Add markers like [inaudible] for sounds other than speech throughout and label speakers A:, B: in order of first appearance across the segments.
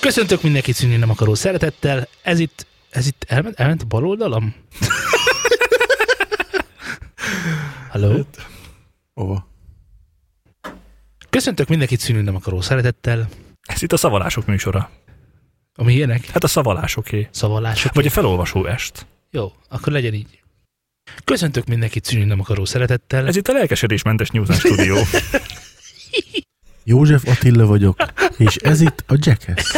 A: Köszöntök mindenkit szűnni nem akaró szeretettel. Ez itt, ez itt elment, elment a bal
B: [laughs]
A: oldalam? Hello.
B: Ova.
A: Köszöntök mindenkit szűnni nem akaró szeretettel,
B: Ez itt a szavalások műsora.
A: ami ilyenek,
B: Hát a szavalásoké.
A: szavalások.
B: Vagy a felolvasó est.
A: Jó, akkor legyen így. Köszöntök mindenkit szűnni nem akaró szeretettel.
B: Ez itt a lelkesedésmentes Newsen stúdió.
C: József Attila vagyok, és ez itt a Jackass.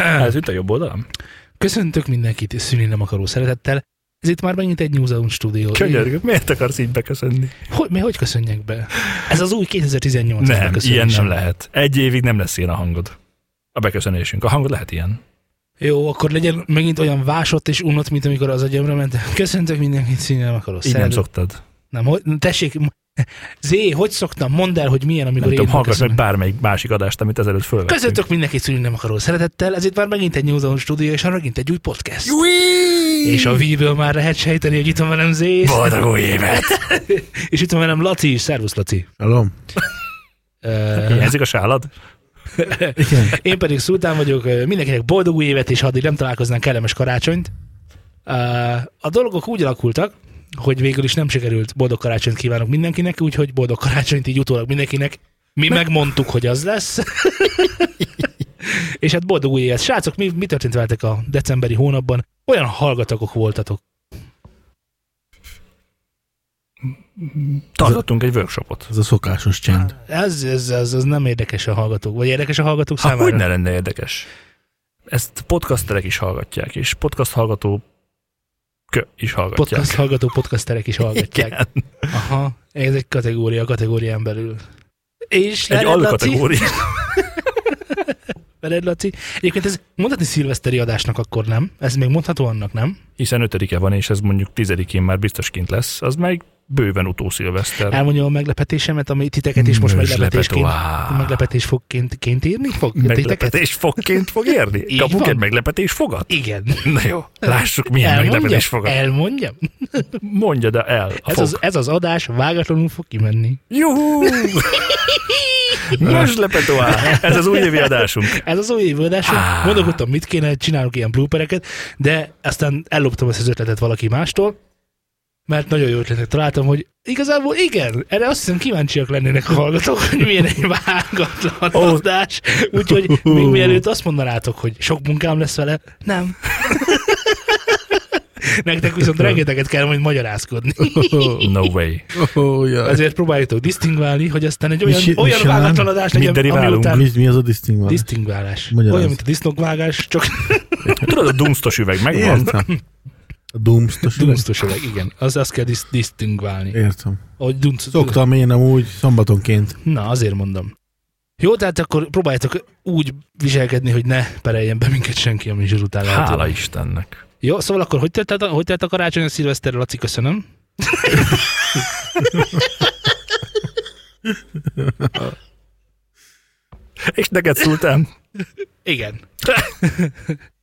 B: Ez itt a jobb oldalam?
A: Köszöntök mindenkit szűnni nem akaró szeretettel. Ez itt már megint egy New Zealand stúdió.
B: Könyörgök, miért akarsz így beköszönni?
A: Hogy, mi, hogy köszönjek be? Ez az új 2018-as
B: Nem,
A: beköszönésem.
B: ilyen nem lehet. Egy évig nem lesz ilyen a hangod. A beköszönésünk. A hangod lehet ilyen.
A: Jó, akkor legyen megint olyan vásott és unott, mint amikor az agyamra ment. Köszöntök mindenkit színen nem akarok.
B: Így nem szoktad.
A: Nem, hogy, tessék, m- Zé, hogy szoktam? Mondd el, hogy milyen,
B: Nem
A: amikor
B: tudom,
A: én
B: hallgass meg
A: köszönöm.
B: bármelyik másik adást, amit ezelőtt fölvettünk.
A: Köszöntök mindenkit szülni nem akaró szeretettel, ez itt már megint egy New Zone stúdió, és már megint egy új podcast. És a víből már lehet sejteni, hogy itt van velem Zé,
B: Boldog új évet!
A: és itt van velem Laci is. Szervusz, Laci.
C: Hallom?
A: Ö,
B: Ezek a sálad?
A: Én pedig Szultán vagyok, ö, mindenkinek boldog új évet, és ha addig nem találkoznánk kellemes karácsonyt. Ö, A dolgok úgy alakultak, hogy végül is nem sikerült boldog karácsonyt kívánok mindenkinek, úgyhogy boldog karácsonyt így utólag mindenkinek. Mi megmondtuk, hogy az
B: [laughs]
A: lesz. és hát boldog új évet. Srácok, mi, mi történt veletek a decemberi hónapban? Olyan hallgatók voltatok.
B: Tartottunk egy workshopot.
C: Ez a szokásos csend.
A: Ez, ez, ez, ez nem érdekes a hallgatók, vagy érdekes a hallgatók
B: Ha,
A: számára?
B: hogy ne lenne érdekes? Ezt podcasterek is hallgatják, és podcast hallgató kö is hallgatják.
A: Podcast hallgató podcasterek is hallgatják.
B: Igen,
A: Aha, ez egy kategória, a kategórián belül. És
B: egy
A: veled, Laci,
B: alkategória.
A: veled, Laci. Egyébként ez mondhatni szilveszteri adásnak akkor nem? Ez még mondható annak, nem?
B: Hiszen ötödike van, és ez mondjuk tizedikén már biztos kint lesz. Az meg bőven utószilveszter.
A: Elmondjam a meglepetésemet, ami titeket is most
B: Mős
A: meglepetésként,
B: lepetoá.
A: meglepetés fogként ként írni fog? Titeket?
B: Meglepetés fogként fog érni?
A: Így
B: Kapunk
A: van.
B: egy meglepetés fogat?
A: Igen.
B: Na jó, lássuk milyen
A: Elmondjam?
B: meglepetés fogat.
A: Elmondjam?
B: Mondja, de el. A
A: Ez
B: fog.
A: az, ez az adás vágatlanul fog kimenni. [laughs]
B: Juhú! Mős lepetoá. Ez az újévi
A: [laughs]
B: adásunk.
A: Ez az új évadás,
B: Á.
A: gondolkodtam, mit kéne, csinálok ilyen bloopereket, de aztán elloptam ezt az ötletet valaki mástól, mert nagyon jó ötletet találtam, hogy igazából igen, erre azt hiszem kíváncsiak lennének a hallgatók, hogy milyen egy vágatlan
B: Ó.
A: oh. adás, úgyhogy még mielőtt azt mondanátok, hogy sok munkám lesz vele, nem. [laughs] Nektek viszont rengeteget kell majd
B: [laughs]
A: magyarázkodni.
B: No way.
C: Oh, jaj.
A: Ezért próbáljátok disztingválni, hogy aztán egy olyan,
C: si- mi
A: olyan
C: csinálunk?
A: vágatlan adás
B: Mit
A: legyen, ami
B: deriválunk?
A: után...
C: Mi, mi az a disztingvál?
A: Disztingválás.
C: Magyarázz.
A: Olyan, mint a disznókvágás, csak
B: Tudod, a dumsztos üveg megvan?
C: Értem. A dumsztos.
A: Dunsztos üveg, igen. Az, azt kell disz, disztingválni.
C: Értem.
A: Ahogy dunc...
C: Szoktam én amúgy szombatonként.
A: Na, azért mondom. Jó, tehát akkor próbáljátok úgy viselkedni, hogy ne pereljen be minket senki a műsor után.
B: Hála
A: lehetőleg.
B: Istennek.
A: Jó, szóval akkor hogy telt, a- hogy telt a karácsony a szilveszter, Laci, köszönöm.
B: És neked szültem.
A: Igen. [laughs]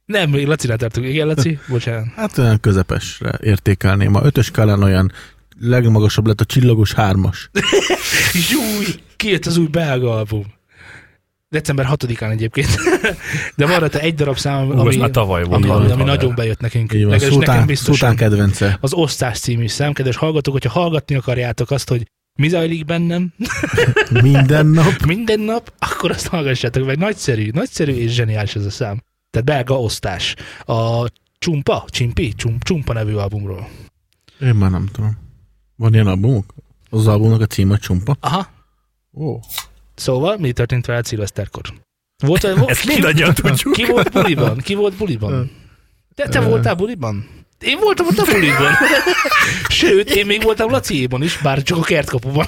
A: Nem, még Laci tartunk. Igen,
C: [laughs]
A: Laci? Bocsánat.
C: Hát olyan közepesre értékelném. A ötös skálán olyan legmagasabb lett a csillagos hármas.
A: Júj! Kijött az új belga album. December 6-án egyébként. [laughs] De maradt egy darab szám,
B: Ú, ez
A: ami,
B: már tavaly volt.
A: ami, ami,
B: tavaly.
A: ami nagyon bejött nekünk.
C: Így van,
A: Legalábbis nekem
C: Szultán,
A: biztosan.
C: Szultán kedvence.
A: az Osztás című szám. Kedves hallgatók, hogyha hallgatni akarjátok azt, hogy mi zajlik bennem
C: Minden nap.
A: minden nap, akkor azt hallgassátok meg. Nagyszerű, nagyszerű és zseniális ez a szám. Tehát belga osztás. A Csumpa, Csimpi, Csum, Csumpa nevű albumról.
C: Én már nem tudom. Van ilyen albumok? Az albumnak a címe Csumpa?
A: Aha.
C: Ó.
A: Szóval, mi történt veled szilveszterkor?
B: [laughs]
A: Volt, volt
B: Ezt
A: [laughs]
B: mindannyian tudjuk.
A: ki volt buliban? Ki volt buliban? Te, te
C: Ö.
A: voltál buliban? Én voltam ott a buliban. Sőt, én még voltam Laciéban is, bár csak a kertkapuban.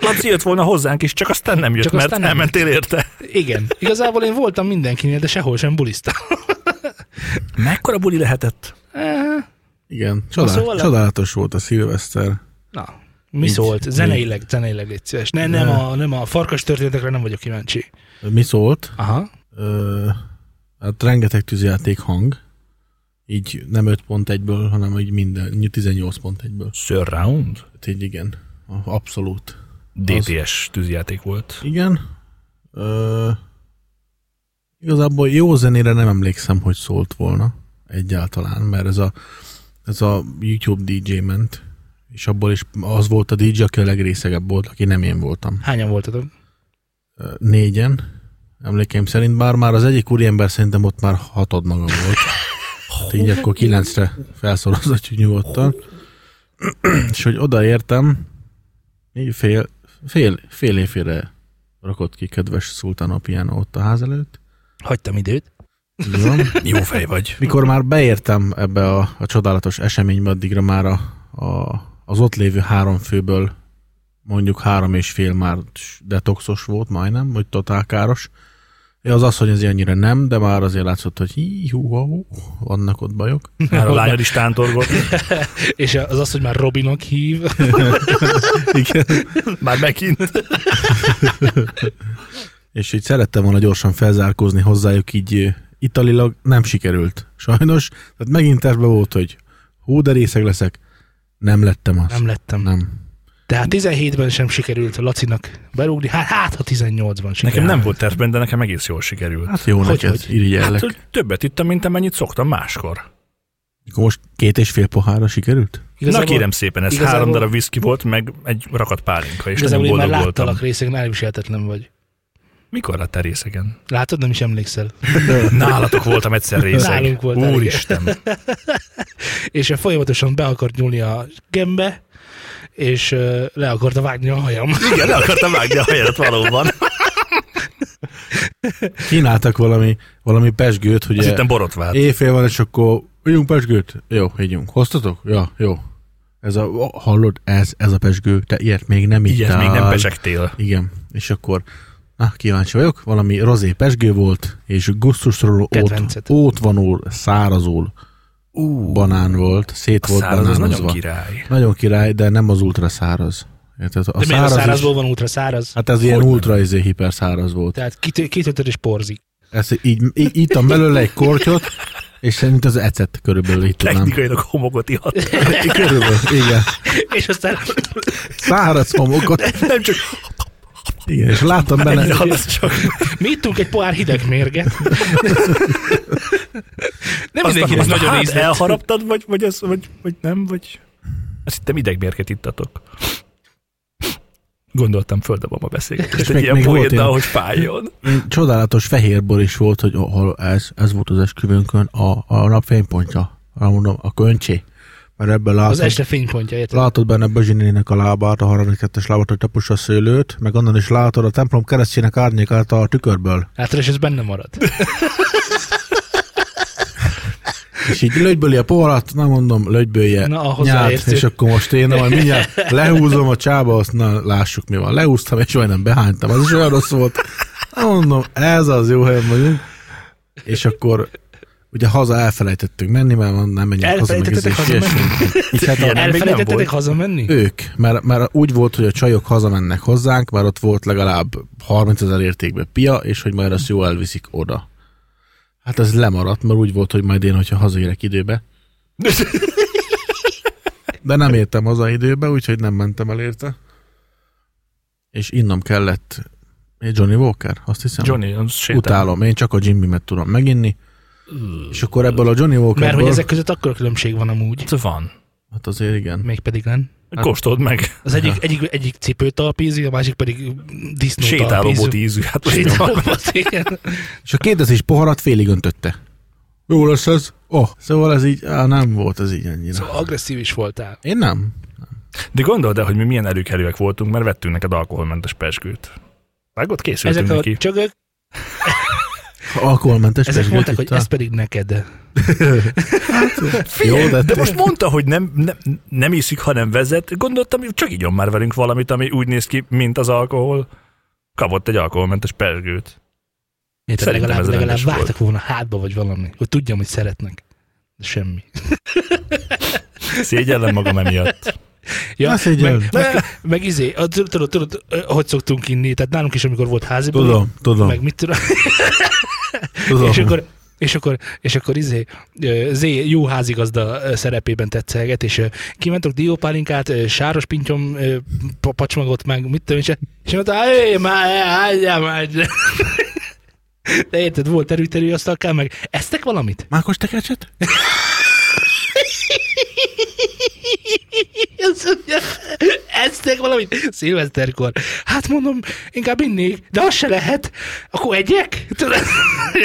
B: Laci jött volna hozzánk is, csak aztán nem jött,
A: Csak
B: csak mert
A: aztán nem.
B: elmentél érte.
A: Igen. Igazából én voltam mindenkinél, de sehol sem buliztam.
B: Mekkora buli lehetett?
A: Eh,
C: Igen, csodál,
A: szóval-
C: csodálatos volt a szilveszter.
A: Na, mi így, szólt? Zeneileg, zeneileg légy szíves. Ne, nem, a, nem a farkas történetekre nem vagyok kíváncsi.
C: Mi szólt?
A: Aha.
C: Ö, hát rengeteg tűzjáték hang, így nem 5.1-ből, hanem így minden, 18.1-ből.
B: Surround?
C: Hát így igen, a- abszolút.
B: DPS tűzjáték volt.
C: Igen. Ö, Igazából jó zenére nem emlékszem, hogy szólt volna egyáltalán, mert ez a, ez a YouTube DJ ment, és abból is az volt a DJ, aki a legrészegebb volt, aki nem én voltam.
A: Hányan voltatok?
C: Ö, Négyen, emlékeim szerint, bár már az egyik úriember szerintem ott már hatod maga volt. Hát Így akkor kilencre felszorozhatjuk nyugodtan. [clears throat] És hogy odaértem, így fél, fél, fél évfélre rakott ki kedves Szultán a piano ott a ház előtt.
A: Hagytam időt.
C: Így van.
B: Jó fej
A: [laughs]
B: vagy.
C: Mikor már beértem ebbe a, a csodálatos eseménybe, addigra már a, a, az ott lévő három főből mondjuk három és fél már detoxos volt majdnem, vagy totál káros. Ja, Az asszony azért annyira nem, de már azért látszott, hogy hí, hú, hú, hú, vannak ott bajok.
B: Már a lányod is tántorgott.
A: [laughs] És az az, hogy már Robinok hív.
C: Igen.
B: Már megint.
C: És így szerettem volna gyorsan felzárkózni hozzájuk, így ö, italilag nem sikerült. Sajnos. Tehát megint terve volt, hogy hú, de részeg leszek. Nem lettem az.
A: [laughs] Nem lettem.
C: nem.
A: Tehát 17-ben hát sem sikerült Lacinak berúgni, hát, hát ha 18-ban sikerült.
B: Nekem nem volt tervben, de nekem egész jól sikerült.
C: Hát jó
A: Hogy,
C: hogy neked,
A: hogy?
C: irigyellek.
B: Hát, hogy többet ittam, mint amennyit szoktam máskor.
C: Akkor most két és fél pohára sikerült?
B: Na kérem szépen, ez
A: igazából-
B: három darab viszki volt, meg egy rakat pálinka, és nagyon
A: Igazából én már
B: boldog
A: láttalak
B: voltam.
A: voltam. részeknál, is hihetetlen vagy.
B: Mikor lett a
A: [laughs]
B: részegen?
A: Látod, nem is emlékszel.
B: Nálatok voltam egyszer részeg.
A: Nálunk voltál, igen. [laughs]
B: Úristen.
A: És ő folyamatosan be akart nyúlni a gembe, és ö, le akarta vágni a hajam.
B: Igen, le akartam vágni a hajadat valóban.
C: Kínáltak valami, valami pesgőt, hogy
B: Azt hittem hát. borotvát.
C: éjfél van, és akkor ígyunk pesgőt? Jó, ígyunk. Hoztatok? Ja, jó. Ez a, ó, hallod, ez, ez a pesgő, te ilyet még nem ittál.
B: Ilyet még nem pesegtél.
C: Igen, és akkor na, kíváncsi vagyok, valami rozé pesgő volt, és gusztusról
A: Kedvenced.
C: ott, ott vanul, szárazul
B: Ú,
C: banán volt, szét
B: a
C: volt
B: száraz az nagyon
C: banánozva.
B: király.
C: Nagyon király, de nem az ultra száraz. Érted? A
A: De miért a
C: száraz is,
A: szárazból van ultra száraz?
C: hát ez ilyen
B: Hogyne.
C: ultra izé, hiper száraz volt.
A: Tehát kitö- kitötöd és porzik.
C: Ez így, így ittam belőle egy kortyot, és szerint az ecet körülbelül itt tudnám.
B: Technikailag homokot ihat.
C: Körülbelül, igen.
A: [laughs] És aztán
C: Száraz homokot.
B: Nem csak
C: Igen, és láttam
B: ennyire,
C: benne,
B: az csak
A: mi ittunk egy pohár hideg mérget.
B: [laughs]
A: Nem mindenki
B: Aztán
A: nagyon
B: hát
A: ízlett.
B: elharaptad, vagy, vagy, ez, vagy, vagy nem, vagy... Azt hittem idegmérket ittatok. Gondoltam, földobom a
C: És
B: beszélgetést egy
C: még-
B: ilyen
C: még volt ilyen.
B: poénnal, hogy fájjon.
C: én csodálatos fehérbor is volt, hogy ahol ez, ez volt az esküvőnkön a, a napfénypontja, Arra mondom, a köncsé. Mert ebből látod,
A: Az este fénypontja, érted?
C: látod benne Bezsinének a lábát, a 32-es lábát, hogy tapossa a szőlőt, meg onnan is látod a templom keresztjének árnyékát a tükörből.
A: Látod, és ez benne marad.
C: És így lögyböli a poharat, na mondom, lögybölje
A: Na, ahhoz
C: nyát,
A: elértünk.
C: és akkor most én, na, majd mindjárt lehúzom a csába, azt na, lássuk mi van. Lehúztam, és majdnem behánytam, az is olyan rossz volt. Na, mondom, ez az jó helyen vagyunk. És akkor ugye haza elfelejtettünk menni, mert mondom, nem menjünk haza, meg izé ez
A: Elfelejtettetek
C: és ilyesmi. Így hát a,
B: Ilyen. még nem
A: Elfelejtettetek
B: volt.
A: hazamenni?
C: ők, mert, mert úgy volt, hogy a csajok hazamennek hozzánk, mert ott volt legalább 30 ezer értékben pia, és hogy majd azt jó elviszik oda. Hát ez lemaradt, mert úgy volt, hogy majd én, hogyha hazaérek időbe, De nem értem haza időbe, úgyhogy nem mentem el érte. És innom kellett egy Johnny Walker, azt hiszem.
B: Johnny, az sétál.
C: Utálom, én csak a Jimmy-met tudom meginni. És akkor ebből a Johnny
A: Mert
C: Walkerból...
A: hogy ezek között akkor különbség van amúgy.
B: Ez Szóval van.
C: Hát azért igen.
A: Mégpedig nem.
C: Hát-
B: Kóstold meg.
A: Az egyik, egyik, egyik cipőt talpízik, a másik pedig disznó
B: Sétálóbot
A: talpízik.
B: ízű. Hát most [laughs]
A: Sétáló bot, igen.
C: És a kétezés poharat félig öntötte. Jó lesz ez? Oh, szóval ez így, á, nem volt ez így annyira.
A: Szóval agresszív is voltál.
C: Én nem.
B: De gondold el, hogy mi milyen előkelőek voltunk, mert vettünk neked alkoholmentes pesgőt. Meg ott
A: Ezek
B: készültünk Ezek
A: a
B: neki.
A: csögök,
C: Alkoholmentes
A: ezek
C: pesgőt
A: mondták, hogy
C: ittál.
A: ez pedig neked.
C: Jó, de,
B: De most mondta, hogy nem, nem, nem iszik, hanem vezet. Gondoltam, hogy csak igyon már velünk valamit, ami úgy néz ki, mint az alkohol. Kapott egy alkoholmentes pesgőt.
A: Érted,
B: Szerintem
A: legalább,
B: ez
A: legalább
B: rendes
A: vártak volna hátba vagy valami, hogy tudjam, hogy szeretnek. De semmi.
B: Szégyellem magam emiatt.
A: Ja,
C: Na, szégyellj.
A: meg, meg, meg izé, a- tudod, tudod, tudod, ö, hogy szoktunk inni, tehát nálunk is, amikor volt házi buli,
C: Tudom, tudom,
A: meg mit tudom,
C: tudom.
A: És akkor, és akkor, és akkor izé, ö, Zé jó házigazda ö, szerepében tetszelget, és ö, kimentok diópálinkát, ö, sáros pintyom ö, pa- pacsmagot, meg mit tudom, én, és, és mondta, "Á, jöjj már, el, hagyjál már. [laughs] De érted, volt terülterű asztalkán, meg eztek valamit?
C: Mákos tekercset?
A: Azt mondja, Eztek valamit szilveszterkor. Hát mondom, inkább innék, de az se lehet. Akkor egyek? Tudod, [laughs]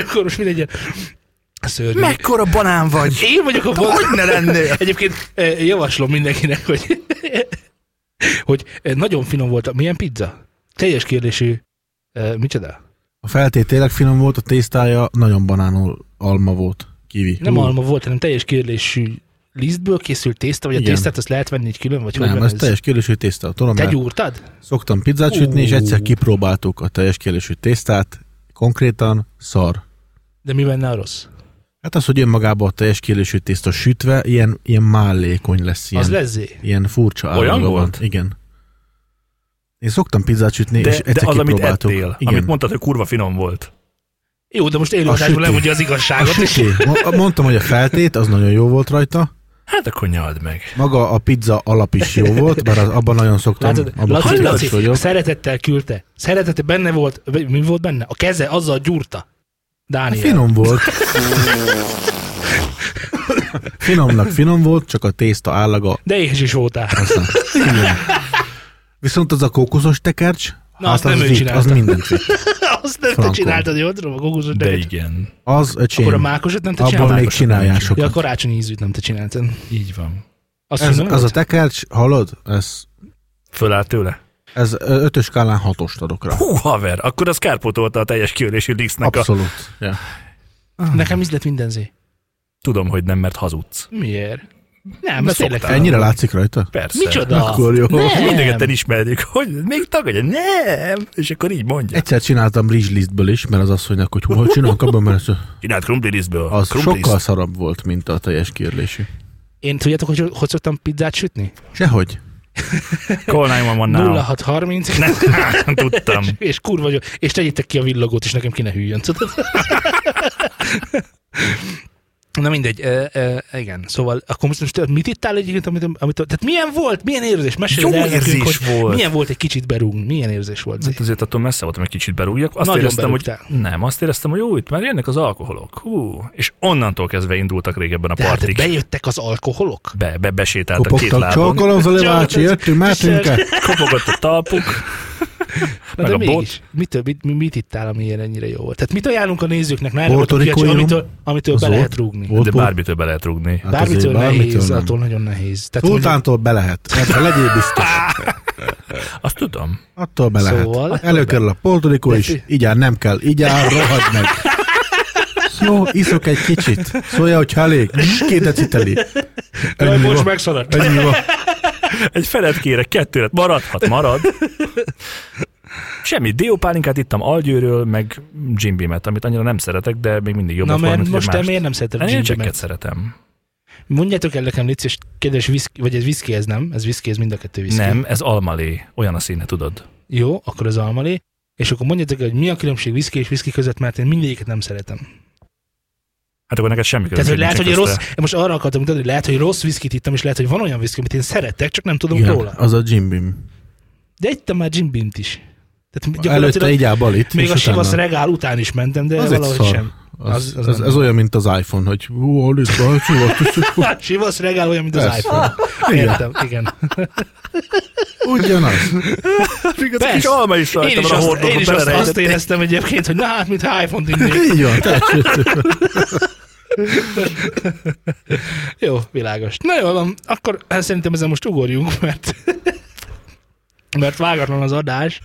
A: akkor most mindegy. Szörnyű.
B: Mekkora banán vagy?
A: Én vagyok a
B: Hogy ne lennél?
A: Egyébként eh, javaslom mindenkinek, hogy, [laughs] hogy eh, nagyon finom volt. a- Milyen pizza? Teljes kérdésű. eh, Micsoda?
C: A feltét tényleg finom volt, a tésztája nagyon banánul alma volt. Kivi.
A: Nem
C: Ú,
A: alma volt, hanem teljes kérdésű lisztből készült tészta, vagy a
C: Igen.
A: tésztát azt lehet venni egy külön, vagy hogy
C: Nem,
A: van
C: ez teljes kérdésű tészta. Tudom,
A: Te
C: mert
A: gyúrtad?
C: szoktam pizzát sütni, és
A: Ú.
C: egyszer kipróbáltuk a teljes kérdésű tésztát. Konkrétan szar.
A: De mi benne a rossz?
C: Hát az, hogy önmagában a teljes kérdésű tészta sütve, ilyen, ilyen mállékony lesz. Ilyen,
A: Az lezzé.
C: ilyen furcsa
B: Olyan
C: állaga van.
B: volt?
C: Igen. Én szoktam pizzát sütni, és
B: De, de
C: egyszer
B: az, amit
C: kipróbáltuk.
B: ettél,
C: Igen.
B: amit mondtad, hogy kurva finom volt.
A: Jó, de most élő
C: A
A: adásban
C: sütő.
A: lemondja az
C: A
A: igazságot. és-
C: süté. Mo- Mondtam, hogy a feltét, az nagyon jó volt rajta.
B: [laughs] Hát akkor nyald meg.
C: Maga a pizza alap is jó volt, bár az, abban nagyon szoktam.
A: Látod,
C: abban
A: Laci,
C: kritikus
A: Laci,
C: vagyok.
A: szeretettel küldte. Szeretete benne volt, vagy mi volt benne? A keze azzal gyúrta. Dániel.
C: Hát Finom
A: [laughs]
C: volt. Finomnak finom volt, csak a tészta állaga
A: De éhes is voltál. [laughs]
C: aztán. Igen. Viszont az a kókuszos tekercs,
A: Na,
C: hát
A: azt
C: az,
A: nem ő
C: vit, az
A: csinálta.
C: mindent vit.
A: Azt nem te
C: Frankon.
A: csináltad, jól tudom, a gogozott
B: De
A: neked.
B: igen,
C: Az
A: Akkor a
C: öcsém,
A: mákosat nem te
C: abban
A: csináltad?
C: még
B: Mákosat nem
C: csinálják
B: csinál.
A: Ja, a
C: sokat.
A: karácsonyi ízűt nem te csináltad.
B: így van.
A: Azt
C: Ez,
A: mondom,
C: az a tekercs, hallod? Ez,
B: Föláll tőle?
C: ez ö, ötös skálán hatost adok rá.
B: Hú, haver, akkor az kárpótolta a teljes kiölésű Dixnek a...
C: Abszolút. Ja. Ah.
A: Nekem ízlet minden zé.
B: Tudom, hogy nem, mert hazudsz.
A: Miért? Nem, ez
B: szoktál.
A: tényleg finom.
C: Ennyire látszik rajta?
B: Persze.
A: Micsoda?
C: Akkor jó.
A: Nem.
B: Mindegyetten ismerjük, hogy még tagadja, nem, és akkor így mondja.
C: Egyszer csináltam rizslistből is, mert az asszonynak, hogy hol csinálunk abban, mert az-
B: Csinált krumplirizből.
C: az sokkal szarabb volt, mint a teljes kérlésű.
A: Én tudjátok, hogy hogy szoktam pizzát sütni?
C: Sehogy.
B: Call 911 now.
A: 0630.
B: Nem, [laughs] tudtam.
A: [laughs] És kurva jó. És tegyétek ki a villogót, és nekem ki ne hűljön, tudod? [laughs] Na mindegy, e, e, igen, szóval akkor most, most te mit ittál egyébként, amit, amit, tehát milyen volt, milyen érzés? Mesélj
B: Jó
A: el nekünk,
B: érzés
A: hogy
B: volt.
A: Milyen volt egy kicsit berúgni, milyen érzés volt? Zé?
B: Hát azért attól messze voltam egy kicsit berúgjak. Azt
A: Nagyon
B: éreztem,
A: berúgtál.
B: hogy nem, azt éreztem, hogy jó, itt már jönnek az alkoholok. Hú. És onnantól kezdve indultak régebben a
A: De hát
B: partik.
A: bejöttek az alkoholok?
B: Be, be, besétáltak két
C: Kopogtak,
B: lábon.
C: csókolom, a bácsi, jöttünk, mentünk el.
B: Kopogott a talpuk.
A: Na
B: Meg
A: de
B: a bot.
A: mégis, mit, mit, mit ittál, amiért ennyire jó volt? Tehát mit ajánlunk a nézőknek? Ne erre
C: Puerto
A: vagyok kíváncsi,
C: Ricóium?
A: amitől, amitől
C: Az
A: be
C: volt?
A: lehet rúgni.
C: Volt
B: De
C: pol-
B: bármitől be lehet rúgni.
C: Hát azért
A: Bármitől nehéz,
C: nem.
A: attól nagyon nehéz. Tehát mondjuk-
C: Tultántól be lehet. Ebben legyél biztos.
B: Azt tudom.
C: Attól be lehet.
A: Szóval?
C: Előkerül a poltorikó
A: De
C: is.
A: fi-
C: Így áll, nem kell. Így áll, rohadd meg. Jó, iszok egy kicsit. Szólja, hogy elég. Két deciteli.
A: Jaj, bocs,
C: van.
A: megszaladt.
C: Ennyi van.
B: Egy felet kérek, kettőre.
A: [laughs]
B: Maradhat, marad. Semmi, diópálinkát ittam algyőről, meg Jim Beam-et, amit annyira nem szeretek, de még mindig jobb
A: Na mert most te miért nem szereted a
B: Hát Én
A: Jim
B: csak
A: Beam-et?
B: szeretem.
A: Mondjátok el nekem, Lici, és kedves viszki, vagy ez viszki, ez nem, ez viszki, ez mind a kettő viszki.
B: Nem, ez almalé. Olyan a színe, tudod.
A: Jó, akkor az almalé. És akkor mondjátok el, hogy mi a különbség viszki és viszki között, mert én mindegyiket nem szeretem.
B: Hát akkor neked semmi
A: Tehát, hogy
B: különbség
A: lehet, hogy
B: nincsen
A: én rossz,
B: közte.
A: én most arra akartam mutatni, hogy lehet, hogy rossz viszkit ittam, és lehet, hogy van olyan viszki, amit én szeretek, csak nem tudom
C: Igen,
A: róla.
C: az a Jim Beam.
A: De ittam már Jim Beam-t is. Tehát
C: Előtte
A: gyakorlatilag
C: így áll balit,
A: még
C: és
A: a Sivasz
C: utána-
A: regál után is mentem, de
C: Az egy
A: valahogy
C: szar.
A: sem. Az-
C: Az,
A: az
C: az, az,
A: nem.
C: az, olyan, mint az iPhone, hogy hú, hol is van, hú, ott is,
A: [laughs]
C: hú.
A: A Sivasz regál Hát olyan, mint az
C: Persze. [laughs]
A: iPhone. Értem, igen.
C: Ugyanaz.
B: Még az
A: Persze.
B: kis alma is
A: Én
B: rajta
A: is,
B: van a
A: azt, én
B: hordokon
A: is azt, azt
B: belerejtett.
A: éreztem egyébként, hogy na hát, mint
C: [laughs]
A: iPhone-t innék.
C: Így van, tehát
A: Jó, világos. Na jól van, akkor hát szerintem ezen most ugorjunk, mert, mert vágatlan az adás.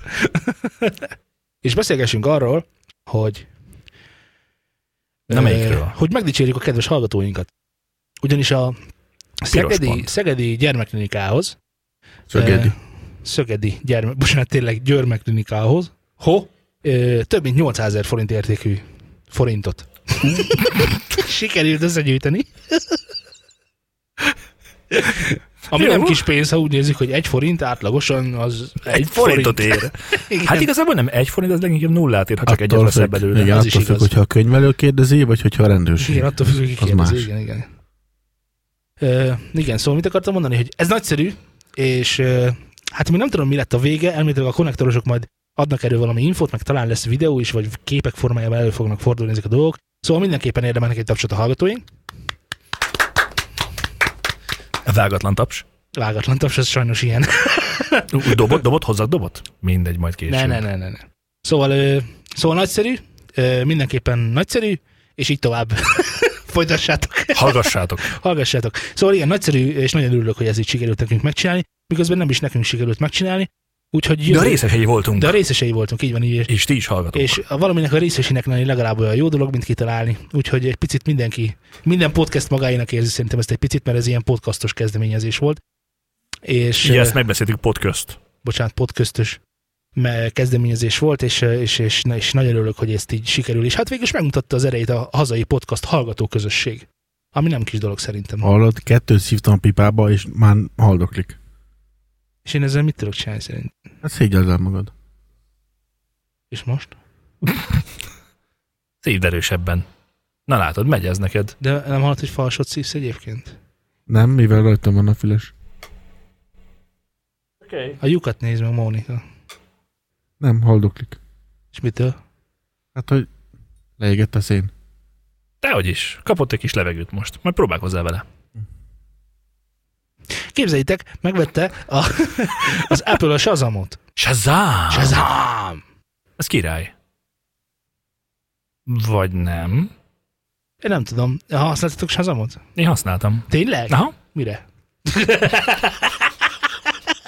A: És beszélgessünk arról, hogy
B: Na,
A: eh,
B: melyikről?
A: hogy megdicsérjük a kedves hallgatóinkat. Ugyanis a Szegedi,
B: pont.
A: Szegedi gyermekklinikához,
C: Szögedi.
A: eh, Szögedi gyermek, bocsánat, tényleg gyermekklinikához, ho, eh, több mint 800 ezer forint értékű
B: [laughs]
A: forintot. Sikerült összegyűjteni. Ami
B: Jó.
A: nem kis pénz, ha úgy nézzük, hogy egy forint átlagosan az egy,
B: Egy forintot ér.
A: Igen.
B: Hát igazából nem egy forint, az leginkább nullát ér, ha csak egyet
C: Attól
B: veszel
C: függ.
B: belőle.
C: Igen,
A: Az
C: az
A: is
C: attól függ,
A: igaz.
C: hogyha a könyvelő kérdezi, vagy hogyha a rendőrség.
A: Igen, attól függ, hogy ki
C: Az
A: kérdezi.
C: más.
A: Igen, igen. Ö, igen, szóval mit akartam mondani, hogy ez nagyszerű, és ö, hát még nem tudom, mi lett a vége, elméletileg a konnektorosok majd adnak erről valami infót, meg talán lesz videó is, vagy képek formájában elő fognak fordulni ezek a dolgok. Szóval mindenképpen érdemelnek egy tapsot a hallgatóink.
B: Vágatlan taps.
A: Vágatlan taps, az sajnos ilyen.
B: Ú, Dobot, dobot, hozzak dobot? Mindegy, majd később.
A: Ne, ne, ne, ne, ne. Szóval, ö, szóval nagyszerű, ö, mindenképpen nagyszerű, és így tovább. [laughs] Folytassátok,
B: Hallgassátok.
A: hallgassátok. Szóval igen, nagyszerű, és nagyon örülök, hogy ez így sikerült nekünk megcsinálni, miközben nem is nekünk sikerült megcsinálni. Úgyhogy
B: De
A: jövő-
B: a részesei voltunk.
A: de a részesei voltunk, így van, így,
B: És ti is hallgatok.
A: és a valaminek a részesinek lenni legalább olyan jó dolog, mint kitalálni. Úgyhogy egy picit mindenki, minden podcast magáénak érzi szerintem ezt egy picit, mert ez ilyen podcastos kezdeményezés volt. És
B: Ugye
A: ö,
B: ezt megbeszéltük podcast.
A: bocsánat, podcastos me- kezdeményezés volt, és, és, és, na- és nagyon örülök, hogy ezt így sikerül. És hát végül is megmutatta az erejét a hazai podcast hallgató közösség, ami nem kis dolog szerintem.
C: Hallod, kettőt szívtam a pipába, és már haldoklik.
A: És én ezzel mit tudok csinálni szerint?
C: Hát szégyeld el magad.
A: És most?
B: Szívd erősebben. Na látod, megy ez neked.
A: De nem hallott, hogy falsot szívsz egyébként?
C: Nem, mivel rajtam van a füles.
A: A lyukat nézd meg, Mónika.
C: Nem, haldoklik.
A: És mitől?
C: Hát, hogy leégett a szén.
B: Dehogy is. Kapott egy kis levegőt most. Majd próbálkozzál vele.
A: Képzeljétek, megvette a, az Apple a Shazamot.
B: Shazam!
A: Shazam!
B: Ez király. Vagy nem.
A: Én nem tudom, ha használtatok Shazamot?
B: Én használtam.
A: Tényleg?
B: Aha.
A: Mire?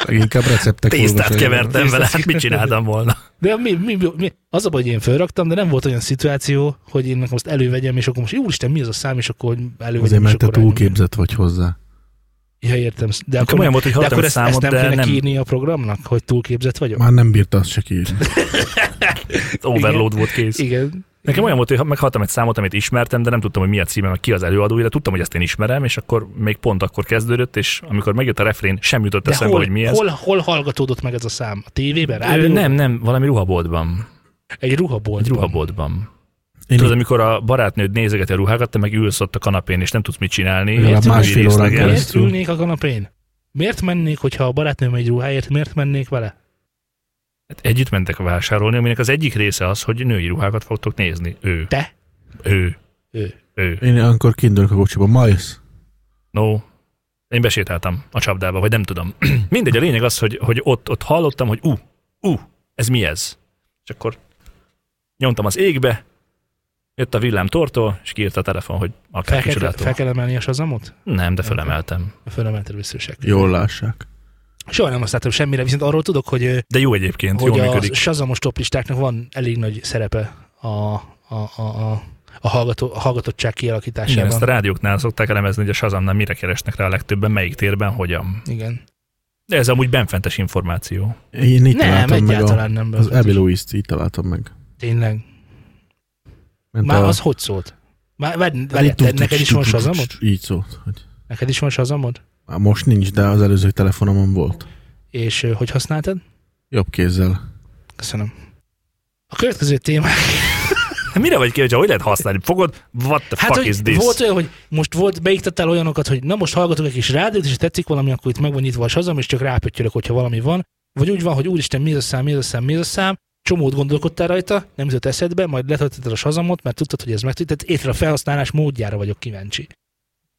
C: Leginkább receptek
B: Tésztát
C: olvasai
B: kevertem
C: vannak.
B: vele, hát mit csináltam volna?
A: De mi, mi, mi, mi, az a baj, hogy én felraktam, de nem volt olyan szituáció, hogy én nekem most elővegyem, és akkor most, úristen, mi az a szám, és akkor elővegyem.
C: Azért,
A: és
C: mert te
A: akkor rányomjam.
C: túlképzett vagy hozzá.
A: Ja, értem. De
B: Nekem
A: akkor,
B: olyan volt, hogy
A: de
B: hallottam
A: akkor
B: egy
A: ezt, ezt
B: számot,
A: nem
B: de
A: kéne
B: nem
A: kiírni a programnak, hogy túlképzett vagyok?
C: Már nem bírta azt se kiírni.
B: overload volt kész.
A: Igen.
B: Nekem olyan volt, hogy meghallottam egy számot, amit ismertem, de nem tudtam, hogy mi a címe, meg ki az előadója, de tudtam, hogy ezt én ismerem, és akkor még pont akkor kezdődött, és amikor megjött a refrén, sem jutott
A: De
B: eszembe,
A: hol,
B: hogy mi ez.
A: hol, hol, hallgatódott meg ez a szám? A tévében?
B: Ö,
A: Rádió?
B: nem, nem, valami ruhaboltban.
A: Egy ruhaboltban.
B: Egy ruhaboltban.
C: Én
B: Tudod, amikor a barátnőd nézegeti a ruhákat, te meg ülsz ott a kanapén, és nem tudsz mit csinálni.
C: Legalább
B: Érted,
C: másfél
B: hogy
C: órán
B: részlegen.
C: keresztül.
A: Miért
C: Keresztül.
A: ülnék a kanapén? Miért mennék, hogyha a barátnőm egy ruháért, miért mennék vele?
B: Hát Együtt mentek vásárolni, aminek az egyik része az, hogy női ruhákat fogtok nézni. Ő.
A: Te?
B: Ő.
A: Ő.
B: Ő.
C: Én akkor kindülök a kocsiba. Ma jössz?
B: No. Én besétáltam a csapdába, vagy nem tudom. [clears throat] Mindegy, a lényeg az, hogy, hogy ott, ott hallottam, hogy ú, ú, ez mi ez? És akkor nyomtam az égbe, jött a villám tortól, és kiírta a telefon, hogy akár
A: Fel kell,
B: kicsodától.
A: fel kell emelni a sazamot?
B: Nem, de fölemeltem.
A: Fölemelted biztosak.
C: Jól lássák.
A: Soha nem használtam semmire, viszont arról tudok, hogy,
C: Hát
A: ö,
B: De jó egyébként,
A: hogy
B: jól
A: a
B: működik.
A: sazamos toplistáknak van elég nagy szerepe a, a, a, a, a, hallgató, a hallgatottság
B: Igen, ezt a
A: kialakításában.
B: rádióknál szokták elemezni, hogy a Shazamnál mire keresnek rá a legtöbben, melyik térben, hogyan.
A: Igen.
B: De ez amúgy benfentes információ.
C: Én itt
A: Nem,
C: találtam meg a,
A: egyáltalán nem.
C: az
A: befektetés.
C: Abby Louise-t, így találtam meg.
A: Tényleg.
C: Ment
A: Már
C: a-
A: az hogy szólt? Már, várj,
C: Hát így
A: várj, te-
C: tuk-
A: neked is
C: tuk-
A: van
C: tuk- tuk-
A: sazamod?
C: tuk- Így szólt, hogy
A: Neked is van sazamod?
C: Á, most nincs, de az előző telefonomon volt.
A: És ö, hogy használtad?
C: Jobb kézzel.
A: Köszönöm. A következő téma.
B: Hát Mire vagy kíváncsi, hogy lehet használni? Fogod? What the
A: Hát,
B: fuck is
A: hogy
B: this?
A: volt olyan, hogy most volt, beiktattál olyanokat, hogy na most hallgatok egy kis rádiót, és ha tetszik valami, akkor itt meg van nyitva a sazam, és csak rápöttyölök, hogyha valami van. Vagy úgy van, hogy úristen, mi ez a szám, mi ez a szám, mi ez a szám, csomót gondolkodtál rajta, nem jutott eszedbe, majd letöltötted a sazamot, mert tudtad, hogy ez meg tehát észre a felhasználás módjára vagyok kíváncsi.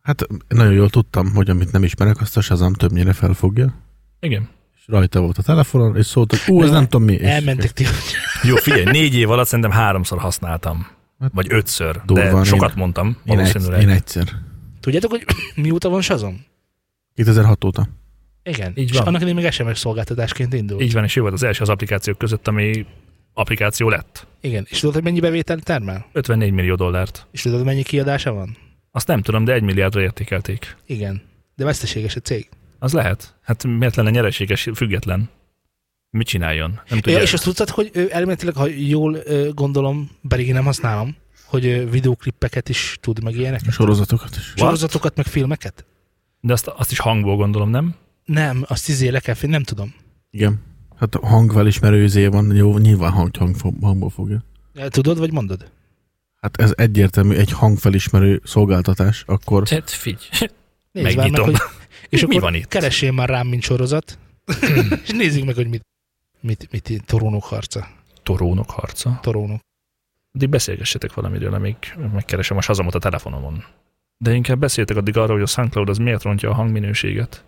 C: Hát nagyon jól tudtam, hogy amit nem ismerek, azt a Shazam többnyire felfogja.
B: Igen.
C: És rajta volt a telefonon, és szólt, hogy ú, ez
A: Nem,
C: nem tudom mi. És
A: Elmentek ti.
B: Jó, figyelj, négy év alatt szerintem háromszor használtam.
C: Hát,
B: Vagy ötször, de
C: durván
B: sokat
C: én-
B: mondtam.
C: Én, egy,
B: Valószínűleg.
C: én egyszer.
A: Tudjátok, hogy [clears throat] mióta van sazam?
C: 2006 óta.
A: Igen.
B: Így
A: És
B: van.
A: annak idején még SMS szolgáltatásként indult.
B: Így van, és ő volt az első az applikációk között, ami applikáció lett.
A: Igen. És tudod, hogy mennyi bevételt termel?
B: 54 millió dollárt.
A: És tudod, mennyi kiadása van?
B: Azt nem tudom, de egy milliárdra értékelték.
A: Igen. De veszteséges a cég.
B: Az lehet. Hát miért lenne nyereséges, független? Mit csináljon? Nem tudja.
A: Ja, és azt tudtad, hogy ö, elméletileg, ha jól ö, gondolom, pedig én nem használom, hogy ö, videóklippeket is tud, meg ilyenek.
C: Sorozatokat is.
A: Sorozatokat, meg filmeket?
B: De azt, azt is hangból gondolom, nem?
A: Nem, azt izé le kell, fi- nem tudom.
C: Igen. Hát a hangfelismerőzé van, jó, nyilván hang, hang, hangból fogja.
A: Eh, Tudod, vagy mondod?
C: Hát ez egyértelmű, egy hangfelismerő szolgáltatás, akkor
A: Hát,
B: Tehát figy.
A: Nézd már meg,
B: Megnyitom.
A: hogy... És
B: [laughs] Mi
A: akkor
B: van itt? [laughs]
A: Keresél már rám, mint sorozat, és nézzük meg, hogy mit. Mit, mit torónok harca?
B: Torónok harca.
A: Torónok.
B: Addig beszélgessetek valamiről, amíg megkeresem a sazamot a telefonomon. De inkább beszéltek addig arról, hogy a SoundCloud az miért rontja a hangminőséget.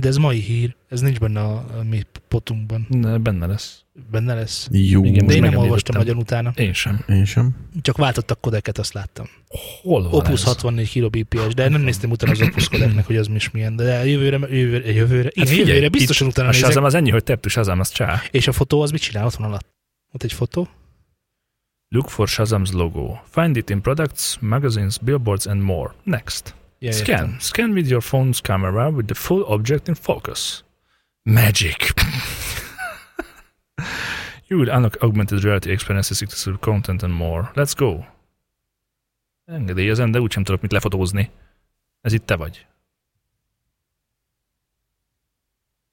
A: De ez mai hír, ez nincs benne a, a mi potunkban.
B: De benne lesz.
A: Benne lesz.
C: Jó.
B: Igen,
A: De én nem
B: megemlítettem.
A: olvastam nagyon utána.
B: Én sem.
C: Én sem.
A: Csak váltottak kodeket, azt láttam.
B: Hol van
A: Opus
B: ez?
A: 64 kilo BPS, de nem néztem utána az Opus kodeknek, hogy az mi is milyen. De jövőre, jövőre, jövőre, igen,
B: Hát figyelj,
A: jövőre
B: itt
A: biztosan utána
B: A
A: nézek.
B: Shazam az ennyi, hogy tap to Shazam, az csá.
A: És a fotó az mit csinál? Ott van alatt. Ott egy fotó.
B: Look for Shazam's logo. Find it in products, magazines, billboards and more. Next.
A: Ja, értem.
B: Scan. Scan with your phone's camera with the full object in focus. Magic. [laughs] you will unlock augmented reality experiences, exclusive content and more. Let's go. Engedélyezem, de úgysem tudok mit lefotózni. Ez itt te vagy.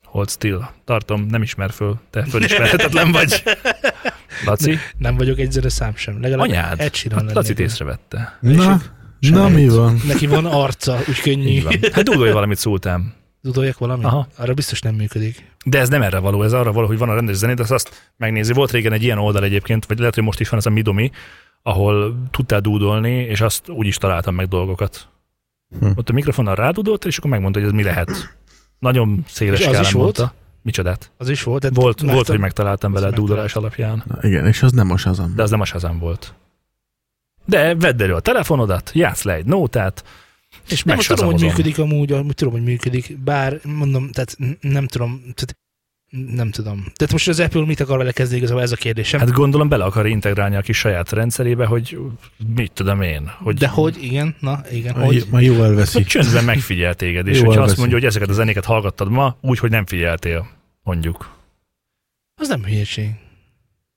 B: Hold still. Tartom, nem ismer föl. Te fölismerhetetlen
A: [laughs]
B: vagy. Laci,
A: Nem vagyok egyszerre szám sem. Legalább
B: anyád.
A: egy síron
B: Hát
A: lennék.
B: Lacit észrevette.
C: Na, na mi van?
A: Neki van arca, úgy könnyű. [laughs]
B: Így van. Hát dúdolj valamit szóltám.
A: Tudoljak valami?
B: Aha.
A: Arra biztos nem működik.
B: De ez nem erre való, ez arra való, hogy van a rendes zenét, azt, azt megnézi. Volt régen egy ilyen oldal egyébként, vagy lehet, hogy most is van ez a Midomi, ahol tudtál dúdolni, és azt úgy is találtam meg dolgokat.
C: Hm.
B: Hm. Ott a mikrofonnal rádudolt, és akkor megmondta, hogy ez mi lehet. Nagyon széles
A: És az
B: skálán
A: is volt?
B: mondta. Micsodát?
A: Az is volt. de
B: Volt,
A: már-
B: volt, hogy megtaláltam
A: Azt
B: vele a dúdolás
A: megtaláltam.
B: alapján,
C: Na, igen, és az nem a Shazam.
B: de az nem a Shazam volt. De vedd elő a telefonodat, játsz le egy nótát, és
A: Nem,
B: meg
A: azt tudom, hogy
B: Shazamozom.
A: működik amúgy, amúgy tudom, hogy működik, bár mondom, tehát n- nem tudom, tehát nem tudom. Tehát most az Apple mit akar vele kezdeni igazából ez a kérdésem.
B: Hát gondolom bele akar integrálni a kis saját rendszerébe, hogy mit tudom én, hogy
A: De hogy, igen, na igen,
C: Ma-
A: hogy.
C: Ma jó elveszi.
B: Hogy csöndben megfigyel téged, és
C: Jól
B: hogyha azt
C: veszi.
B: mondja, hogy ezeket a zenéket hallgattad ma, úgy, hogy nem figyeltél, mondjuk.
A: Az nem hülyeség.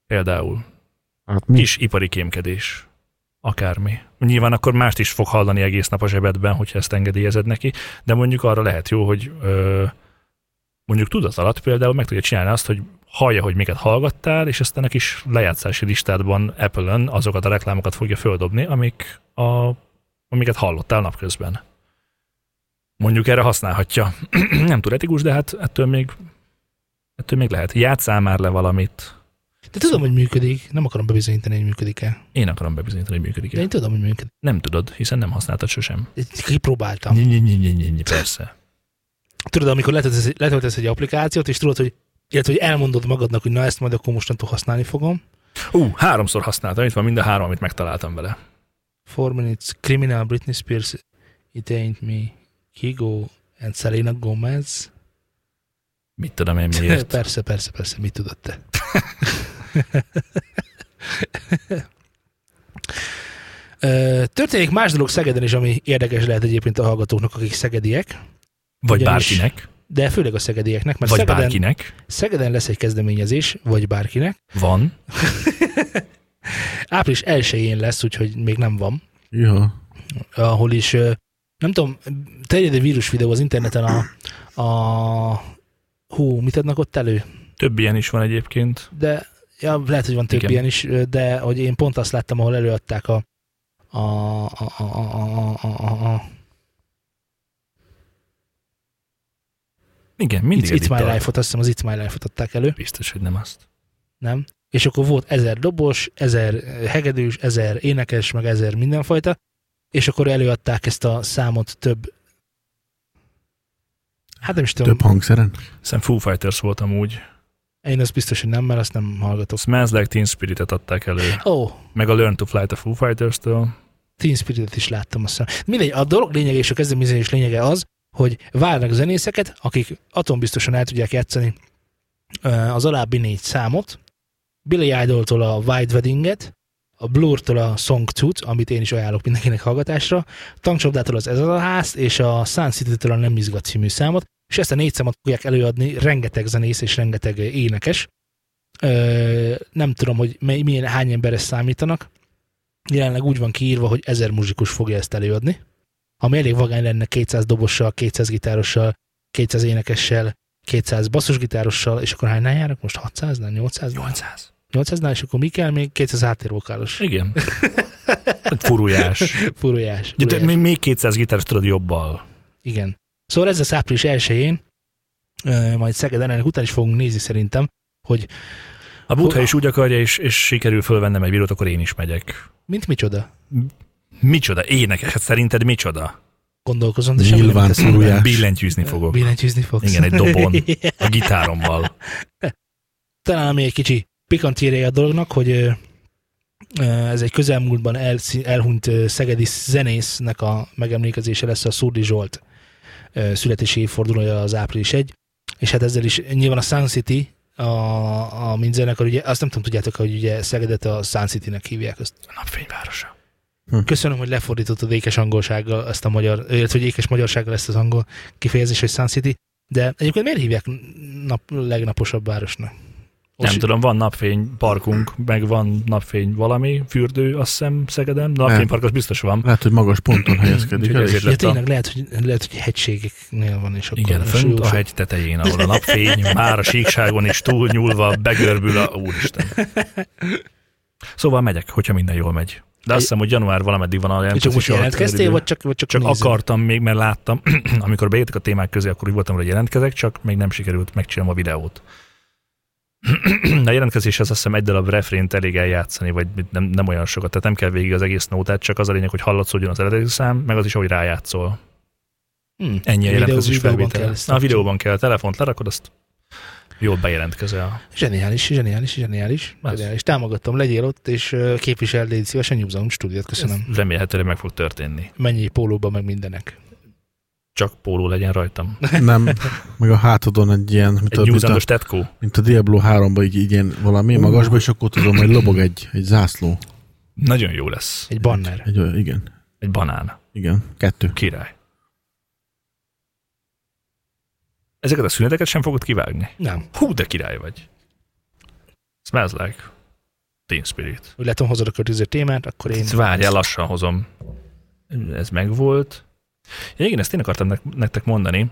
B: Például
C: Hát mi?
B: kis ipari kémkedés. Akármi. Nyilván akkor mást is fog hallani egész nap a zsebedben, hogyha ezt engedélyezed neki, de mondjuk arra lehet jó, hogy ö, mondjuk tudat alatt például meg tudja csinálni azt, hogy hallja, hogy miket hallgattál, és aztán a kis lejátszási listádban Apple-ön azokat a reklámokat fogja földobni, amik a, amiket hallottál napközben. Mondjuk erre használhatja. [clears throat] Nem túl etikus, de hát ettől még, ettől még lehet. Játszál már le valamit.
A: De tudom, hogy működik, nem akarom bebizonyítani, hogy működik-e.
B: Én akarom bebizonyítani, hogy működik.
A: De én tudom, hogy működik.
B: Nem tudod, hiszen nem használtad sosem.
A: Ezt Kipróbáltam.
B: Persze.
A: Tudod, amikor letöltesz, letöltesz egy applikációt, és tudod, hogy illetve, hogy elmondod magadnak, hogy na ezt majd akkor mostantól használni fogom.
B: Ú, háromszor használtam, itt van mind a három, amit megtaláltam vele.
A: Four Minutes, Criminal, Britney Spears, It Ain't Me, Kigo and Selena Gomez.
B: Mit tudom én [laughs] miért.
A: [laughs] persze, persze, persze, mit tudod te? [laughs] Ö, Történik más dolog Szegeden is, ami érdekes lehet egyébként a hallgatóknak, akik szegediek,
B: Vagy
A: Ugyanis-
B: bárkinek,
A: de főleg a szegedieknek, mert
B: vagy
A: Szegeden,
B: bárkinek.
A: Szegeden lesz egy kezdeményezés, vagy bárkinek.
B: Van.
A: Április 1-én lesz, úgyhogy még nem van,
C: Juha.
A: ahol is, ö, nem tudom, terjed egy vírus videó az interneten a, a hú, mit adnak ott elő?
B: Több ilyen is van egyébként.
A: De ja, lehet, hogy van több Igen.
B: Igen.
A: ilyen is, ö, de hogy én pont azt láttam, ahol előadták a a, a, a, a, a, a, a
B: Igen, mindig
A: It's,
B: itt,
A: It's My
B: tart.
A: Life-ot, azt hiszem az It's My Life-ot adták elő,
B: Biztos, hogy nem azt.
A: nem? És akkor volt ezer dobos, ezer eh, hegedűs, ezer énekes, meg ezer mindenfajta, és akkor előadták ezt a számot több Hát nem is tudom,
C: Több hangszeren?
B: Hiszem Foo Fighters volt amúgy.
A: Én azt biztos, hogy nem, mert azt nem hallgatok.
B: A Smells Like Teen Spirit-et adták elő.
A: Ó, oh,
B: Meg a Learn to Fly-t a Foo Fighters-től.
A: Teen Spirit-et is láttam azt hiszem. Mindegy, a dolog lényege és a kezdeményezés lényege az, hogy várnak zenészeket, akik atombiztosan el tudják játszani ö, az alábbi négy számot, Billy Idol-tól a Wide Weddinget, a Blur-tól a Song 2-t, amit én is ajánlok mindenkinek hallgatásra, Tankcsapdától az Ez az a ház, és a Sun City-től a Nem izgat című számot, és ezt a négy számot fogják előadni rengeteg zenész és rengeteg ö, énekes. Ö, nem tudom, hogy mely, milyen, hány emberre számítanak, jelenleg úgy van kiírva, hogy ezer muzsikus fogja ezt előadni, ami elég vagány lenne 200 dobossal, 200 gitárossal, 200 énekessel, 200 basszusgitárossal, és akkor hánynál járnak most? 600-nál? 800-nál?
B: 800.
A: 800-nál, és akkor mi kell még? 200 háttérvokálos.
B: [laughs] Igen. Furujás.
A: Furujás.
B: Ugye, te
A: furujás.
B: még- Még 200 gitáros tudod jobbal.
A: Igen. Szóval ez lesz április 1-én, ö, majd Szegeden, ennek után is fogunk nézni szerintem, hogy
B: A butha is úgy akarja, és, és sikerül fölvennem egy bírót, akkor én is megyek.
A: mint micsoda.
B: Micsoda? Énekes? Hát szerinted micsoda?
A: Gondolkozom, de semmi
C: Nyilván
A: nem tesz.
C: szorulják.
B: Billentyűzni fogok.
A: Billentyűzni fogsz.
B: Igen, egy dobon.
A: [laughs]
B: A gitárommal.
A: talán ami egy kicsi pikantírja a dolognak, hogy ö, ö, ez egy közelmúltban elszí- elhunyt ö, szegedi zenésznek a megemlékezése lesz a Szurdi Zsolt ö, születési évfordulója az április 1, és hát ezzel is nyilván a Sun City, a, a mint zenekar, ugye, azt nem tudom, tudjátok, hogy ugye Szegedet a Sun City-nek hívják. Azt.
B: A napfényvárosa.
A: Köszönöm, hogy lefordítottad ékes angolsággal ezt a magyar, illetve hogy ékes magyarsággal ezt az angol kifejezés, hogy Sun City, de egyébként miért hívják nap, legnaposabb városnak?
B: Nem
A: Osi-
B: tudom, van napfény parkunk, meg van napfény valami, fürdő, azt hiszem, Szegedem. Napfénypark az biztos van.
C: Lehet, hogy magas ponton helyezkedik
B: Úgyhogy
C: el,
B: ezért
C: és
A: Ja,
B: lett a-
A: tényleg lehet, hogy, lehet, hogy hegységeknél van, és akkor
B: Igen,
A: és
B: fönt
A: jó
B: a
A: sok-
B: hegy tetején, ahol a napfény
A: [laughs]
B: már a síkságon is túlnyúlva begörbül a... Úristen. Szóval megyek, hogyha minden jól megy. De azt hiszem, hogy január valameddig van
A: És
B: a
A: Csak
B: jelentkezés.
A: most
B: alatt
A: jelentkeztél,
B: határidő.
A: vagy csak, vagy csak,
B: Csak
A: nézed?
B: akartam még, mert láttam, [clears throat] amikor beírtak a témák közé, akkor úgy voltam, hogy jelentkezek, csak még nem sikerült megcsinálnom a videót. [clears throat] a jelentkezéshez azt hiszem egy darab refrént elég eljátszani, vagy nem, nem olyan sokat, tehát nem kell végig az egész nótát, csak az a lényeg, hogy hallatszódjon az eredeti szám, meg az is, hogy rájátszol.
A: Hm.
B: Ennyi a
A: Videó-
B: jelentkezés
A: videóban
B: felvétel.
A: kell ezt
B: Na, A videóban kell, telefont lerakod, azt jól bejelentkezel.
A: Zseniális, zseniális, zseniális.
B: Az.
A: zseniális. Támogattam, legyél ott, és ö, képviseld, légy szívesen, Nyugzalom stúdiót, köszönöm.
B: Ez Remélhetőleg meg fog történni.
A: Mennyi pólóba, meg mindenek.
B: Csak póló legyen rajtam.
C: nem, meg a hátadon egy ilyen, mint
B: Egy
C: a, mint a,
B: nyúzandos tetkó.
C: mint a Diablo 3-ban, így, így ilyen valami
B: Ú.
C: magasba, és akkor tudom, hogy lobog egy, egy zászló.
B: Nagyon jó lesz.
A: Egy banner.
C: Egy olyan, igen.
B: Egy banán.
C: Igen, kettő.
B: Király. Ezeket a szüneteket sem fogod kivágni.
A: Nem,
B: Hú, de király vagy. Smells like Teen Spirit.
A: úgy látom, hozod a következő témát, akkor én...
B: Én várjál, lassan hozom. Ez megvolt. Ja, igen, ezt én akartam nek- nektek mondani.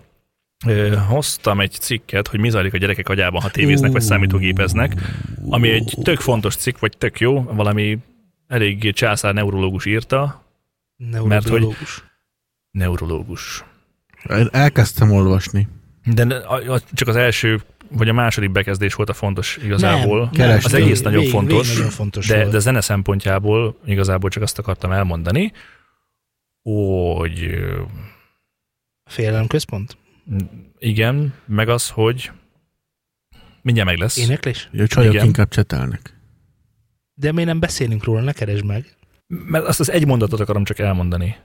B: Ö, hoztam egy cikket, hogy mi zajlik a gyerekek agyában, ha tévéznek vagy számítógépeznek, ami egy tök fontos cikk, vagy tök jó, valami elég császár neurológus írta.
A: Neurobiológus.
B: Neurológus.
C: El- Elkezdtem olvasni.
B: De ne- a, a, csak az első, vagy a második bekezdés volt a fontos igazából.
C: Kerestem.
B: Az egész nagyon
A: Végig-
B: fontos,
A: végig nagyon fontos
B: De,
A: volt.
B: de zene szempontjából igazából csak azt akartam elmondani, hogy ö,
A: Félelem központ?
B: igen, meg az, hogy mindjárt meg lesz.
A: Éneklés?
C: Ugye a csajok
B: Igen.
C: Igen. inkább csetelnek.
A: De mi nem beszélünk róla, ne keresd meg.
B: Mert azt az egy mondatot akarom csak elmondani.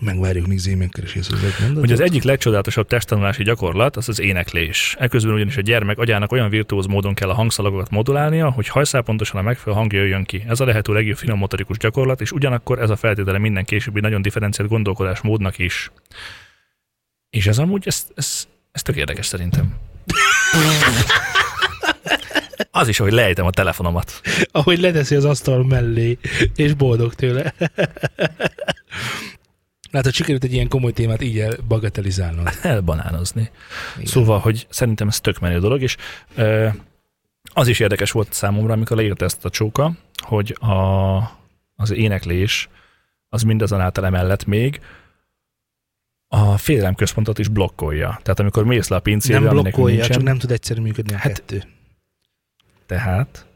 A: Megvárjuk, míg Zémen keresés az egy mondatot.
B: Hogy az egyik legcsodálatosabb testtanulási gyakorlat az az éneklés. Eközben ugyanis a gyermek agyának olyan virtuóz módon kell a hangszalagokat modulálnia, hogy hajszálpontosan a megfelelő hangja jöjjön ki. Ez a lehető legjobb finom motorikus gyakorlat, és ugyanakkor ez a feltétele minden későbbi nagyon differenciált gondolkodás módnak is. És ez amúgy, ez, ez, ez tök érdekes szerintem. Az is, ahogy lejtem a telefonomat.
A: ahogy leteszi az asztal mellé, és boldog [laughs] tőle. Látod, Hát, sikerült egy ilyen komoly témát így elbagatelizálnod.
B: elbanánozni.
A: Igen.
B: Igen. Szóval, hogy szerintem ez tök menő dolog, és ö, az is érdekes volt számomra, amikor leírta ezt a csóka, hogy a, az éneklés az mindazonáltal emellett még a félelemközpontot is blokkolja. Tehát amikor mész le a pincére,
A: Nem
B: aminek
A: blokkolja,
B: nincsen,
A: csak nem tud egyszerű működni a hát,
B: Hát-
A: kettő.
B: Tehát,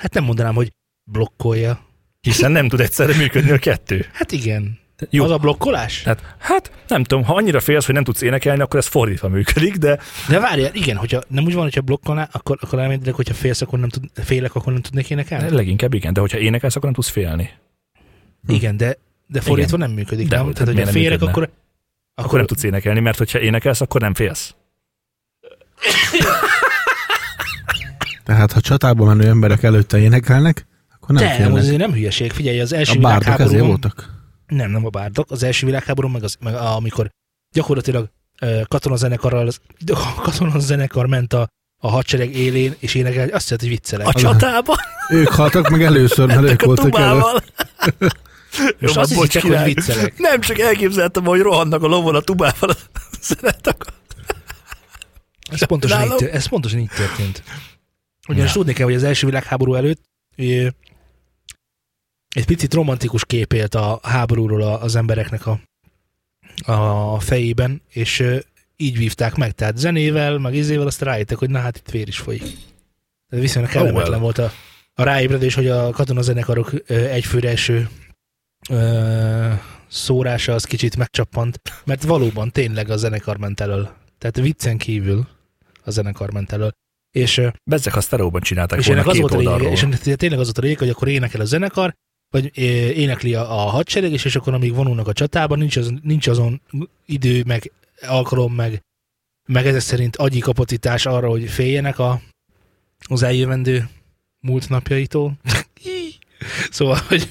A: Hát nem mondanám, hogy blokkolja.
B: hiszen nem tud egyszerre működni a kettő.
A: Hát igen. Jó.
B: Jó.
A: Az a blokkolás?
B: Tehát, hát nem tudom, ha annyira félsz, hogy nem tudsz énekelni, akkor ez fordítva működik, de
A: De várjál, igen, hogyha nem úgy van, hogyha blokkolná, akkor, akkor elméletileg, hogyha félsz, akkor nem tud, félek, akkor nem tudnék énekelni?
B: leginkább igen, de hogyha énekelsz, akkor nem tudsz félni.
A: Igen, de, Hm. de fordítva nem működik.
B: De
A: nem?
B: hogy,
A: Tehát,
B: hát
A: hogyha
B: miért nem
A: félek, akkor,
B: működne?
A: akkor,
B: Akkor nem tudsz énekelni, mert hogyha énekelsz, akkor nem félsz.
C: Tehát, ha csatába menő emberek előtte énekelnek, akkor nem
A: nem,
C: félnek.
A: az nem hülyeség. Figyelj, az első
C: A bárdok ezért
A: világháborúban
C: voltak.
A: Nem, nem a bárdok. Az első világháború, meg, az, meg a- amikor gyakorlatilag ö, katonazenekarral, [laughs] de a katonazenekar ment a, a hadsereg élén, és énekelt, azt hiszed, hogy viccelek.
B: A csatában,
C: Ők haltak meg először, mert ők
B: a
C: voltak elő.
B: tubával. [laughs]
A: Most
B: van,
A: azt
B: bocs,
A: hiszitek, hogy
B: király.
A: viccelek.
B: Nem, csak elképzeltem, hogy rohannak a lovon a tubával [laughs] a zenetakar.
A: Ez pontosan, így,
B: Nálam-
A: tör- ez pontosan így történt. Ugyanis
B: Na.
A: tudni kell, hogy az első világháború előtt ö, egy picit romantikus kép élt a háborúról a- az embereknek a, a fejében, és ö, így vívták meg, tehát zenével, meg izével, azt rájöttek, hogy na hát itt vér is folyik. Tehát viszonylag kellemetlen
B: Oh, well.
A: volt a, a ráébredés, hogy a katonazenekarok ö, egyfőre eső ö, szórása az kicsit megcsappant, mert valóban tényleg a zenekar ment elől. Tehát viccen kívül a zenekar ment elől. És ö,
B: Bezzek a sztereóban csinálták
A: és
B: volna
A: ennek az
B: két
A: volt a lényege,
B: oldalról.
A: és ennek tényleg az volt a lényege, hogy akkor énekel a zenekar, vagy ö, énekli a, a hadsereg, és, és akkor amíg vonulnak a csatában, nincs, az, nincs azon idő, meg alkalom, meg, meg ezek szerint agyi kapacitás arra, hogy féljenek a, az eljövendő múlt
B: [laughs]
A: napjaitól. szóval, hogy,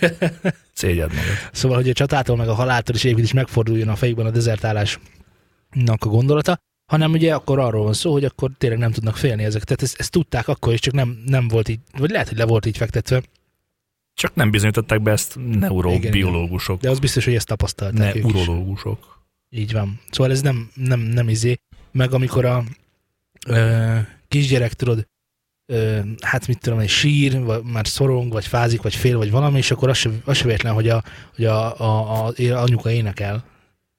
B: Szégyed magad.
A: szóval, hogy a csatától, meg a haláltól is egyébként is megforduljon a fejükben a dezertálásnak a gondolata, hanem ugye akkor arról van szó, hogy akkor tényleg nem tudnak félni ezek. Tehát ezt, ezt tudták akkor is, csak nem, nem volt így, vagy lehet, hogy le volt így fektetve,
B: Csak nem bizonyították be ezt neurobiológusok.
A: de az biztos, hogy ezt tapasztalták
B: Ne,
A: ők is.
B: urológusok.
A: Így van. Szóval ez nem, nem, nem izé. Meg amikor a ö, kisgyerek, tudod, ö, hát mit tudom, egy sír, vagy már szorong, vagy fázik, vagy fél, vagy valami, és akkor az se, az se véletlen, hogy a, hogy a, a, a, a anyuka énekel.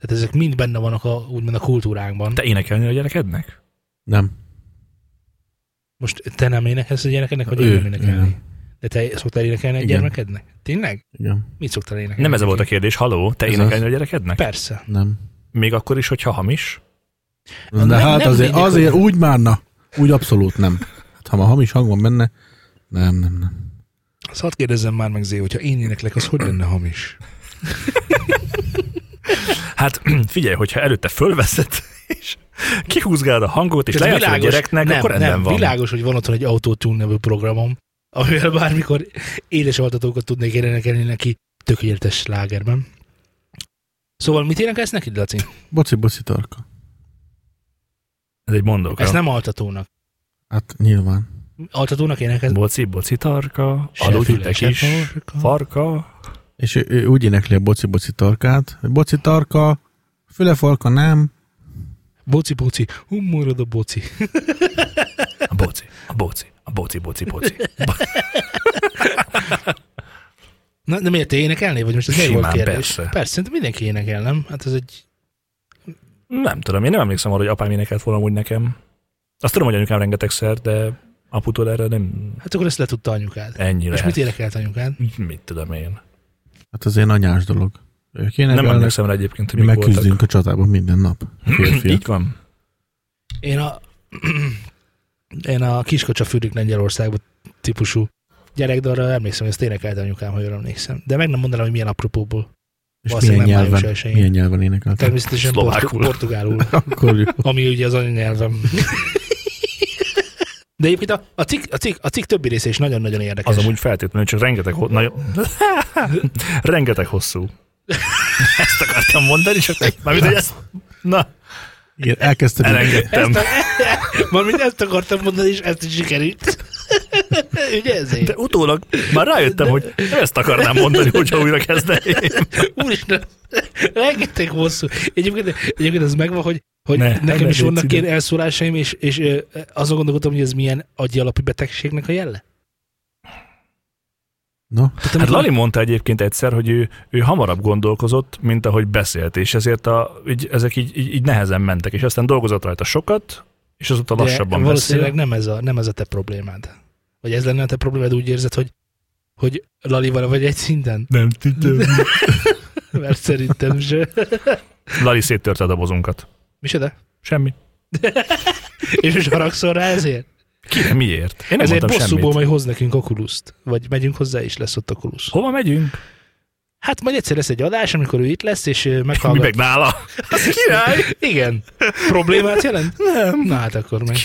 A: Tehát ezek mind benne vannak a, úgymond a kultúránkban.
B: Te énekelnél a gyerekednek?
C: Nem.
A: Most te nem énekelsz a gyerekednek, vagy
C: Ő,
A: ő, nem
C: ő
A: énekelni?
C: nem.
A: De te szoktál énekelni egy
C: Igen.
A: gyermekednek? Tényleg?
C: Igen.
A: Mit szoktál énekelni?
B: Nem ez volt a
A: neki?
B: kérdés. Haló, te
C: Ez az.
B: énekelnél a gyerekednek?
A: Persze.
C: Nem.
B: Még akkor is, hogyha hamis?
C: De
A: nem-
C: hát
A: nem
C: azért,
A: mindig
C: azért
A: olyan.
C: úgy már na. Úgy abszolút nem. Hát, ha ma hamis hang van benne, nem, nem, nem.
A: Azt hadd kérdezzem már meg, Zé, hogyha én éneklek, az hogy lenne hamis?
B: Hát [clears throat] figyelj, hogyha előtte fölveszed, [laughs] és kihúzgálod a hangot, és
A: Tehát
B: lejátszod a gyereknek,
A: nem,
B: akkor rendben
A: nem,
B: van.
A: Világos, hogy van otthon egy autotune nevű programom, amivel bármikor éles altatókat tudnék énekelni neki tökéletes slágerben. Szóval mit énekelsz neki, Laci?
C: Boci, boci, tarka.
B: Ez egy mondóka.
A: Ezt nem altatónak.
C: Hát nyilván.
A: Altatónak énekelsz?
B: Boci, boci, tarka,
A: Se
B: aludj
A: füle,
B: te
A: se
B: kis
A: farka.
B: farka.
C: És ő, ő úgy énekli a boci, boci, tarkát, hogy boci, tarka, fülefalka nem,
A: Boci, boci, humorod a boci.
B: A boci, a boci, a boci, boci,
A: [laughs]
B: boci.
A: Na, de miért te énekelnél? Vagy most ez miért volt
B: Simán,
A: kérdés?
B: persze.
A: Persze, szerintem mindenki énekel, nem? Hát ez egy...
B: Nem tudom, én nem emlékszem arra, hogy apám énekelt volna úgy nekem. Azt tudom, hogy anyukám rengetegszer, de aputól erre nem
A: Hát akkor ezt letudta anyukád.
B: ennyi
A: És
B: lehet.
A: mit énekelt anyukád?
B: mit tudom én.
C: hát az én anyás dolog. Ők énekelnek,
B: Nem emlékszem rá egyébként, hogy
C: mi
B: mik voltak.
C: megküzdünk a csatában minden
B: [clears throat]
C: nap. Férfiak.
B: Így van.
A: Én a, [clears throat] én a kiskacsa fürük Lengyelországban típusú gyerek, de arra emlékszem, hogy ezt énekelt anyukám, ha jól emlékszem. De meg nem mondanám, hogy milyen apropóból.
C: És milyen
A: Valószínűleg nem május
C: nyelven,
A: elsőjén.
C: milyen nyelven énekeltek?
A: Természetesen portu-
B: Szlovákul.
A: portugálul,
C: [laughs] Akkor jó.
A: ami ugye az
B: [laughs]
A: anyanyelvem. De egyébként a, a, cikk, a, cikk, a cikk többi része is nagyon-nagyon érdekes.
B: Az amúgy feltétlenül, csak rengeteg, ho- nagyon, [laughs] rengeteg
A: [laughs]
B: hosszú. Ezt akartam mondani, csak mármint, hogy ezt, na,
C: Igen, elkezdted.
B: elengedtem.
A: Mármint ezt akartam mondani, és ezt is sikerült. [laughs] Ugye ezért?
B: De utólag már rájöttem, hogy ezt akarnám mondani, hogyha újra kezdeném.
A: Úristen, [laughs] rengeteg hosszú. Egyébként, egyébként ez megvan, hogy, hogy
B: Ne,
A: ne, nekem
B: ne
A: is
B: légy
A: vannak
B: szíves.
A: ilyen elszólásaim, és, és ö, azon gondolkodtam, hogy ez milyen agyi alapú betegségnek a jelle.
C: No,
A: Tehát,
B: Hát
A: amikor-
B: Lali mondta egyébként egyszer, hogy ő, ő hamarabb gondolkozott, mint ahogy beszélt, és ezért a, így, ezek így, így, így nehezen mentek, és aztán dolgozott rajta sokat, és azóta
A: de
B: lassabban
A: Valószínűleg
B: beszél.
A: nem ez, a, nem ez a te problémád. Vagy ez lenne a te problémád, úgy érzed, hogy, hogy Lalival vagy egy szinten?
B: Nem tudom.
A: Mert szerintem se. [laughs]
B: Lali széttörte a dobozunkat.
A: Micsoda?
B: Semmi.
A: És most haragszol rá ezért?
B: Kire miért? Én nem
A: ezért
B: mondtam
A: bosszúból
B: semmit.
A: majd hoz nekünk okuluszt. Vagy megyünk hozzá, és lesz ott okulusz.
B: Hova megyünk?
A: Hát majd egyszer lesz egy adás, amikor ő itt lesz, és ö,
B: Mi
A: meghallgat.
B: meg
A: [laughs]
B: nála? Az király?
A: Igen. Problémát [laughs] jelent?
B: Nem.
A: Na hát akkor meg.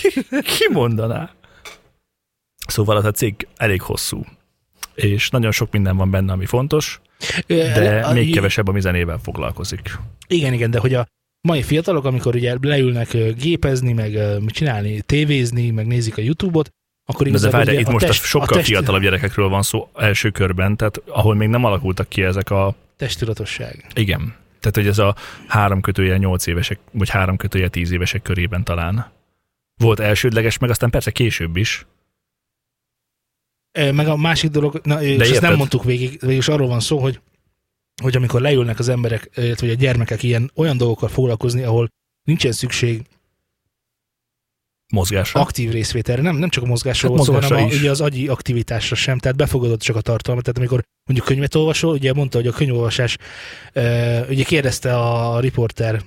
B: Ki mondaná? Szóval az a cég elég hosszú, és nagyon sok minden van benne, ami fontos, de
A: A-
B: még kevesebb, ami zenével foglalkozik.
A: Igen, igen, de hogy a mai fiatalok, amikor ugye leülnek ö, gépezni, meg ö, mit csinálni, tévézni, meg nézik a YouTube-ot, akkor
B: Na de
A: igazából
B: várjál,
A: ugye
B: itt
A: a
B: most
A: test,
B: a sokkal
A: a test,
B: fiatalabb gyerekekről van szó első körben, tehát ahol még nem alakultak ki ezek a...
A: testtudatosság.
B: Igen. Tehát, hogy ez a három kötője nyolc évesek, vagy három kötője tíz évesek körében talán. Volt elsődleges, meg aztán persze később is.
A: Ö, Meg a másik dolog, na, de és ezt
B: érted?
A: nem mondtuk végig, végülis arról van szó, hogy hogy amikor leülnek az emberek, ö, illetve hogy a gyermekek ilyen olyan dolgokkal foglalkozni, ahol nincsen szükség
B: Mozgásra.
A: aktív részvételre, nem, nem csak a mozgásról
B: Hát
A: volt szó,
B: mozgásra
A: hanem a,
B: is.
A: ugye az agyi aktivitásra sem, tehát befogadod csak a tartalmat, tehát amikor mondjuk könyvet olvasol, ugye mondta, hogy a könyvolvasás, ö, ugye kérdezte a riporter,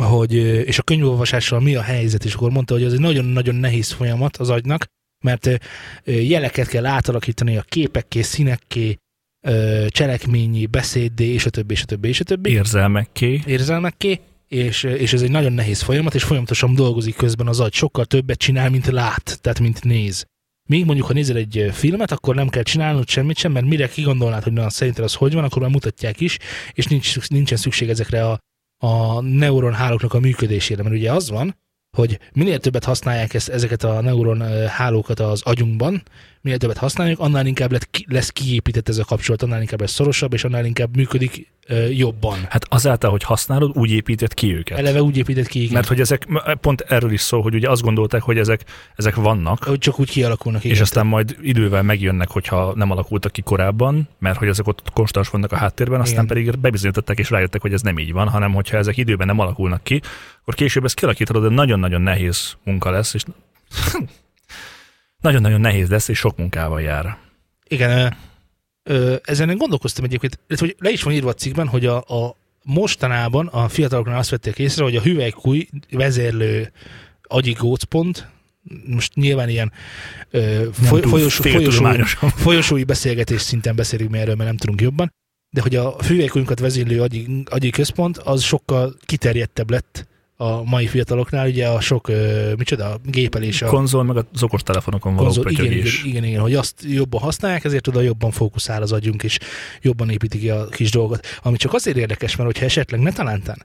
A: hogy ö, és a könyvolvasással mi a helyzet, és akkor mondta, hogy az egy nagyon-nagyon nehéz folyamat az agynak, mert ö, ö, jeleket kell átalakítani a képekké, színekké, ö, cselekményi, beszéddé, és a többi, és a többi, és a többi
B: Érzelmekké.
A: érzelmekké, és, és ez egy nagyon nehéz folyamat, és folyamatosan dolgozik közben az agy. Sokkal többet csinál, mint lát, tehát mint néz. Még mondjuk, ha nézel egy ö, filmet, akkor nem kell csinálnod semmit sem, mert mire kigondolnád, hogy na, szerinted az hogy van, akkor már mutatják is, és nincs, szüks- nincsen szükség ezekre a, a neuron hálóknak a működésére. Mert ugye az van, hogy minél többet használják ezt, ezeket a neuron ö, hálókat az agyunkban, minél többet használjuk, annál inkább lett, ki- lesz kiépített ez a kapcsolat, annál inkább lesz szorosabb, és annál inkább működik ö, jobban.
B: Hát azáltal, hogy használod, úgy épített ki őket.
A: Eleve úgy épített ki, igen.
B: Mert hogy ezek, m- pont erről is szól, hogy ugye azt gondolták, hogy ezek, ezek vannak,
A: hogy csak úgy kialakulnak. Igen.
B: és aztán majd idővel megjönnek, hogyha nem alakultak ki korábban, mert hogy ezek ott konstans vannak a háttérben, aztán
A: Igen.
B: pedig bebizonyították és rájöttek, hogy ez nem így van, hanem hogyha ezek időben nem alakulnak ki, akkor később ezt kialakítod, de nagyon-nagyon nehéz munka lesz, és [laughs] nagyon-nagyon nehéz lesz, és sok munkával jár.
A: igen ö, ö, ezen én gondolkoztam egyébként, illetve, hogy le is van írva a cikkben, hogy a, a mostanában a fiataloknál azt vették észre, hogy a hüvelykúj vezérlő agyi gócpont, most nyilván ilyen ö, foly,
B: túl
A: folyos, folyosói,
B: féltudományosan.
A: [laughs] folyosói beszélgetés szinten beszélünk mi erről, mert nem tudunk jobban, de hogy a hüvelykújunkat vezérlő agyi, agyi központ az sokkal kiterjedtebb lett a mai fiataloknál, ugye a sok, ö, micsoda, gépelés, a
B: [laughs] konzol, meg az okostelefonokon való
A: konzol, igen, igen,
B: pötyögés.
A: igen, igen, hogy azt jobban használják, ezért oda jobban fókuszál az agyunk, és jobban építi ki a kis dolgot. Ami csak azért érdekes, mert hogyha esetleg ne talántán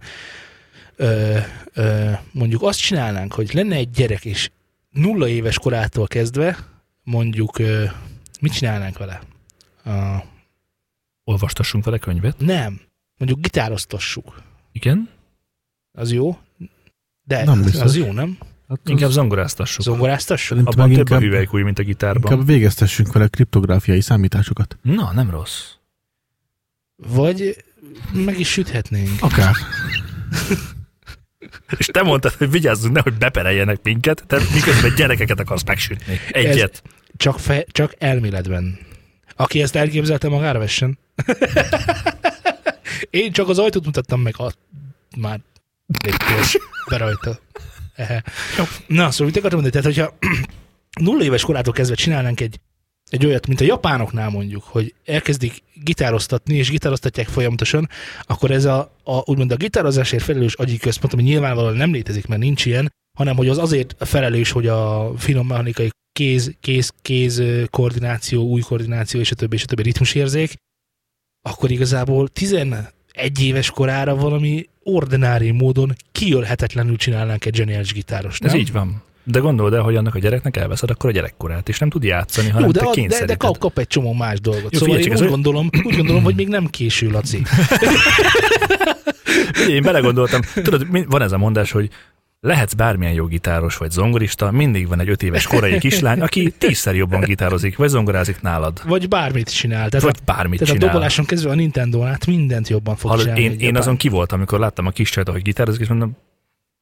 A: ö, ö, mondjuk azt csinálnánk, hogy lenne egy gyerek, és nulla éves korától kezdve mondjuk ö, mit csinálnánk vele? A,
B: Olvastassunk vele könyvet.
A: nem, mondjuk gitároztassuk.
B: Igen.
A: Az jó? De
C: Nem
A: nem
C: biztos.
A: az jó, nem?
C: Hát
B: Inkább zongoráztassuk.
A: Zongoráztassuk?
C: Szerintem
B: Abban
C: meg
B: több a
C: inkább,
B: hüvelykúj, mint a gitárban.
C: inkább végeztessünk vele kriptográfiai számításokat.
B: Na, nem rossz.
A: Vagy meg is süthetnénk.
C: Akár.
B: És te mondtad, hogy vigyázzunk, nehogy bepereljenek minket, te miközben gyerekeket akarsz megsütni. Egyet.
A: Csak, fe, csak elméletben. Aki ezt elképzelte, magára vessen. [laughs] Én csak az ajtót mutattam meg, a már lépkés be rajta. Ehe. Na, szóval mit akartam mondani? Tehát, hogyha [clears throat] nulla éves korától kezdve csinálnánk egy, egy olyat, mint a japánoknál mondjuk, hogy elkezdik gitároztatni, és gitároztatják folyamatosan, akkor ez a, a úgymond a gitározásért felelős agyi központ, ami nyilvánvalóan nem létezik, mert nincs ilyen, hanem hogy az azért felelős, hogy a finom mechanikai kéz, kéz, kéz ö, koordináció, új koordináció, és a többi, és a többi ritmusérzék, akkor igazából 11 éves korára valami ordinári módon kiölhetetlenül csinálnánk egy zseniális gitárost.
B: Ez
A: nem?
B: így van. De gondold el, hogy annak a gyereknek elveszed akkor a gyerekkorát, és nem tud játszani, hanem
A: Jó,
B: te
A: de, ad- de,
B: kényszeríted.
A: de kap, kap egy csomó más dolgot. Jó,
B: Jó,
A: szóval
B: figyelj
A: én
B: csak,
A: úgy,
B: ez-
A: gondolom, úgy gondolom, hogy még nem késő, Laci.
B: Én belegondoltam, tudod, mi- van ez a mondás, hogy lehetsz bármilyen jó gitáros vagy zongorista, mindig van egy öt éves korai kislány, aki tízszer jobban gitározik, vagy zongorázik nálad.
A: Vagy bármit csinál. Tehát,
B: vagy
A: a,
B: bármit
A: tehát a
B: csinál.
A: doboláson kezdve a Nintendo át mindent jobban fog
B: Hallod,
A: csinálni.
B: én,
A: egy
B: én
A: japán.
B: azon ki voltam, amikor láttam a kis csajt, ahogy gitározik, és mondom,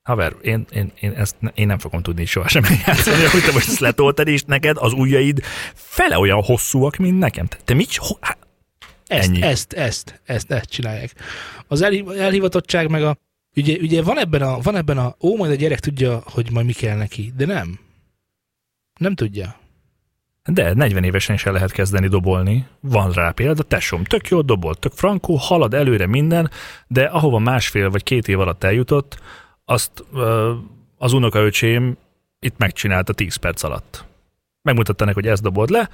B: haver, én, én, én, ezt ne, én nem fogom tudni sohasem játszani, hogy te most ezt letoltad, és neked az ujjaid fele olyan hosszúak, mint nekem. Te, te mit? Ho, hát,
A: ezt,
B: ennyi.
A: ezt, ezt, ezt, ezt csinálják. Az elhi- elhivatottság meg a... Ugye, ugye van, ebben a, van ebben a... Ó, majd a gyerek tudja, hogy majd mi kell neki. De nem. Nem tudja.
B: de 40 évesen se lehet kezdeni dobolni. Van rá példa, tesóm, tök jó dobolt, tök frankó, halad előre minden, de ahova másfél vagy két év alatt eljutott, azt ö, az unokaöcsém itt megcsinálta 10 perc alatt. Megmutatta neki, hogy ezt dobod le,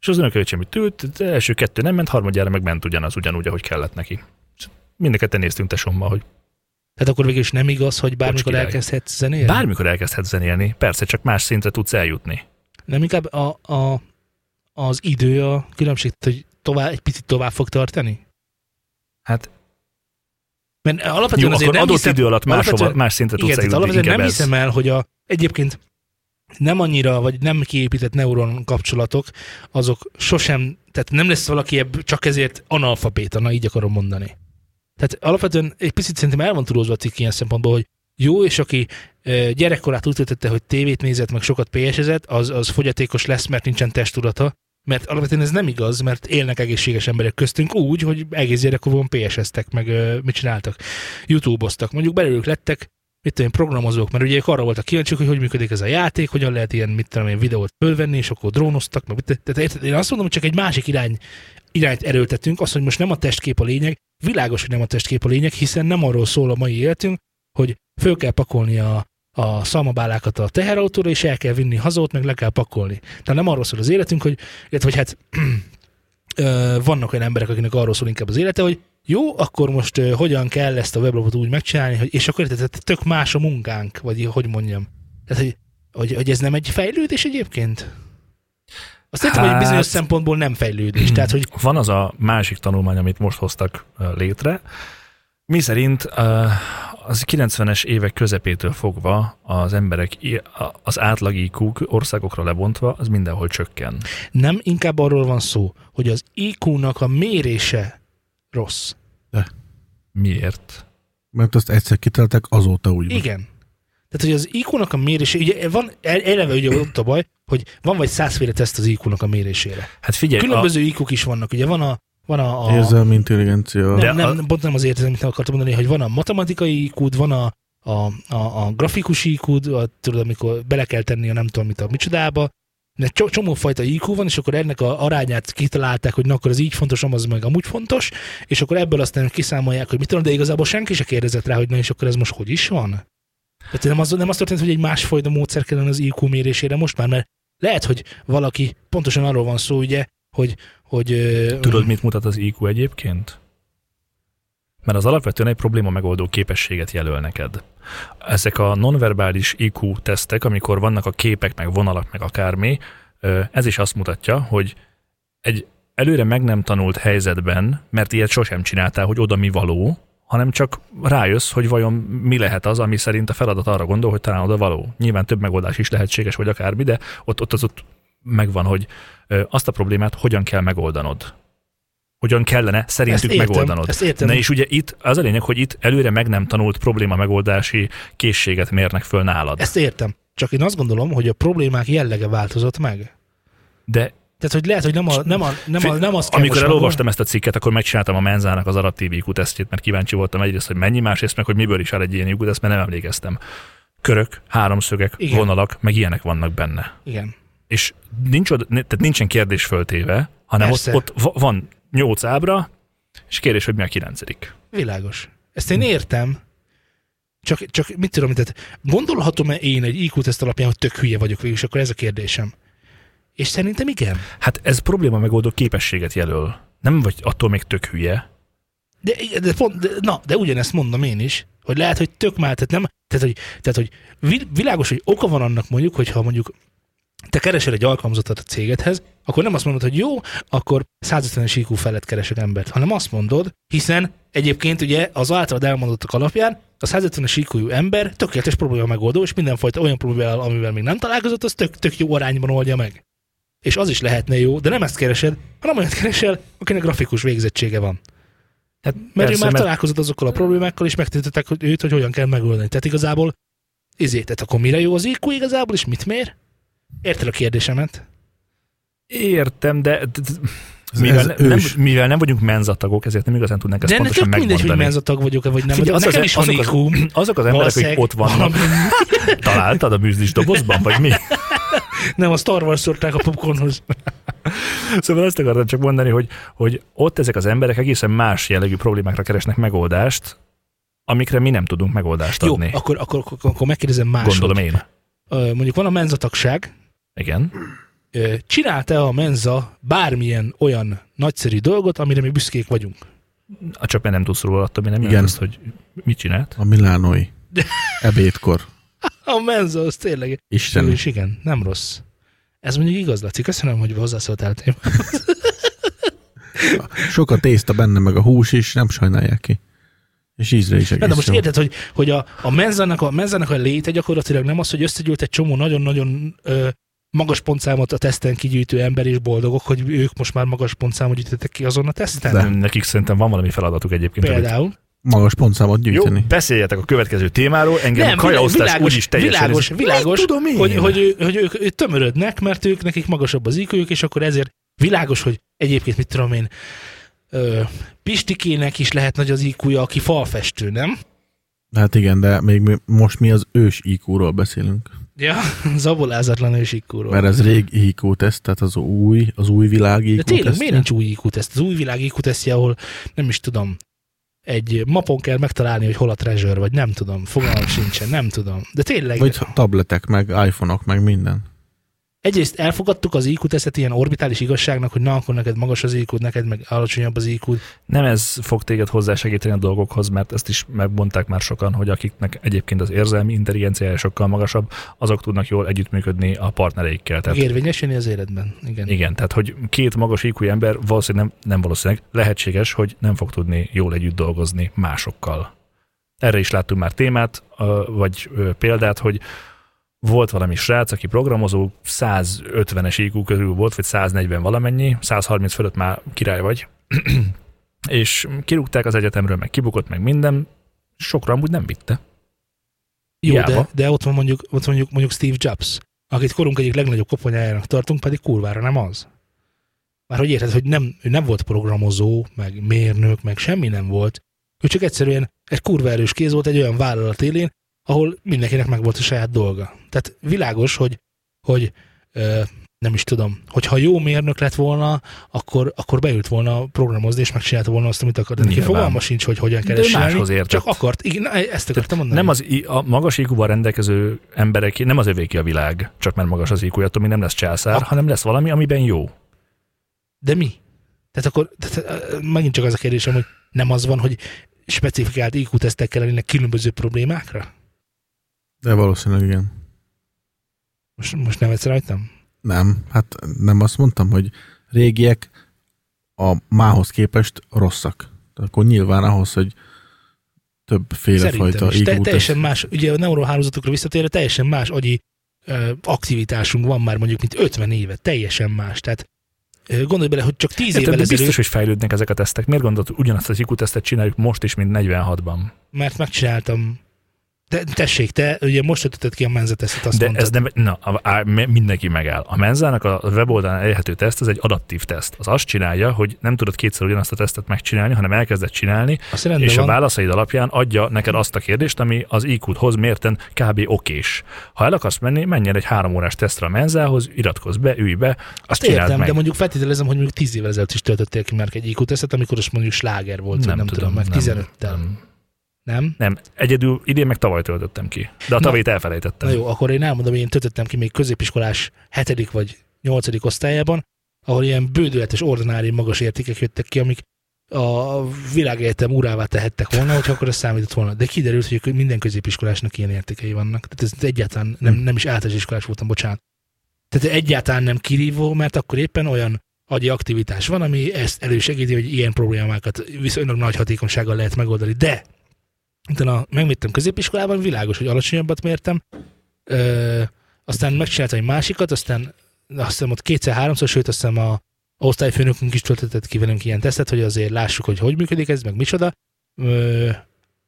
B: és az unokaöcsém itt ült, de első kettő nem ment, harmadjára meg ment ugyanaz, ugyanúgy, ahogy kellett neki. És Mind a ketten néztünk tesómmal, hogy
A: Tehát akkor végül is nem igaz, hogy bármikor
B: király.
A: elkezdhetsz zenélni?
B: bármikor elkezdhet zenélni, persze csak más szintre tudsz eljutni.
A: Nem inkább a, a, az idő a különbség, tehát, hogy tovább, egy picit tovább fog tartani?
B: Hát
A: Mert alapvetően
B: jó,
A: azért
B: akkor
A: nem
B: adott
A: hiszem,
B: idő alatt máshova,
A: alapvetően-
B: más szintre tudsz
A: igen, tehát
B: eljutni.
A: alapvetően
B: inkább
A: nem
B: ez.
A: hiszem el, hogy a, egyébként nem annyira, vagy nem kiépített neuron kapcsolatok, azok sosem, tehát nem lesz valaki ebb, csak ezért analfabéta, na így akarom mondani. Tehát alapvetően egy picit szerintem el van tudózva a cikk ilyen szempontból, hogy jó, és aki ö, gyerekkorát úgy töltötte, hogy tévét nézett, meg sokat PS-ezett, az, az fogyatékos lesz, mert nincsen testudata. Mert alapvetően ez nem igaz, mert élnek egészséges emberek köztünk úgy, hogy egész gyerekkorban PS-eztek, meg ö, mit csináltak. YouTube-oztak. Mondjuk belőlük lettek, mit tudom én, programozók, mert ugye ők arra voltak kíváncsiak, hogy hogy működik ez a játék, hogyan lehet ilyen, mit tudom én, videót fölvenni, és akkor drónoztak, meg mit- tehát érted, én azt mondom, hogy csak egy másik irány, irányt erőltetünk, az, hogy most nem a testkép a lényeg, világos, hogy nem a testkép a lényeg, hiszen nem arról szól a mai életünk, hogy föl kell pakolni a, a szalmabálákat a teherautóra, és el kell vinni hazót, meg le kell pakolni. Tehát nem arról szól az életünk, hogy, illetve, hogy hát [clears throat] ö, vannak olyan emberek, akinek arról szól inkább az élete, hogy jó, akkor most ö, hogyan kell ezt a weblapot úgy megcsinálni, hogy, és akkor érted, tehát tök más a munkánk, vagy hogy mondjam. Tehát, hogy, hogy, hogy ez nem egy fejlődés egyébként? Azt értem, hát... hogy
B: Hát-
A: bizonyos szempontból nem fejlődés. Tehát, hogy
B: Van az a másik tanulmány, amit most hoztak ö, létre, mi szerint ö, az 90-es évek közepétől fogva az emberek, i- a- az átlag iq országokra lebontva, az mindenhol csökken.
A: nem inkább arról van szó, hogy az IQ-nak a mérése rossz.
B: Miért?
C: Mert azt egyszer kitalálták, azóta úgy van.
A: Igen. Tehát, hogy az IQ-nak a mérése, ugye van, el- eleve ugye ott a baj, hogy van vagy százféle teszt az IQ-nak a mérésére.
B: Hát figyelj, a,
A: Különböző IQ-k is vannak, ugye van a, van a, a
C: Érzelmi intelligencia.
A: nem,
B: Ah. De
A: nem,
B: a-
A: nem, pont nem az értelem, amit akartam mondani, hogy van a matematikai iq van a, a, a, a grafikus iq a, tudod, amikor bele kell tenni a nem tudom mit a micsodába, de cso- csomó fajta IQ van, és akkor ennek a arányát kitalálták, hogy na akkor az így fontos, amaz meg amúgy fontos, és akkor ebből aztán kiszámolják, hogy mit tudom, de igazából senki se kérdezett rá, hogy na és akkor ez most hogy is van? Tehát nem az, nem az történt, hogy egy másfajta módszer kellene az IQ mérésére most már, mert lehet, hogy valaki, pontosan arról van szó, ugye, hogy... hogy ö,
B: tudod, mit mutat az IQ egyébként? Mert az alapvetően egy probléma megoldó képességet jelöl neked. Ezek a nonverbális IQ tesztek, amikor vannak a képek, meg vonalak, meg akármi, ö, ez is azt mutatja, hogy egy előre meg nem tanult helyzetben, mert ilyet sosem csináltál, hogy oda mi való, hanem csak rájössz, hogy vajon mi lehet az, ami szerint a feladat arra gondol, hogy talán oda való. Nyilván több megoldás is lehetséges, vagy akármi, de ott, ott az ott megvan, hogy ö, azt a problémát hogyan kell megoldanod. Hogyan kellene szerintük
A: értem,
B: megoldanod.
A: ezt értem.
B: Na és ugye itt az a lényeg, hogy itt előre meg nem tanult probléma megoldási készséget mérnek föl nálad.
A: Ezt értem. Csak én azt gondolom, hogy a problémák jellege változott meg.
B: De
A: Tehát, hogy lehet, hogy nem, a, nem, a, nem, a, nem azt kell
B: Amikor
A: most
B: elolvastam ezt a cikket, akkor megcsináltam a Menzának az adaptív IQ tesztjét, mert kíváncsi voltam egyrészt, hogy mennyi, másrészt meg, hogy miből is áll egy ilyen IQ teszt, mert nem emlékeztem. Körök, háromszögek,
A: Igen.
B: Igen. vonalak, meg ilyenek vannak benne.
A: megvan. Igen.
B: És nincs, od- ne- tehát nincsen kérdés föltéve, hanem ott,
A: Persze.
B: ott va- van nyolc ábra, és kérdés, hogy mi a kilencedik.
A: Világos. Ezt én értem. Csak, csak mit tudom, tehát gondolhatom-e én egy IQ-teszt alapján, hogy tök hülye vagyok végül, és akkor ez a kérdésem. És szerintem igen.
B: Hát ez probléma megoldó képességet jelöl. Nem vagy attól még tök hülye.
A: De, de, pont, de, na, de ugyanezt mondom én is, hogy lehet, hogy tök már, tehát nem, tehát hogy, tehát, hogy vil- világos, hogy oka van annak mondjuk, hogyha mondjuk te keresel egy alkalmazottat a cégedhez, akkor nem azt mondod, hogy jó, akkor 150-es IQ felett keresek embert, hanem azt mondod, hiszen egyébként ugye az általad elmondottak alapján a 150-es IQ ember tökéletes probléma megoldó, és mindenfajta olyan problémával, amivel még nem találkozott, az tök, tök jó arányban oldja meg. És az is lehetne jó, de nem ezt keresed, hanem olyat keresel, akinek grafikus végzettsége van.
B: Hát
A: Mert
B: persze,
A: ő már találkozott azokkal a problémákkal, és megtiltották hogy őt, hogy hogyan kell megoldani. Tehát igazából, ezért, tehát akkor mire jó az IQ igazából, és mit mér? Érted a kérdésemet?
B: Értem, de de- de-
C: Ez-
B: mivel,
C: ez
B: nem,
C: ős.
B: mivel nem vagyunk menzatagok, ezért nem igazán tudnánk ezt
A: De ennek
B: pontosan
A: tök
B: megmondani.
A: mindegy, hogy menzatag vagyok-e, vagy nem.
B: Figyelj,
A: Figyelj, vagyok.
B: az
A: Nekem
B: az-
A: is van
B: azok az-
A: IQ.
B: [clears throat] [laughs] Azok az emberek, akik
A: valószínűleg
B: ott vannak,
A: valami-
B: [laughs] találtad a bűzlis dobozban, vagy
A: [laughs]
B: mi?
A: Nem, a Star Wars szórták a popcornhoz.
B: Szóval azt akartam csak mondani, hogy, hogy ott ezek az emberek egészen más jellegű problémákra keresnek megoldást, amikre mi nem tudunk megoldást
A: Jó,
B: adni.
A: akkor, akkor, akkor, akkor megkérdezem máshogy.
B: Gondolom én.
A: Ö, Mondjuk van a menzatagság,
B: Igen.
A: Ö, csinálta a menza bármilyen olyan nagyszerű dolgot, amire mi büszkék vagyunk?
B: A csak mert nem tudsz róla, attól mi nem
C: Igen.
B: Igen. azt, hogy mit csinált.
C: A milánoi. Ebédkor.
A: A menza, az tényleg
C: Isten.
A: És igen, nem rossz. Ez mondjuk igaz, Laci. Köszönöm, hogy hozzászóltál. tém.
C: Sok a tészta benne, meg a hús is, nem sajnálják ki. És ízre is egész
A: Na, de most
C: jó.
A: érted, hogy, hogy a, a, menzának, a menzának a léte gyakorlatilag nem az, hogy összegyűlt egy csomó nagyon-nagyon ö, magas pontszámot a teszten kigyűjtő ember és boldogok, hogy ők most már magas pontszámot gyűjtöttek ki azon a teszten.
C: De.
B: Nekik szerintem van valami feladatuk egyébként. amit-
A: Például.
C: magas pontszámot
B: Jó,
C: gyűjteni.
B: beszéljetek a következő témáról, engem nem, a kajaosztás úgyis teljesen...
A: világos, világos
B: Mit tudom én?
A: hogy, hogy, ő- hogy ők, ők tömörödnek, mert ők nekik magasabb az iq és akkor ezért világos, hogy egyébként mit tudom én, ö, Pistikének is lehet nagy az iq -ja, aki falfestő, nem?
C: Hát igen, de még mi, most mi az ős IQ-ról beszélünk.
A: Ja, [laughs] zabolázatlan ős iq
C: Mert ez rég IQ teszt, tehát az új, az új világ IQ
A: De tényleg, miért
C: tesztje.
A: nincs új IQ teszt? Az új világ IQ tesztje, ahol nem is tudom, egy mapon kell megtalálni, hogy hol a treasure, vagy nem tudom, fogalmam sincsen, nem tudom. De tényleg,
C: Vagy tabletek, meg iPhone-ok, meg minden.
A: egyrészt elfogadtuk az IQ tesztet ilyen orbitális igazságnak, hogy na, akkor neked magas az iq neked meg alacsonyabb az iq
B: Nem ez fog téged hozzásegíteni a dolgokhoz, mert ezt is megbonták már sokan, hogy akiknek egyébként az érzelmi intelligenciája sokkal magasabb, azok tudnak jól együttműködni a partnereikkel. Tehát,
A: Tehát...
B: igen.
A: érvényesülni az életben. Igen.
B: igen, tehát hogy két magas IQ ember valószínűleg nem, nem valószínűleg lehetséges, hogy nem fog tudni jól együtt dolgozni másokkal. Erre is láttunk már témát, ö, vagy ö, példát, hogy volt valami srác, aki programozó, 150-es IQ körül volt, vagy 140 valamennyi, 130 fölött már király vagy, [clears throat] és kirúgták az egyetemről, meg kibukott, meg minden, sokra amúgy nem vitte.
A: Jó,
B: Hiába.
A: de, de, ott van mondjuk, ott van mondjuk, mondjuk Steve Jobs, akit korunk egyik legnagyobb koponyájának tartunk, pedig kurvára nem az. Már hogy érted, hogy nem, ő nem volt programozó, meg mérnök, meg semmi nem volt. Ő csak egyszerűen egy kurva erős kéz volt egy olyan vállalat élén, ahol mindenkinek meg volt a saját dolga. Tehát világos, hogy, hogy ö, nem is tudom, hogyha jó mérnök lett volna, akkor, akkor beült volna programozni, és megcsinálta volna azt, amit akar. De neki
B: Nyilván.
A: fogalma sincs, hogy hogyan kell
B: De ő
A: ezt csinálni,
B: máshoz értett.
A: Csak akart, igen, na, ezt akartam mondani.
B: Nem az, i- a magas iq rendelkező emberek, nem az övéki a világ, csak mert magas az iq attól még nem lesz császár,
A: Ha-
B: hanem lesz valami, amiben jó.
A: De mi? Tehát akkor tehát, ö, megint csak az a kérdésem, hogy nem az van, hogy specifikált IQ-tesztekkel lennének különböző problémákra?
C: De valószínűleg igen.
A: Most, most nem egyszer rajtam?
C: Nem, hát nem azt mondtam, hogy régiek a mához képest rosszak. Tehát akkor nyilván ahhoz, hogy többféle fajta
A: is. Te,
C: IQ teszt.
A: teljesen más, ugye a neurohálózatokra visszatérve teljesen más agyi ö, aktivitásunk van már mondjuk, mint 50 éve. Teljesen más. Tehát ö, gondolj bele, hogy csak 10
B: Érted,
A: évvel
B: de
A: ezelőtt,
B: biztos, hogy fejlődnek ezek a tesztek. Miért gondolod, hogy ugyanazt az IQ-tesztet csináljuk most is, mint 46-ban?
A: mert megcsináltam. Te, tessék, te ugye most ötötted ki a menzetesztet, azt
B: De
A: mondtad.
B: ez nem, na, a, a, me- mindenki megáll. A menzának a weboldalán elérhető teszt, ez egy adaptív teszt. Az azt csinálja, hogy nem tudod kétszer ugyanazt a tesztet megcsinálni, hanem elkezded csinálni,
A: Azt rendben
B: és
A: van.
B: a válaszaid alapján adja neked azt a kérdést, ami az IQ-t hoz mérten kb. okés. Ha el akarsz menni, menjen egy három órás tesztre a menzához, iratkozz be, ülj be, azt
A: Értem,
B: csináld meg.
A: de mondjuk feltételezem, hogy mondjuk 10 évvel ezelőtt is töltöttél ki már egy IQ tesztet, amikor is mondjuk sláger volt, nem, nem tudom, meg 15-tel. Nem.
B: nem,
A: nem?
B: nem, egyedül idén meg tavaly töltöttem ki, de
A: Na.
B: a tavalyit
A: Na
B: elfelejtettem.
A: jó, akkor én elmondom, hogy én töltöttem ki még középiskolás 7. vagy 8. osztályában, ahol ilyen bődületes ordinári magas értékek jöttek ki, amik a világegyetem urává tehettek volna, hogy akkor ez számított volna. De kiderült, hogy minden középiskolásnak ilyen értékei vannak. Tehát ez egyáltalán nem, nem is általános iskolás voltam, bocsánat. Tehát egyáltalán nem kirívó, mert akkor éppen olyan agyi aktivitás van, ami ezt elősegíti, hogy ilyen problémákat viszonylag nagy hatékonysággal lehet megoldani. De utána megmértem középiskolában, világos, hogy alacsonyabbat mértem, ö, aztán megcsináltam egy másikat, aztán azt hiszem ott kétszer-háromszor, sőt azt hiszem a a osztályfőnökünk is töltetett ki velünk ilyen tesztet, hogy azért lássuk, hogy hogy működik ez, meg micsoda. Ö,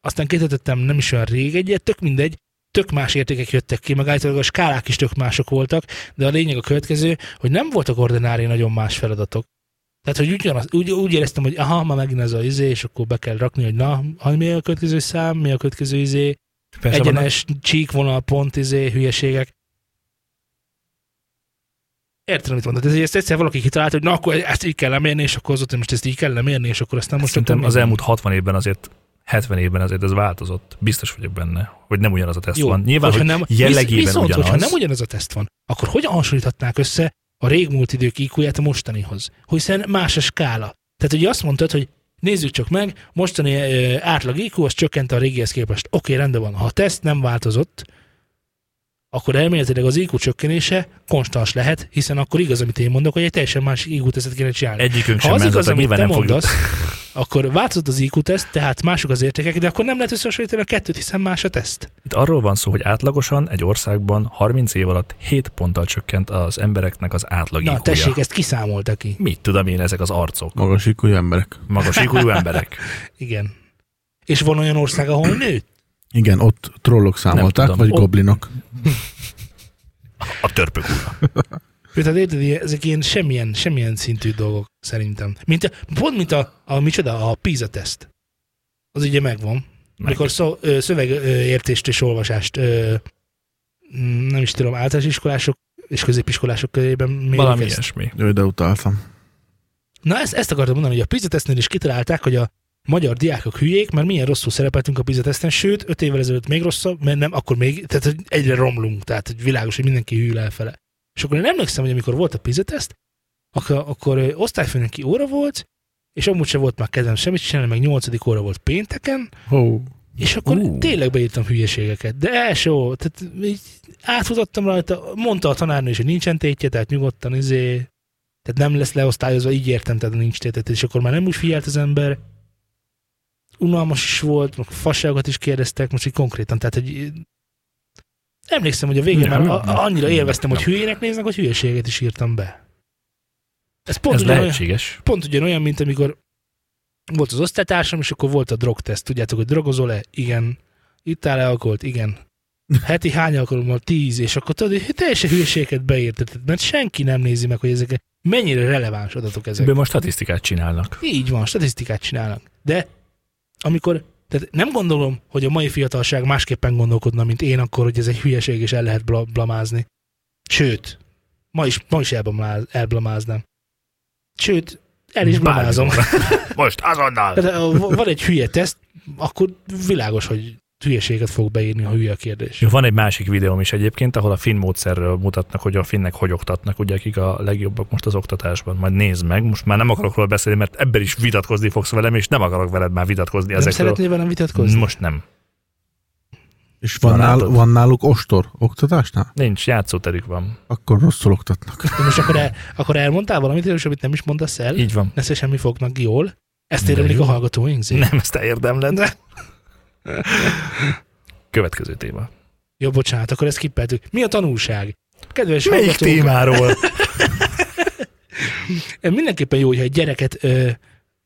A: aztán kitöltöttem nem is olyan rég egyet, tök mindegy, tök más értékek jöttek ki, meg állítólag a skálák is tök mások voltak, de a lényeg a következő, hogy nem voltak ordinári nagyon más feladatok. Tehát, hogy ugyanaz, úgy, úgy éreztem, hogy aha, ma megint ez a izé, és akkor be kell rakni, hogy na, ha mi a következő szám, mi a következő izé,
B: Persze vannak-
A: egyenes csíkvonal, pont, izé, hülyeségek. Értem, mit mondod. Ez, ezt egyszer valaki kitalálta, hogy na akkor ezt így kell lemérni, és akkor az ott, hogy most ezt így kell lemérni, és akkor ezt nem most
B: Most Szerintem
A: akkor
B: az
A: mi?
B: elmúlt 60 évben azért, 70 évben azért ez változott. Biztos vagyok benne, hogy nem ugyanaz a teszt
A: Jó,
B: van. Nyilván,
A: hogyha
B: hogy
A: nem,
B: nem,
A: visz-
B: jellegében
A: viszont,
B: ugyanaz.
A: hogyha nem ugyanaz a teszt van, akkor hogyan hasonlíthatnák össze a régmúlt idők iq a mostanihoz? Hiszen más a skála. Tehát ugye azt mondtad, hogy nézzük csak meg, mostani ö, átlag IQ az csökkent a régihez képest. Oké, rendben van. Ha a teszt nem változott, akkor elméletileg az IQ csökkenése konstans lehet, hiszen akkor igaz, amit én mondok, hogy egy teljesen más IQ tesztet kéne csinálni.
B: Egyikünk
A: Ha
B: sem
A: az
B: menzott,
A: igaz,
B: tehát
A: amit
B: nyilván
A: te
B: nem fogjuk.
A: mondasz, akkor változott az IQ-teszt, tehát mások az értékek, de akkor nem lehet összehasonlítani a kettőt, hiszen más a teszt.
B: Itt arról van szó, hogy átlagosan egy országban 30 év alatt 7 ponttal csökkent az embereknek az átlag
A: Na,
B: IQ-ja.
A: tessék, ezt kiszámolta ki.
B: Mit tudom én, ezek az arcok,
C: Magas IQ emberek.
B: magas IQ emberek.
A: Igen. És van olyan ország, ahol nő?
C: Igen, ott trollok számolták,
B: tudom.
C: vagy
B: Ott-
C: goblinok.
B: A törpök ura.
A: Ő, Tehát érted, ilyen- ezek ilyen semmilyen, semmilyen szintű dolgok szerintem. Mint, a- pont mint a, a micsoda, a PISA teszt. Az ugye megvan. Mikor szó, ö, szövegértést és olvasást ö, mm, nem is tudom, általános iskolások és középiskolások körében mérik
B: Valami
A: ezt.
B: ilyesmi.
C: Ő ide utaltam.
A: Na ezt, ezt akartam mondani, hogy a PISA tesztnél is kitalálták, hogy a magyar diákok hülyék, mert milyen rosszul szerepeltünk a PISA teszten, sőt, öt évvel ezelőtt még rosszabb, mert nem, akkor még, tehát hogy egyre romlunk, tehát hogy világos, hogy mindenki hűl elfele. És akkor én emlékszem, hogy amikor volt a PISA teszt, akkor, akkor ö, osztályfőnöki óra volt, és amúgy sem volt már kedvem semmit csinálni, meg nyolcadik óra volt pénteken,
C: Hó.
A: és akkor
B: Ú.
A: uh. tényleg beírtam hülyeségeket, de első, tehát így átfutottam rajta, mondta a tanárnő is, hogy nincsen tétje, tehát nyugodtan izé, tehát nem lesz leosztályozva, így értem, tehát nincs tétet, és akkor már nem úgy figyelt az ember, unalmas is volt, meg fasságokat is kérdeztek, most így konkrétan, tehát egy Emlékszem, hogy a végén
B: Nem,
A: már
B: nem,
A: a-
B: nem.
A: annyira élveztem, hogy
B: Nem.
A: hülyének néznek, hogy hülyeséget is írtam be. Ez pont
B: Ez
A: ugyanolyan,
B: lehetséges.
A: pont ugyanolyan, mint amikor volt az osztálytársam, és akkor volt a drogteszt. Tudjátok, hogy drogozol-e? Igen. Ittál-e alkoholt? Igen. Heti hány alkalommal? Tíz. És akkor tudod, hogy teljesen hülyeséget beírtad, mert senki nem nézi meg, hogy ezek mennyire releváns adatok ezek.
B: Ebből most statisztikát csinálnak.
A: Így van, statisztikát csinálnak. De amikor, tehát nem gondolom, hogy a mai fiatalság másképpen gondolkodna, mint én akkor, hogy ez egy hülyeség, és el lehet bla- blamázni. Sőt, ma is, ma is elblamáz, elblamáznám. Sőt, el is
B: Bármikor.
A: blamázom.
B: [laughs] Most azonnal!
A: Tehát, ha van egy hülye teszt, akkor világos, hogy hülyeséget fog beírni, ha hülye a kérdés.
B: Jó, Van egy másik videóm is egyébként, ahol a finn módszerről mutatnak, hogy a finnek hogy oktatnak, ugye akik a legjobbak most az oktatásban. Majd nézd meg, most már nem akarok róla beszélni, mert ebben is vitatkozni fogsz velem, és nem akarok veled már vitatkozni
A: Nem
B: ezekről.
A: szeretnél velem vitatkozni?
B: Most nem.
C: És van,
B: Na,
C: nál,
B: látod?
C: van náluk ostor oktatásnál?
B: Nincs, játszóterük van.
C: Akkor rosszul oktatnak. [laughs]
A: De most akkor, el, akkor elmondtál valamit, és amit nem is mondasz el?
B: Mm. Így van.
A: Nesze semmi fognak jól? Ezt
B: De
A: érdemlik
B: jó.
A: a hallgatóink? Zé?
B: Nem, ezt te érdemled. Következő téma.
A: Jó, bocsánat, akkor ezt kippeltük. Mi a tanulság? Kedves
B: Melyik
A: hallgatók,
B: témáról? [laughs]
A: eh, mindenképpen jó, hogyha egy gyereket ö,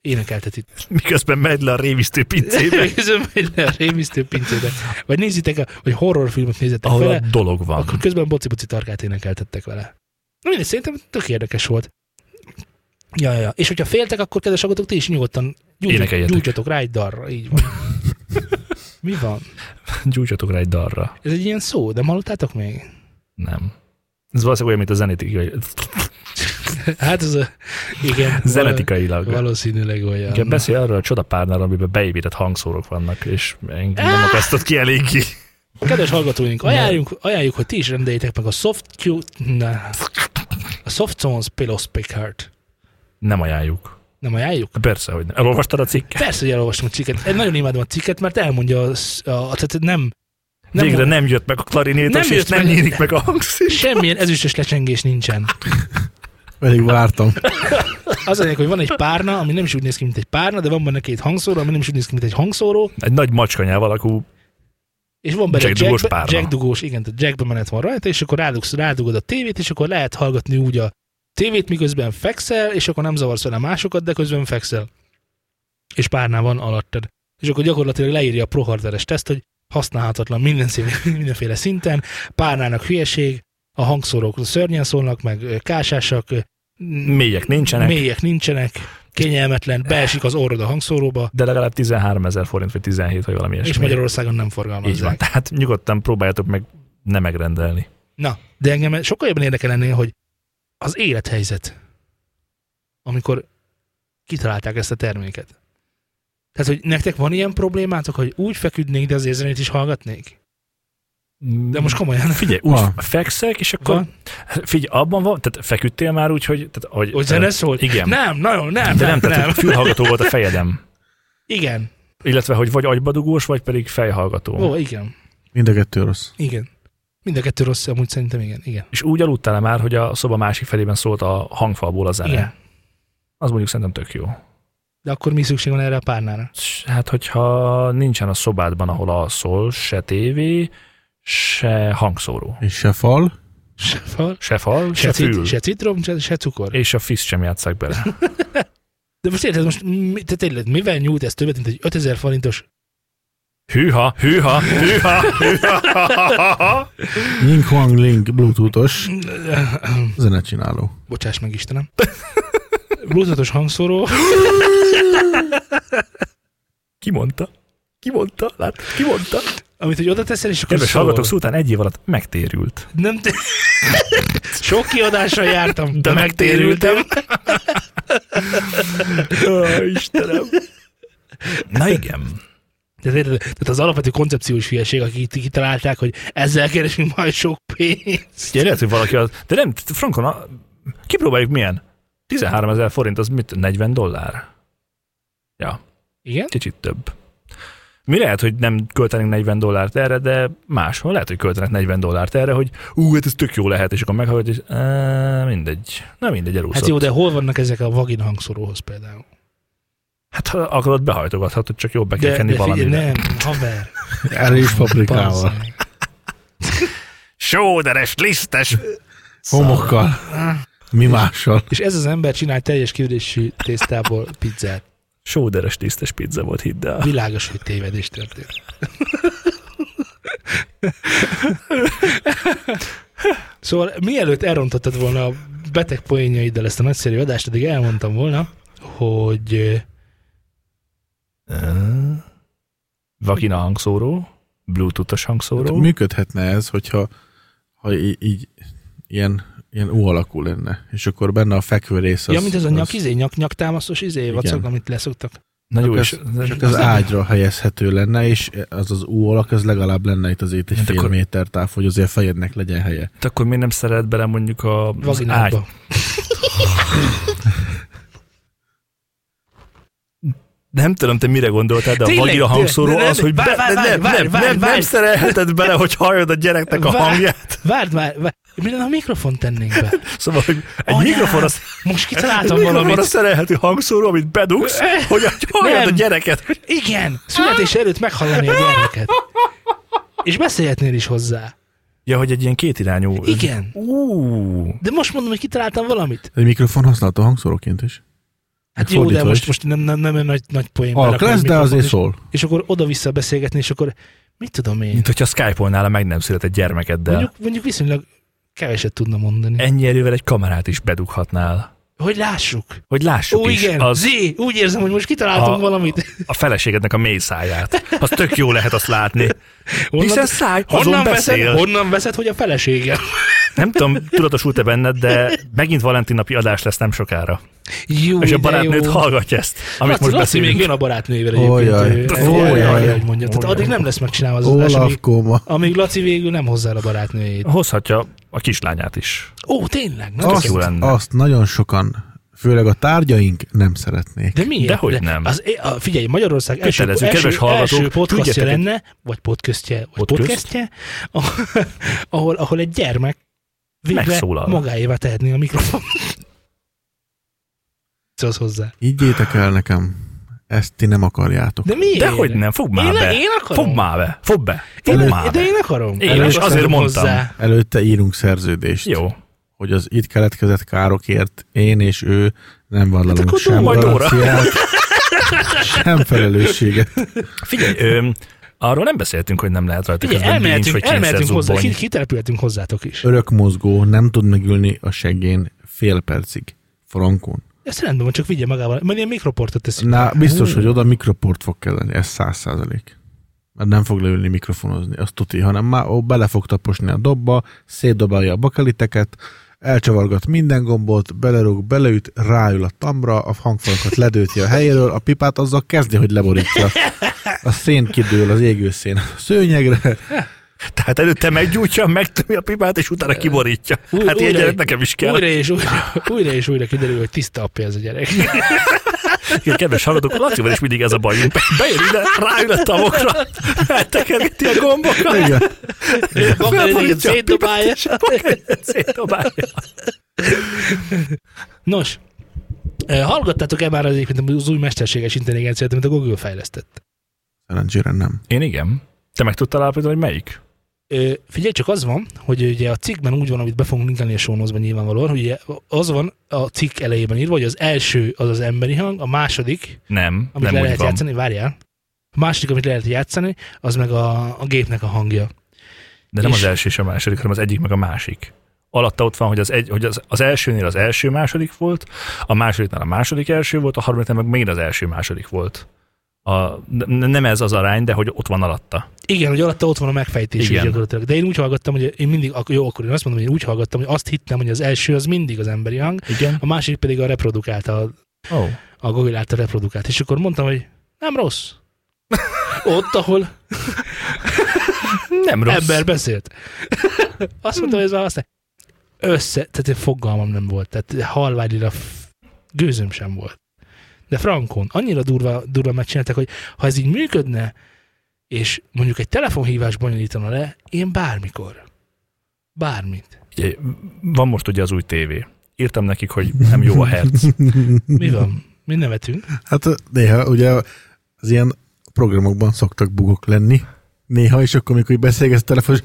A: énekelteti.
B: Miközben megy le a révisztő
A: [laughs]
B: pincébe,
A: Közben megy le a rémisztő pincébe. Vagy nézzétek, el, vagy horrorfilmet nézzetek
B: ahol a
A: vele,
B: dolog van.
A: akkor közben boci-boci tarkát énekeltettek vele. Na mindegy, szerintem tök érdekes volt. Ja, ja, ja. És hogyha féltek, akkor kedves hallgatók, ti is nyugodtan gyújtjatok,
B: Énekeljetek.
A: gyújtjatok rá egy darra, így van. Mi van?
B: Gyújtsatok rá egy dalra.
A: Ez egy ilyen szó, de hallottátok még?
B: Nem. Ez valószínűleg olyan, mint a zenetik,
A: Hát ez a... Igen.
B: zenetikailag.
A: Valószínűleg olyan.
B: Igen, beszélj arról a csodapárnál, amiben beépített hangszórok vannak, és engem nem akasztott ki elég ki.
A: Kedves hallgatóink, ajánljuk, ajánljuk, hogy ti is rendeljétek meg a Soft na, a Soft Zones Pillow Speaker-t.
B: Nem ajánljuk.
A: Nem ajánljuk?
B: Persze, hogy nem. Elolvastad a cikket?
A: Persze, hogy elolvastam a cikket. Én nagyon imádom a cikket, mert elmondja, a, a, tehát nem,
B: Nem
A: nem
B: Végre nem jött meg a klarinétos,
A: Nem
B: és
A: jött
B: nem
A: meg.
B: nyílik meg a hangszín.
A: semmilyen ezüstös lecsengés nincsen.
C: Elég vártam.
A: Az a lényeg, hogy van egy párna, ami nem is úgy néz ki, mint egy párna, de van benne két hangszóró, ami nem is úgy néz ki, mint egy hangszóró,
B: Egy nagy macskanyával alakú.
A: és van benne
B: Jack dugós
A: jackbe-
B: párna.
A: Jack dugós, igen, tehát jackbe menet van rajta, és akkor rádugsz, rádugod a tévét, és akkor lehet hallgatni úgy a tévét, miközben fekszel, és akkor nem zavarsz vele másokat, de közben fekszel. És párnál van alattad. És akkor gyakorlatilag leírja a proharderes teszt, hogy használhatatlan minden szín- [laughs] mindenféle szinten, párnának hülyeség, a hangszórók szörnyen szólnak, meg ö, kásásak, ö,
B: Mélyek nincsenek, Eh.
A: mélyek nincsenek, kényelmetlen, beesik az orrod a hangszóróba,
B: de legalább 13 ezer forint, vagy 17, vagy valami
A: és,
B: ilyesmi.
A: és Magyarországon nem
B: Így van.
A: forgalmazzák.
B: Tehát nyugodtan próbáljátok meg nem megrendelni.
A: Na, de engem sokkal jobban érdekel ennél, hogy az élethelyzet, amikor kitalálták ezt a terméket. Tehát, hogy nektek van ilyen problémátok, hogy úgy feküdnék, de az zenét is hallgatnék? De most komolyan.
B: Figyelj, úgy
C: Van.
B: fekszek, és akkor
A: Van,
B: figyelj, abban van, tehát feküdtél már úgy, hogy... Tehát, hogy,
A: hogy zene szólt?
B: igen.
A: Nem, nagyon, nem,
B: de nem,
A: nem,
B: tehát
A: nem.
B: hogy fülhallgató volt a fejedem.
A: Igen.
B: Illetve, hogy vagy agybadugós, vagy pedig fejhallgató.
A: Ó, igen.
C: Mind a kettő rossz.
A: Igen. Mind a kettő rossz, amúgy szerintem igen. Igen.
B: És úgy aludtál már, hogy a szoba másik felében szólt a hangfalból a zene.
A: igen.
B: Az mondjuk szerintem tök jó.
A: De akkor mi szükség van erre a párnára?
B: S- Hát, hogyha nincsen a szobádban, ahol alszol, se tévé, se hangszóró,
C: És se fal.
A: Se fal,
B: se fal, se,
A: se,
B: se fül,
A: cit-
B: se...
A: se citrom, se, se cukor.
B: és a fiszt sem játszák bele.
A: De most érted, most mi, te tényleg, mivel nyújt ez többet, mint egy 5000 forintos
B: Hűha, hűha, hűha, hűha.
C: Ling Huang Ling Bluetooth-os zenecsináló.
A: Bocsáss meg, Istenem. [laughs] Bluetoothos hangszóró.
B: Ki mondta? Ki mondta? Lát, ki mondta?
A: Amit hogy oda teszel, és akkor
B: Kedves
A: szól.
B: hallgatók, Szultán egy év alatt megtérült.
A: Nem t- [laughs] Sok kiadással jártam, de
B: De
A: megtérültem. [laughs]
B: Ó, Istenem. Na igen.
A: Tehát, érted? tehát az alapvető koncepciós hülyeség, akik itt kitalálták, hogy ezzel keresünk majd sok pénzt.
B: Ugye lehet, hogy valaki az... De nem, frankon, a- kipróbáljuk milyen. 13 ezer forint, az mit? 40 dollár? Ja,
A: Igen?
B: kicsit több. Mi lehet, hogy nem költenek 40 dollárt erre, de máshol lehet, hogy költenek 40 dollárt erre, hogy ú, hát ez tök jó lehet, és akkor meghallgat, és á, mindegy. Na mindegy, elúszott.
A: Hát jó, de hol vannak ezek a vagin hangszóróhoz például?
B: hát ha akarod, behajtogathatod, csak jobb be kell
A: De,
B: kenni
A: de figyelj,
B: valamit.
A: nem, haver.
C: Erős paprikával.
A: bazzeg.
B: Sóderes, lisztes.
C: Homokkal. Mi mással.
A: És ez az ember csinál teljes kérdésű tésztából pizzát.
B: Sóderes, lisztes pizza volt, hidd el.
A: Világos, hogy tévedés történt. Szóval mielőtt elrontottad volna a beteg poénjaiddal ezt a nagyszerű adást, addig elmondtam volna, hogy ö,
B: Vakina hangszóró, bluetoothos
A: Hát
B: hangszóró.
C: Működhetne ez, hogyha ha í- így ilyen, ilyen U alakú lenne, és akkor benne a fekvő rész
B: Szóval
C: az...
A: ja, mint ez a nyak izé, nyak, nyaktámaszos izé, vacak, amit leszoktak.
B: Na jó,
C: Csak
B: és
C: Csak az ágyra helyezhető lenne, és az az U alak, az legalább lenne itt azért egy
B: Hát
C: fél
B: akkor-
C: méter táv, hogy azért a fejednek legyen helye.
B: Hát akkor miért nem szeret bele mondjuk a, az ágy?
A: Vaginádba.
B: Nem tudom, te mire gondoltál, de a
A: Tényleg,
B: vagina
A: tényleg.
B: hangszóró
A: Ne, ne,
B: az,
A: ne,
B: hogy
A: várj,
B: be-
A: várj,
B: ne-
A: várj,
B: nem,
A: várj,
B: nem,
A: várj,
B: nem
A: várj.
B: szerelheted bele, hogy halljad a gyereknek a
A: Várj.
B: hangját.
A: Várd már, várd. mi lenne, ha mikrofon tennénk be?
B: Szóval, hogy egy
A: Anyám,
B: mikrofon az
A: Most
B: egy
A: kitaláltam
B: mikrofonra
A: valamit.
B: szerelhető hangszóró, amit bedugsz, hogy hogy halljad a
A: Nem.
B: gyereket.
A: Igen, születés előtt meghallani a gyermeket. És beszélhetnél is hozzá.
B: Ja, hogy egy ilyen kétirányú...
A: Igen.
B: Ú,
A: De most mondom, hogy kitaláltam valamit.
C: Egy mikrofon használható hangszóróként is.
A: Hát jó,
C: Fordítva
A: de most,
C: is.
A: most nem, nem, nem egy nagy, nagy poén.
C: Alak
A: berakom
C: lesz,
A: egy
C: de azért
A: mikrofont,
C: szól.
A: És, és akkor oda-vissza beszélgetni, és akkor mit tudom én.
B: mint hogyha Skype-olnál a meg nem született gyermekeddel.
A: Mondjuk, mondjuk viszonylag keveset tudna mondani.
B: Ennyi erővel egy kamerát is bedughatnál.
A: Hogy lássuk.
B: Hogy lássuk
A: Ó,
B: is
A: igen, az...
B: az,
A: Zé, úgy érzem, hogy most kitaláltunk
B: A-
A: valamit.
B: a feleségednek a mély száját. Az tök jó lehet azt látni. Hiszen száj, azon
A: honnan, veszed,
B: beszél.
A: honnan veszed, hogy a felesége?
B: Nem tudom, tudatosult-e benned, de megint Valentin napi adás lesz nem sokára.
A: Jó,
B: És a
A: de
B: barátnőd
A: jó. Hát
B: hallgatja ezt, amit
A: Laci,
B: most
A: Laci még
B: beszélünk.
A: jön a barátnővel egyébként.
C: Ó, jaj.
A: ő-
C: Ó,
A: ő-
C: jaj.
A: ő- ő- ő- hogy mondja. Tehát addig nem lesz megcsinálva az adás,
C: Olaf
A: amíg,
C: Koma.
A: amíg Laci végül nem hozzá el a barátnőjét.
B: Hozhatja a kislányát is.
A: Ó, tényleg? Na,
C: Azt,
B: jó lenne.
C: azt nagyon sokan, főleg a tárgyaink nem szeretnék.
A: De miért?
B: Dehogy nem.
A: Az, é- a- figyelj, Magyarország első,
B: Kötelező,
A: első,
B: kedves hallgatók,
A: első podcastja
B: küldjetek egy-
A: lenne, vagy podcastje, vagy
B: Podcast?
A: podcastje, ahol- [laughs] ahol, ahol egy gyermek végre
B: Megszólal.
A: magáévá tehetné a mikrofon. [laughs] Szólsz hozzá.
C: Higgyétek el nekem, ezt ti nem akarjátok.
A: De miért?
B: Dehogy nem, fogd már
A: Én,
B: be.
A: én akarom.
B: Fogd már be, fogd be, fogd
A: Én,
B: már
A: de
B: be.
A: én akarom.
B: Én
A: Én
B: is
A: akarom
B: azért mondtam.
C: Előtte írunk szerződést,
B: Jó,
C: hogy az itt keletkezett károkért én és ő nem vállalunk
A: akkor
C: sem
B: Hát majd óra.
C: garanciát, sem felelősséget.
B: figyelj, ö, arról nem beszéltünk, hogy nem lehet rajta
A: Ugye,
B: közben bíncs,
A: elmehetünk,
B: vagy
A: elmehetünk hozzá, ki-
B: kényszerzubbony.
A: kitelepülhetünk hozzátok is.
C: Örök mozgó, nem tud megülni a seggén fél percig. Frankon.
A: Ezt rendben van, csak vigye magával. Majd ilyen mikroportot teszünk.
C: Na, biztos, hogy oda mikroport fog kelleni, ez száz százalék. Mert nem fog leülni mikrofonozni, azt tuti, hanem már ó, bele fog taposni a dobba, szétdobálja a bakeliteket, elcsavargat minden gombot, belerúg, beleüt, ráül a tamra, a hangfalakat ledőti a helyéről, a pipát azzal kezdi, hogy leborítja. A szén kidől, az égő szén a szőnyegre.
B: Tehát előtte meggyújtja, megtömi a pipát, és utána kiborítja.
A: Új-
B: Hát ilyen
A: újra-
B: gyerek nekem is kell.
A: Újra és újra, újra és újra kiderül, hogy tiszta apja ez a gyerek.
B: Igen, kedves hallgatók, Lacival is mindig ez a baj. Bejön ide, ráül a tavokra, eltekergeti a gombokat,
C: Igen.
B: Felborítja a
A: Szétdobálja.
B: szétdobálja.
A: Nos, eh, hallgattátok-e már az, egyébként az új mesterséges intelligenciát, amit a Google fejlesztett?
C: Szerencsére nem.
B: Én igen. Te meg tudtál állapítani, hogy melyik?
A: Ö, Figyelj, csak az van, hogy ugye a cikkben úgy van, amit be fogunk linkelni a sónozban nyilvánvalóan, hogy ugye az van a cikk elejében írva, hogy az első az az emberi hang, a második,
B: Nem,
A: amit
B: nem
A: le
B: úgy
A: lehet
B: van.
A: játszani, várjál, A második, amit lehet játszani, az meg a, a gépnek a hangja.
B: De nem
A: És-
B: az első és a második, hanem az egyik meg a másik. Alatta ott van, hogy, az, egy, hogy az, az elsőnél az első második volt, a másodiknál a második első volt, a harmadiknál meg megint az első második volt. A, ne- nem ez az arány, de hogy ott van alatta.
A: Igen, hogy alatta ott van a megfejtés is
B: Igen.
A: gyakorlatilag. De én úgy hallgattam, hogy én mindig, ak- jó, akkor én azt mondom, hogy én úgy hallgattam, hogy azt hittem, hogy az első az mindig az emberi hang,
B: Igen.
A: a másik pedig a reprodukált, a,
B: Oh.
A: a Google által reprodukált. És akkor mondtam, hogy nem rossz. Ott, ahol
B: Nem rossz.
A: Rossz. ember beszélt. Azt mondtam, hogy ez már aztán össze, tehát fogalmam nem volt, tehát halványira f- gőzöm sem volt. De Frankon annyira durva, durva megcsináltak, hogy ha ez így működne, és mondjuk egy telefonhívás bonyolítana le, én bármikor. Bármit.
B: Ugye, Van most ugye az új tévé. Írtam nekik, hogy nem jó a herc.
A: Mi van? Mi nevetünk?
C: Hát néha ugye az ilyen programokban szoktak bugok lenni. Néha, és akkor, amikor így beszélgetsz telefonos,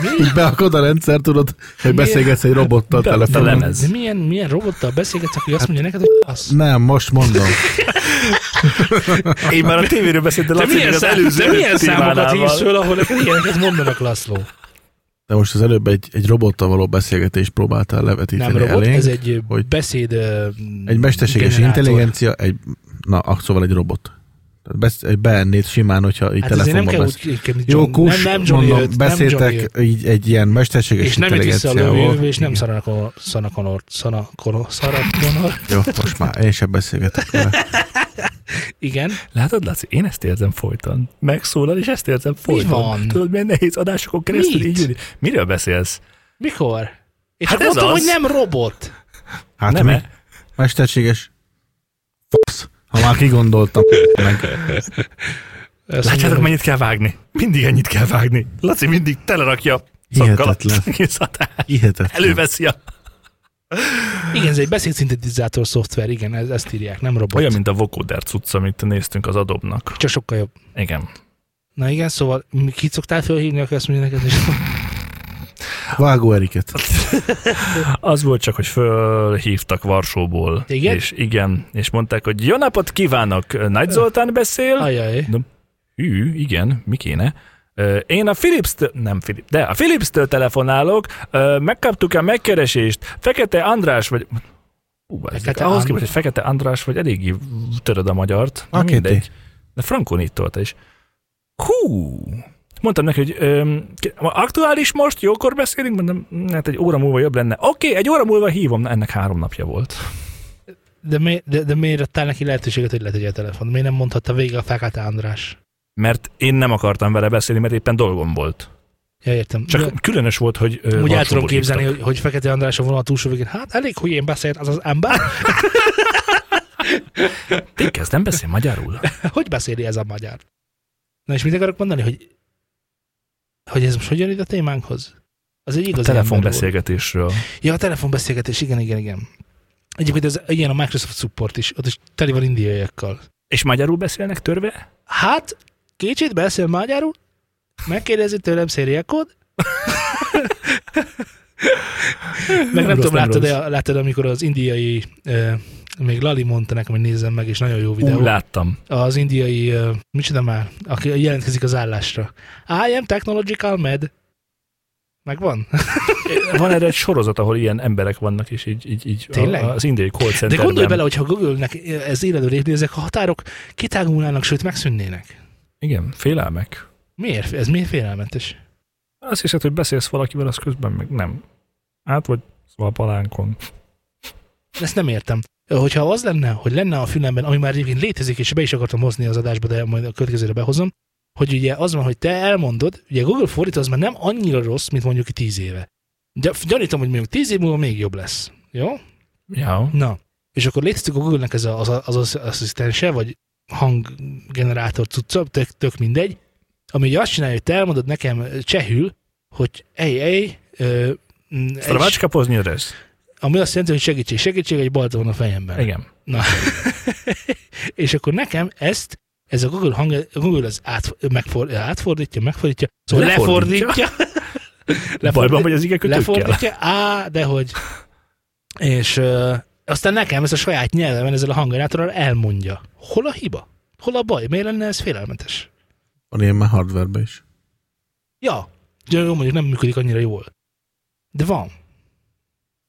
A: Mi?
C: így beakad a rendszer, tudod, hogy
A: Miért?
C: beszélgetsz egy robottal
B: Be- belem-
C: telefonon.
B: lemez.
A: De milyen, milyen robottal beszélgetsz, aki azt mondja neked, hogy az.
C: Nem, most mondom.
B: Én már a tévéről beszéltem, de
A: De
B: Laci még
A: milyen,
B: az
A: szám,
B: előző
A: de milyen számokat
B: témánál
A: hívsz
B: van.
A: föl, ahol neked ilyeneket mondanak, László?
C: De most az előbb egy, egy robottal való beszélgetést próbáltál levetíteni
A: Nem robot,
C: elénk.
A: ez egy
C: hogy-
A: hogy beszéd ö,
C: Egy mesterséges
A: generátor.
C: intelligencia, egy, na, ak- szóval egy robot. Tehát besz, egy beennéd simán, hogyha így
A: Hát azért nem
C: telefonban
A: kell
C: beszél.
A: úgy kell, mint
C: Jó
A: John,
C: kus,
A: nem, nem Johnny
C: mondom,
A: jött, nem
C: beszéltek
A: Johnny jött.
C: így egy ilyen mesterséges
A: és nem jut vissza a
C: intelligenciával.
A: lövő, és nem
C: Igen.
A: szaranak a szanakonor, szanakonor, szanakonor,
C: Jó, most már én sem beszélgetek vele.
A: igen,
B: Látod, Laci, én ezt érzem folyton. Megszólal, és ezt érzem folyton.
A: van?
B: Tudod, milyen nehéz adásokon keresztül
A: Mit?
B: így ülni. Miről beszélsz?
A: mikor? És
B: Hát
A: hát
B: ez
A: mondtam,
B: az.
A: hogy nem robot.
C: Hát
B: nem
C: nem mi? Mesterséges fasz, ha már kigondoltam. Meg.
A: Azt mondom,
B: Látjátok,
A: hogy
B: mennyit kell vágni? Mindig ennyit kell vágni. Laci mindig telerakja szakkal [laughs]
C: Hihetetlen. Hihetetlen.
B: Előveszi a...
A: Igen, ez egy beszédszintetizátor szoftver, igen, ez, ezt írják, nem robot.
B: Olyan, mint a vocoder cucc, amit néztünk az adobnak.
A: Csak sokkal jobb.
B: Igen.
A: Na igen, szóval mi- kit szoktál felhívni, aki azt mondja neked, és
B: [laughs]
C: Vágó Eriket.
B: Az volt csak, hogy fölhívtak Varsóból.
A: Igen?
B: És igen, és mondták, hogy jó napot kívánok, Nagy Zoltán beszél.
A: ajaj,
B: Hű, igen, mi kéne? Ö, Én a Philips-től, nem Philips, de a Philips-től telefonálok, ö, megkaptuk a megkeresést, Fekete András vagy... Hú, ez
A: Fekete
B: ahhoz
A: And-
B: képest, hogy Fekete András vagy, eléggé töröd a magyart. Na,
C: Oké,
B: mindegy. De Frankon itt tolta is. Hú! Mondtam neki, hogy öm, ki- aktuális most, jókor beszélünk, mondom, hát egy óra múlva jobb lenne. Oké, egy óra múlva hívom. Na, ennek három napja volt.
A: de, mi, de, de miért adtál neki lehetőséget, hogy letegye a telefon? Miért nem mondhatta végig a Fekete András?
B: Mert én nem akartam vele beszélni, mert éppen dolgom volt.
A: Ja, értem.
B: Csak
A: De-
B: különös volt, hogy... ö,
A: Úgy el tudom
B: Varsóból
A: képzelni,
B: hívtak.
A: hogy, hogy Fekete András a vonal túlsó végén, hát elég hülyén beszélt az az ember. [laughs]
B: Ti kezdem beszél
A: Hát
B: magyarul?
A: hogy beszéli ez a magyar? Na és mit akarok mondani, hogy, hogy ez most hogyan jön ide a témánkhoz? Az egy
B: A
A: igazi ember
B: telefonbeszélgetésről.
A: volt. Ja, a telefonbeszélgetés, igen, igen, igen. Egyébként ez ilyen a Microsoft support is, ott is tele van indiaiakkal.
B: És magyarul beszélnek törve?
A: Hát, kicsit beszél magyarul, megkérdezi tőlem szériakod, Meg nem
B: rossz,
A: tudom,
B: nem
A: láttad,
B: rossz.
A: de, láttad, amikor az indiai, eh, még Lali mondta nekem, hogy nézzem meg, és nagyon jó
B: Ú,
A: videó.
B: láttam.
A: az indiai, ö, micsoda már, aki jelentkezik az állásra. I am technological med. Megvan?
B: Van erre egy sorozat, ahol ilyen emberek vannak, és így, így, így a-
A: Tényleg?
B: az indiai call
A: De
B: centerben.
A: gondolj bele, hogyha Google-nek ez éledő lépnézek, a határok kitágulnának, sőt megszűnnének.
B: Igen, félelmek.
A: Miért? Ez miért félelmetes?
B: Azt hiszed, hogy beszélsz valakivel, az közben meg nem. Át vagy szóval palánkon.
A: Ezt nem értem. Hogyha az lenne, hogy lenne a fülemben, ami már egyébként létezik, és be is akartam hozni az adásba, de majd a következőre behozom, hogy ugye az van, hogy te elmondod, ugye Google fordító az már nem annyira rossz, mint mondjuk 10 éve. Gy- Gyanítom, hogy mondjuk 10 év múlva még jobb lesz. Jó?
B: Ja.
A: Na, és akkor létezik a Google-nek ez a, az, az, az asszisztense, vagy hanggenerátor cucca, tök, tök mindegy, ami ugye azt csinálja, hogy te elmondod nekem csehül, hogy ej, ej, ö, m, egy-
B: Stravácska poznyörös.
A: ami azt jelenti, hogy segítség, segítség, egy balta van a fejemben.
B: Igen.
A: Na. és akkor nekem ezt, ez a Google, hang, Google az át, megfor, átfordítja, megfordítja, szóval
B: Lefordítja.
A: lefordítja.
B: Lefordít... Bajban vagy az ige kötőkkel?
A: lefordítja, á, dehogy. És ö, aztán nekem ezt a saját nyelvemen ezzel a hanggenerátorral elmondja. Hol a hiba? Hol a baj? Miért lenne ez félelmetes?
C: Van ilyen már hardwarebe is.
A: Ja, de jó, mondjuk nem működik annyira jól. De van.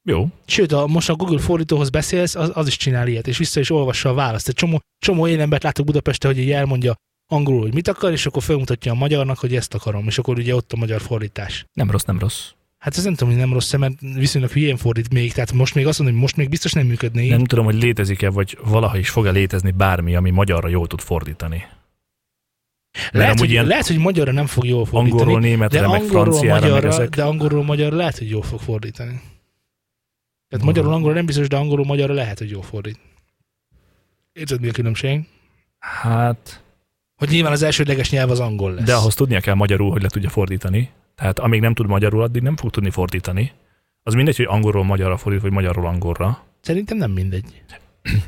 B: Jó.
A: Sőt, a, most a Google fordítóhoz beszélsz, az, az is csinál ilyet, és vissza is olvassa a választ. Egy csomó, csomó én embert látok Budapesten, hogy így elmondja angolul, hogy mit akar, és akkor felmutatja a magyarnak, hogy ezt akarom, és akkor ugye ott a magyar fordítás.
B: Nem rossz, nem rossz.
A: Hát ez nem tudom, hogy nem rossz, mert viszonylag hülyén fordít még, tehát most még azt mondom, hogy most még biztos nem működne így.
B: Nem tudom, hogy létezik-e, vagy valaha is fog-e létezni bármi, ami magyarra jól tud fordítani.
A: lehet,
B: amúgy
A: hogy,
B: ilyen-
A: lehet, hogy magyarra nem fog jól fordítani,
B: Angolról,
A: de
B: németre, meg
A: angolról,
B: franciára, meg
A: magyarra,
B: ezek.
A: de angolról magyarra lehet, hogy jól fog fordítani. Tehát
B: Mhm.
A: magyarul angolra nem biztos, de angolról magyarra lehet, hogy jól fordít. Érted, mi a különbség?
B: Hát,
A: Hogy nyilván az elsődleges nyelv az angol lesz.
B: de ahhoz tudnia kell magyarul, hogy le tudja fordítani. Tehát amíg nem tud magyarul, addig nem fog tudni fordítani. Az mindegy, hogy angolról magyarra fordít, vagy magyarról angolra.
A: Szerintem nem mindegy.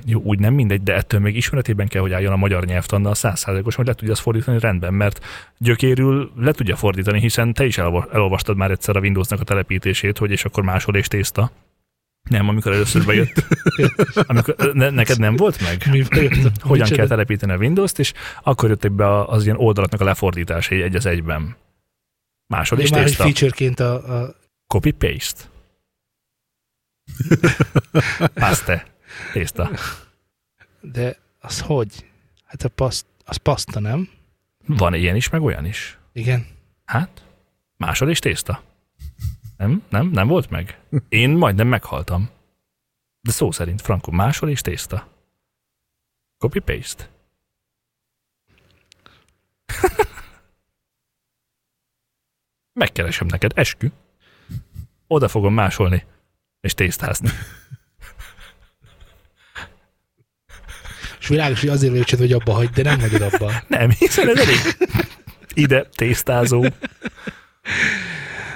B: Jó, úgy nem mindegy, de ettől még ismeretében kell, hogy álljon a magyar nyelvtannal százszázalékos, hogy le tudja azt fordítani rendben, mert gyökérül le tudja fordítani, hiszen te is elolva- elolvastad már egyszer a Windowsnak a telepítését, hogy és akkor máshol és tészta. Nem, amikor
A: [laughs]
B: először bejött. amikor, ne, neked nem volt meg?
A: Mi
B: hogyan kell telepíteni a Windows-t, és akkor jöttek be a- az ilyen oldalatnak a lefordítása egy az egyben. Másod
A: És
B: is
A: már egy
B: tészta.
A: featureként a, a... [laughs]
B: Copy-paste. Paste. Tészta.
A: De az hogy? Hát a paszt, az paszta, nem?
B: Van ilyen is, meg olyan is.
A: Igen.
B: Hát, másod is tészta. Nem, nem, nem volt meg. Én majdnem meghaltam. De szó szerint, Franko, másol és tészta. Copy-paste. [laughs] Megkeresem neked, eskü. Oda fogom másolni, és tésztázni.
A: És világos, hogy azért vagyok csodva, hogy abba hagyd, de nem hagyod
B: [laughs]
A: abba.
B: Nem, hiszen ez elég. Ide tésztázó.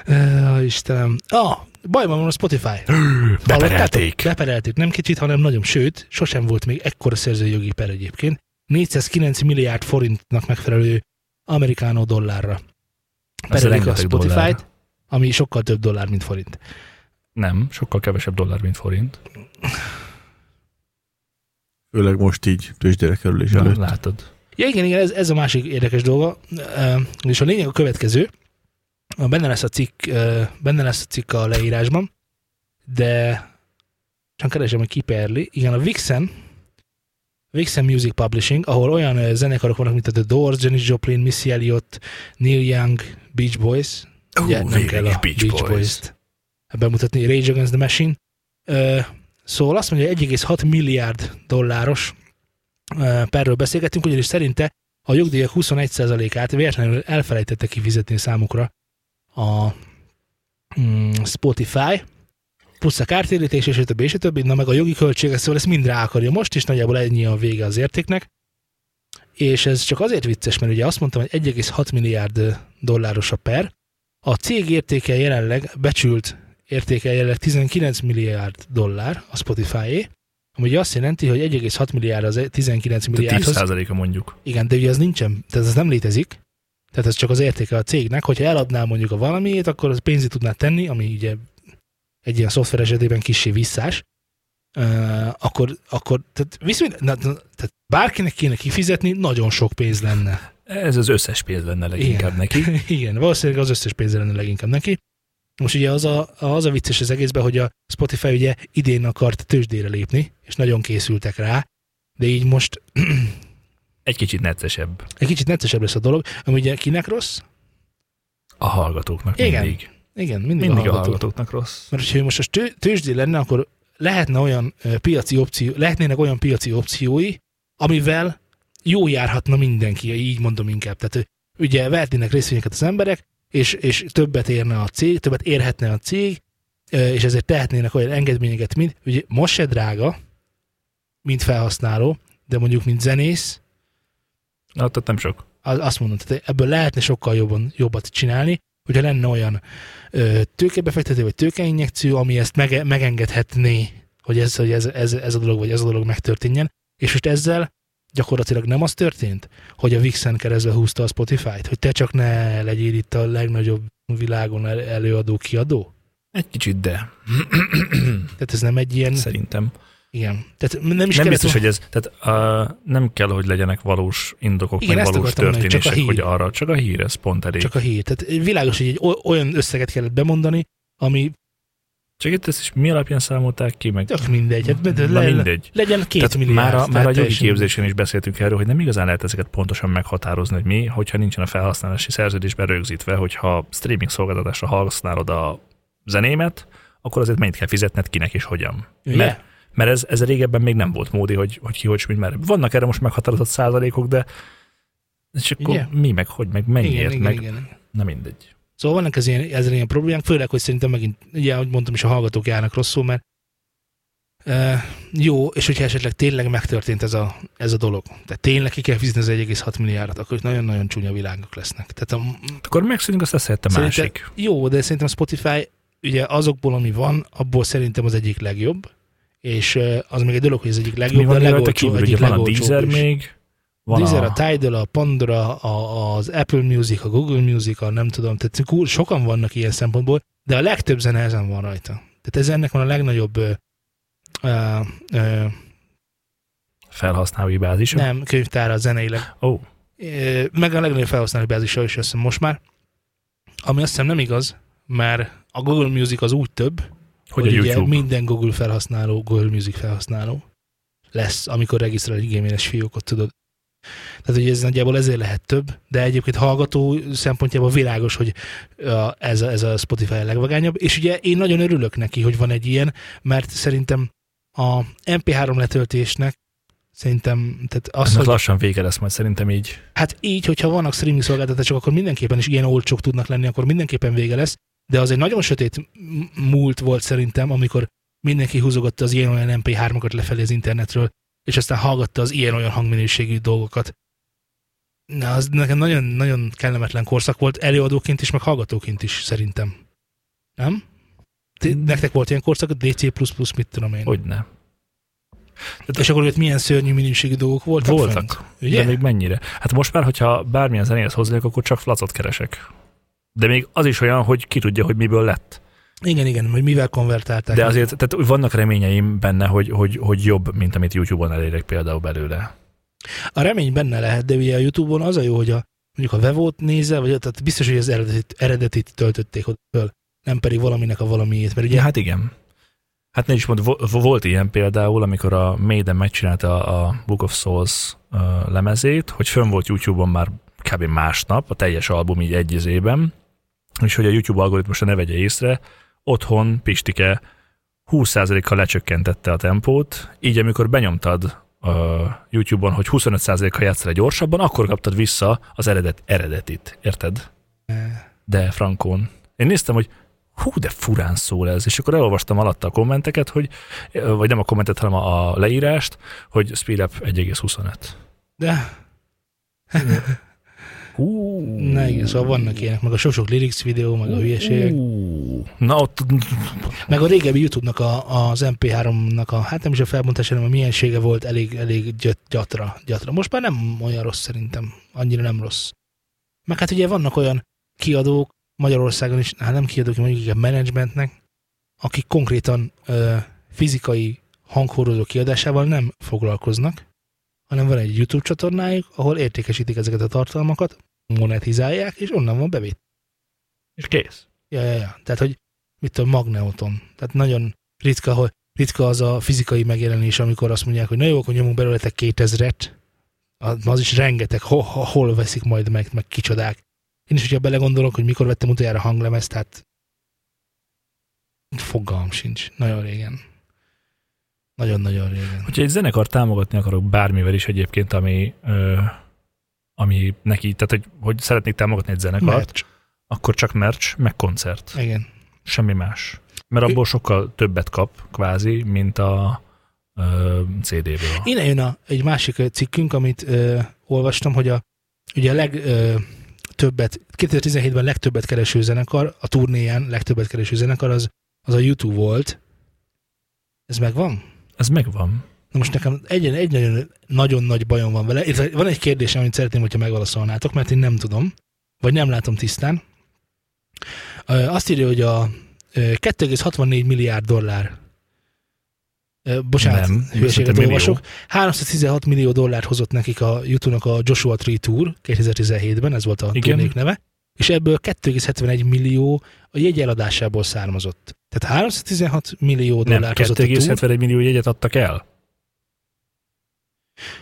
A: Ö, Istenem. Ah, bajban van a Spotify. Hallottátok?
B: Beperelték.
A: Beperelték. Nem kicsit, hanem nagyon. Sőt, sosem volt még ekkora szerzőjogi per egyébként. 409 milliárd forintnak megfelelő amerikánó dollárra. Perelik a
B: rengeteg dollár.
A: Spotify-t, ami sokkal több dollár, mint forint.
B: Nem, sokkal kevesebb dollár, mint forint.
C: Főleg most így tőzsdére kerülés
B: Na,
C: előtt.
B: látod.
A: Ja igen, igen, ez, ez a másik érdekes dolga. Ö, És a lényeg a következő. Benne lesz a cikk, ö, benne lesz a cikk a leírásban, de csak keresem, hogy kiperli. Igen, a Vixen, Vixen Music Publishing, ahol olyan ö, zenekarok vannak, mint a The Doors, Janis Joplin, Missy Elliott, Neil Young, Beach Boys, Ugye, nem
B: végre
A: kell
B: is
A: a Beach, Boys. Boys-t bemutatni, Rage Against the Machine. Ö, szóval azt mondja, hogy 1,6 milliárd dolláros ö, perről beszélgetünk, ugyanis szerinte a jogdíjak 21%-át véletlenül elfelejtette kifizetni számukra a mm, Spotify, plusz a kártérítés, és a többi, és a többi, na meg a jogi költségek, szóval ezt mind rá akarja most, és nagyjából ennyi a vége az értéknek. És ez csak azért vicces, mert ugye azt mondtam, hogy 1,6 milliárd dolláros a per, a cég értéke jelenleg, becsült értéke jelenleg 19 milliárd dollár a Spotify-é, ami ugye azt jelenti, hogy 1,6 milliárd az 19
B: Tehát
A: milliárdhoz.
B: 10%-a mondjuk.
A: Igen, de ugye ez nincsen, tehát ez nem létezik. Tehát ez csak az értéke a cégnek, hogyha eladnál mondjuk a valamiét, akkor az pénzét tudná tenni, ami ugye egy ilyen szoftver esetében kissé visszás, Ö, akkor, akkor tehát, viszont, na, na, tehát bárkinek kéne kifizetni, nagyon sok pénz lenne. [laughs]
B: Ez az összes pénz lenne leginkább
A: Igen.
B: neki.
A: Igen, valószínűleg az összes pénz lenne leginkább neki. Most ugye az a, az a vicces az egészben, hogy a Spotify ugye idén akart tőzsdére lépni, és nagyon készültek rá, de így most [clears throat]
B: Egy kicsit neccesebb
A: egy kicsit neccesebb lesz a dolog, ami ugye kinek rossz?
B: a hallgatóknak
A: Igen.
B: mindig.
A: Igen, mindig,
B: Mindig a
A: hallgató.
B: hallgatóknak rossz.
A: Mert hogyha most a stő- tőzsdé lenne, akkor lehetne olyan ö, piaci opció, lehetnének olyan piaci opciói, amivel jó járhatna mindenki, így mondom inkább. Tehát ö, ugye vehetnének részvényeket az emberek, és, és többet érne a cég, többet érhetne a cég, ö, és ezért tehetnének olyan engedményeket, mint ugye most se drága, mint felhasználó, de mondjuk mint zenész,
B: Na, tehát nem sok.
A: az- azt mondom, tehát ebből lehetne sokkal jobban, jobbat csinálni, hogyha lenne olyan ö, tőkebefektető vagy tőkeinjekció, ami ezt mege, megengedhetné, hogy, ez, hogy ez, ez, ez a dolog vagy ez a dolog megtörténjen. És most ezzel gyakorlatilag nem az történt, hogy a Vixen keresztbe húzta a Spotify-t, hogy te csak ne legyél itt a legnagyobb világon el- előadó-kiadó? [clears throat]
B: Egy kicsit, de
A: Tehát ez nem egy ilyen
B: szerintem.
A: Igen. Tehát nem is
B: nem
A: kellett
B: biztos, hogy ez, tehát uh, nem kell, hogy legyenek valós indokok,
A: Igen,
B: Igen, meg
A: ezt
B: valós
A: akartam mondani, csak a
B: történések, hogy
A: hír.
B: arra, csak a hír, ez pont elég. Csak,
A: csak a hír. Tehát világos, hogy egy o- olyan összeget kellett bemondani, ami
B: csak itt ezt is mi alapján számolták ki, meg
A: tök mindegy. Hát, de
B: Na
A: le,
B: mindegy.
A: Legyen két
B: Tehát
A: milliárd.
B: már a, már a jogi
A: teljesen-
B: képzésen is beszéltünk erről, hogy nem igazán lehet ezeket pontosan meghatározni, hogy mi, hogyha nincsen a felhasználási szerződésben rögzítve, hogyha streaming szolgáltatásra használod a zenémet, akkor azért mennyit kell fizetned, kinek és hogyan.
A: Ugye?
B: Mert, mert ez, ez régebben még nem volt módi, hogy, hogy ki, hogy, mit, mert vannak erre most meghatározott százalékok, de és akkor
A: Ugye?
B: mi, meg hogy, meg mennyiért,
A: Igen, igen,
B: meg
A: meg... igen.
B: na mindegy.
A: Szóval vannak ez ilyen, ezzel ilyen problémák, főleg, hogy szerintem megint, ugye, ahogy mondtam is, a hallgatók járnak rosszul, mert e, jó, és hogyha esetleg tényleg megtörtént ez a, ez a dolog, tehát tényleg ki kell fizetni az 1,6 milliárdot, akkor itt nagyon-nagyon csúnya világok lesznek. Tehát a,
B: Akkor megszűnünk, azt leszett a
A: Szerintem-
B: másik.
A: Jó, de szerintem Spotify ugye azokból, ami van, abból szerintem az egyik legjobb, és ö, az még egy dolog, hogy az egyik legjobb,
B: Mi van
A: de a
B: rajta
A: legolcsó,
B: kívül?
A: egyik
B: Ugye van a
A: legolcsóbb
B: Deezer
A: is.
B: még, van
A: Deezer, a
B: a...
A: Tidal, a Pandora, a, az Apple Music, a Google Music, a nem tudom, tehát kú- sokan vannak ilyen szempontból, de a legtöbb zene ezen van rajta. Tehát ez ennek van a legnagyobb ö, ö, ö,
B: felhasználói bázis.
A: nem, könyvtára zeneileg.
B: Ó, oh,
A: Ö, meg a legnagyobb felhasználói bázisa is azt hiszem most már, ami azt hiszem nem igaz, mert a Google Music az úgy több,
B: hogy, a
A: ugye
B: YouTube.
A: minden Google felhasználó, Google Music felhasználó lesz, amikor regisztrál egy gmail-es fiókot, tudod. Tehát ugye ez nagyjából ezért lehet több, de egyébként hallgató szempontjából világos, hogy a- ez a, ez a Spotify a legvagányabb, és ugye én nagyon örülök neki, hogy van egy ilyen, mert szerintem a MP3 letöltésnek szerintem, tehát az,
B: Annak
A: hogy,
B: lassan vége lesz majd szerintem így.
A: hát így, hogyha vannak streaming szolgáltatások, akkor mindenképpen is ilyen olcsók tudnak lenni, akkor mindenképpen vége lesz, de az egy nagyon sötét m- múlt volt szerintem, amikor mindenki húzogatta az ilyen-olyan MP3-okat lefelé az internetről, és aztán hallgatta az ilyen-olyan hangminőségű dolgokat. Na, az nekem nagyon-nagyon kellemetlen korszak volt, előadóként is, meg hallgatóként is szerintem. Nem? Ti,
B: Hmm.
A: nektek volt ilyen korszak, DC++, mit tudom én. Hogy?
B: Hogyne.
A: És akkor ott milyen szörnyű minőségű dolgok voltak?
B: Voltak.
A: Fent,
B: Ugye?
A: ugye?
B: De még mennyire? Hát most már, hogyha bármilyen zenéhez hozzájuk, akkor csak flacot keresek. De még az is olyan, hogy ki tudja, hogy miből lett.
A: Igen, igen, hogy mivel konvertálták.
B: De azért, tehát vannak reményeim benne, hogy, hogy, hogy jobb, mint amit YouTube-on elérek például belőle.
A: A remény benne lehet, de ugye a YouTube-on az a jó, hogy a, mondjuk a Vevót nézel, vagy tehát biztos, hogy az eredetit, eredetit töltötték oda föl, nem pedig valaminek a valamiét, mert ugye
B: Ja,
A: hát,
B: hát igen. Hát ne is mond, vo- volt ilyen például, amikor a Maiden megcsinálta a a Book of Souls ö, lemezét, hogy fönn volt YouTube-on már kb. másnap, a teljes album így egy izében, és hogy a YouTube algoritmusa ne vegye észre, otthon Pistike 20%-kal lecsökkentette a tempót, így amikor benyomtad ö, YouTube-on, hogy 25%-kal játszol gyorsabban, akkor kaptad vissza az eredet, eredetit, érted? De frankon. Én néztem, hogy hú, de furán szól ez, és akkor elolvastam alatta a kommenteket, hogy, ö, vagy nem a kommentet, hanem a, a leírást, hogy speedup 1,25.
A: de
B: Hú,
A: na igen, szóval vannak ilyenek, meg a sok-sok lyrics videó, meg a hülyeségek,
B: Hú. Na ott
A: meg a régebbi YouTube-nak a, az MP3-nak a, hát nem is a felbontása, hanem a miensége volt elég, elég gyö- gyatra, gyatra. Most már nem olyan rossz szerintem, annyira nem rossz. Meg hát ugye vannak olyan kiadók Magyarországon is, hát nem kiadók, mondjuk inkább menedzsmentnek, akik konkrétan ö, fizikai hanghordozó kiadásával nem foglalkoznak, hanem van egy YouTube csatornájuk, ahol értékesítik ezeket a tartalmakat, monetizálják, és onnan van bevét.
B: és kész.
A: Ja, ja, ja. Tehát, hogy mit tudom, Magneoton. Tehát nagyon ritka, hogy ritka az a fizikai megjelenés, amikor azt mondják, hogy na jó, akkor nyomunk belőletek 2000-et. A- Az is rengeteg, hol, hol veszik majd meg, meg kicsodák. Én is, hogyha belegondolok, hogy mikor vettem utoljára hanglemezt, tehát fogalm sincs. Nagyon régen. Nagyon-nagyon régen.
B: Hogyha egy zenekar támogatni akarok bármivel is egyébként, ami, ö, ami neki, tehát hogy, hogy szeretnék támogatni egy zenekart,
A: Merch.
B: akkor csak merch, meg koncert.
A: Igen.
B: Semmi más. Mert abból sokkal többet kap, kvázi, mint a ö, CD-ből.
A: Innen jön a, egy másik ö, cikkünk, amit ö, olvastam, hogy a, ugye a leg, ö, többet, 2017-ben legtöbbet kereső zenekar, a turnéján legtöbbet kereső zenekar az, az a YouTube volt. Ez megvan?
B: Ez megvan.
A: Na most nekem egy, egy nagyon, nagyon nagy bajom van vele. Itt van egy kérdésem, amit szeretném, hogyha megválaszolnátok, mert én nem tudom, vagy nem látom tisztán. Ö, Azt írja, hogy a ö, 2,64 milliárd dollár Ö, Bocsánat,
B: Nem,
A: nem, hülyeséget
B: szerintem millió.
A: olvasok. 316 millió dollárt hozott nekik a YouTube-nak a Joshua Tree Tour 2017-ben, ez volt a
B: Igen.
A: turnék neve, és ebből 2,71 millió a jegyeladásából származott. Tehát 316 millió
B: Nem,
A: dollárt hozott a túr.
B: 2,71 millió jegyet adtak el.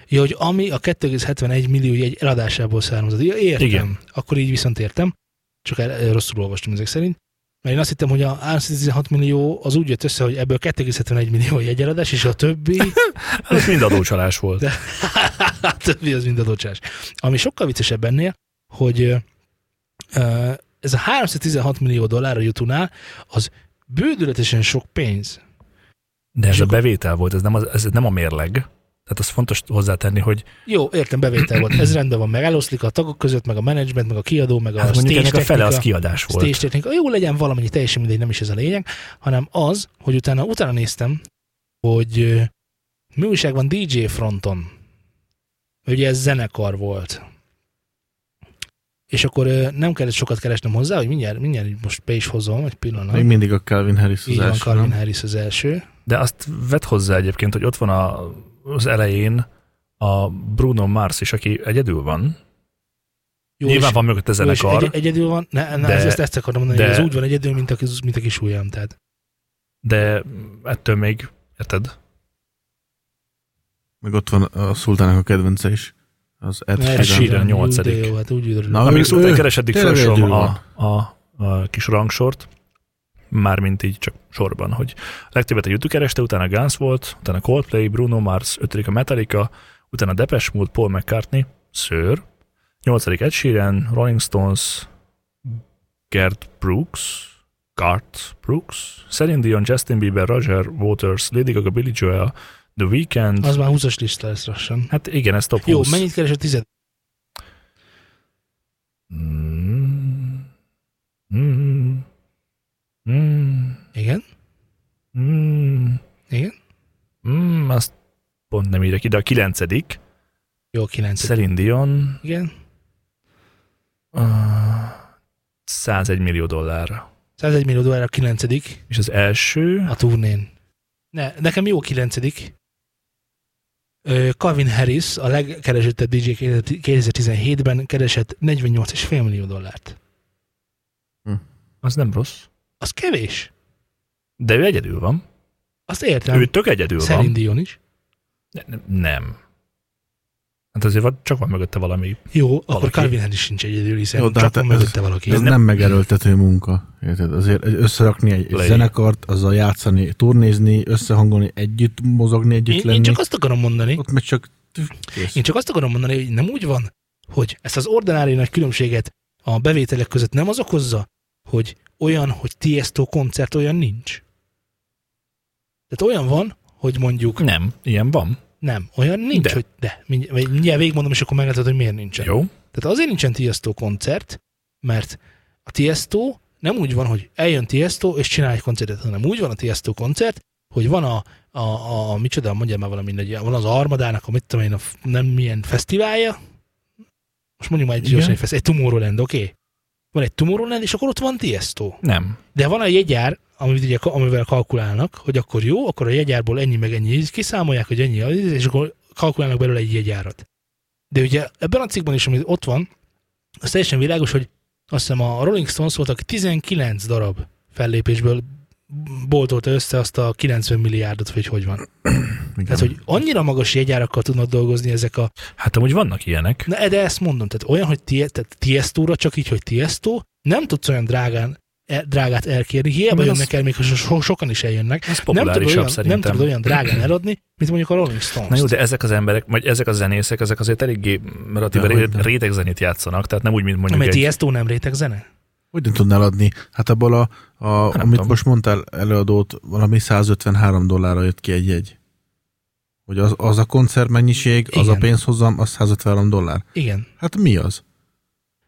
A: Ja, hogy ami a 2,71 millió jegy eladásából származott. Ja, értem.
B: Igen.
A: Igen. Akkor így viszont értem. Csak el, rosszul olvastam ezek szerint. Mert én azt hittem, hogy a 316 millió az úgy jött össze, hogy ebből 2,71 millió jegyeladás, és a többi,
B: [laughs] Ez mind adócsalás volt.
A: De- a többi az mind adocsás. Ami sokkal viccesebb ennél, hogy ö, ö, ez a 316 millió dollár a YouTube-nál, az bődületesen sok pénz.
B: De ez a bevétel volt, ez nem, az, ez nem a mérleg. Tehát az fontos hozzátenni, hogy
A: Jó, értem, bevétel volt.
B: [clears throat]
A: Ez rendben van, meg eloszlik a tagok között, meg a menedzsment, meg a kiadó, meg a
B: hát mondjuk
A: stage
B: ennek a fele az
A: technika.
B: kiadás
A: stage
B: volt.
A: technika, jó legyen valamennyi, teljesen mindegy, nem is ez a lényeg, hanem az, hogy utána, utána néztem, hogy ö, mi újság van DJ fronton. Ugye ez zenekar volt. És akkor ö, nem kellett sokat keresnem hozzá, hogy mindjárt, mindjárt így most be is hozom, egy pillanat.
C: Még mindig a Calvin Harris az
A: Így van,
C: első,
A: Calvin
C: nem?
A: Harris az első.
B: De azt vett hozzá egyébként, hogy ott van a, az elején a Bruno Mars is, aki egyedül van.
A: Jó,
B: Nyilván
A: és-
B: van mögött a
A: jó, és
B: zenekar,
A: Egy, egyedül van, ne, ne,
B: de-
A: de, ezt, ezt akarom mondani,
B: de-
A: de, ez úgy van egyedül, mint a, kis- mint a kis ujjam, tehát.
B: de ettől még, érted?
C: Meg ott van a Szultának a kedvence is. Az Ed
A: Ne,
B: Ed
A: ez
B: Hát
C: Sheeran.
B: Sheeran
A: ugyan-
B: nyolcadik.
A: de Jó, hát úgy üdörül.
C: Na,
B: Amíg
C: ő-
B: szóltál,
C: ő-
B: kereseddig
C: tényleg
B: felsorolom
C: egyedül
B: a, a, a kis rangsort, mármint így csak sorban, hogy legtöbbet a YouTube kereste, utána Guns volt, utána Coldplay, Bruno Mars, ötödik a Metallica, utána Depeche Mode, Paul McCartney, Sir, nyolcadik Ed Sheeran, Rolling Stones, Gerd Brooks, Gart Brooks, Celine Dion, Justin Bieber, Roger Waters, Lady Gaga, Billy Joel, The Weeknd,
A: Az már 20-as lista lesz lassan.
B: hát igen, ez top 20.
A: Jó, mennyit keres a tized?
B: Mm. Mm. Mm.
A: Igen?
B: Mm.
A: Igen?
B: Mm. Azt pont nem írek ide. A kilencedik,
A: Jó, 9.
B: Celine Dion,
A: Igen.
B: uh, 101 millió dollár.
A: 101 millió dollár a 9.
B: És az első,
A: a turnén. Ne, nekem jó a 9. Ö, Calvin Harris, a legkeresettebb DJ 2017-ben keresett 48,5 millió dollárt.
B: az nem rossz.
A: Az kevés.
B: De ő egyedül van.
A: Azt
B: Nem. Ő
A: értem.
B: tök egyedül
A: Celine
B: van.
A: Dion is.
B: Ne- ne- Nem. Hát azért van, csak van mögötte valami.
A: Jó, akkor
B: Valaki.
A: Calvin Harris sincs egyedül, hiszen
C: Jó,
A: jó,
C: de
A: csak
C: hát
A: van
C: ez-
A: mögötte valaki.
C: Ez nem megerőltető munka. Érted? Azért egy- összerakni egy
B: Play.
C: Play. zenekart, azzal játszani, turnézni, összehangolni, együtt mozogni, együtt
A: én,
C: lenni.
A: én csak azt akarom mondani,
C: Ott meg csak... tüf, kész.
A: Én csak azt akarom mondani, hogy nem úgy van, hogy ezt az ordinári nagy különbséget a bevételek között nem az okozza, hogy olyan, hogy Tiesto koncert olyan nincs. Tehát olyan van, hogy mondjuk
B: Nem, ilyen van.
A: nem, olyan nincs,
B: De.
A: de. hogy de. Mindj- vagy Mindjárt végigmondom, és akkor meglátod, hogy miért nincsen.
B: Jó.
A: Tehát azért nincsen Tiesto koncert, mert a Tiesto nem úgy van, hogy eljön Tiesto és csinál egy koncertet, hanem úgy van a Tiesto koncert, hogy van a, a, a, a micsoda, mondjál már valami mindegy, van az Armadának, a mit tudom én, a f- nem milyen fesztiválja, most mondjuk már egy
B: Igen.
A: gyorsan egy, fesz, egy Tomorrowland, oké? Okay? Van egy Tomorrowland, és akkor ott van Tiesto.
B: Nem.
A: De van a jegyár, amit ugye, amivel kalkulálnak, hogy akkor jó, akkor a jegyárból ennyi meg ennyi, így kiszámolják, hogy ennyi, és akkor kalkulálnak belőle egy jegyárat. De ugye ebben a cikkben is, ami ott van, az teljesen világos, hogy azt hiszem a Rolling Stones voltak 19 darab fellépésből boltolta össze azt a 90 milliárdot, vagy hogy van.
C: Igen.
A: Tehát, hogy annyira magas jegyárakkal tudnak dolgozni ezek a...
B: Hát amúgy vannak ilyenek.
A: Na, e, de ezt mondom, tehát olyan, hogy tie, tehát Tiesto-ra csak így, hogy Tiesto, nem tudsz olyan drágán, e, drágát elkérni, hiába
B: Mi az-
A: jönnek el, még ha so, so, sokan is eljönnek,
B: Ez
A: nem tudod,
B: populárisabb
A: olyan,
B: szerintem.
A: nem tudod olyan drágán eladni, mint mondjuk a Rolling Stones.
B: Na jó, de ezek az emberek, vagy ezek a zenészek, ezek azért eléggé relatíve
C: Dehogy
B: ré-
C: nem.
B: rétegzenét játszanak, tehát nem úgy, mint mondjuk
A: Mert
B: egy...
A: Tiesto nem réteg zene?
C: Hogy nem tudnál adni? Hát abból, a, a, amit
B: Hát tudom.
C: most mondtál előadót, valami 153 dollárra jött ki egy jegy. Hogy az, az a koncert mennyiség, az
A: Igen.
C: a pénzhozam, az 153 dollár.
A: Igen.
C: Hát mi az?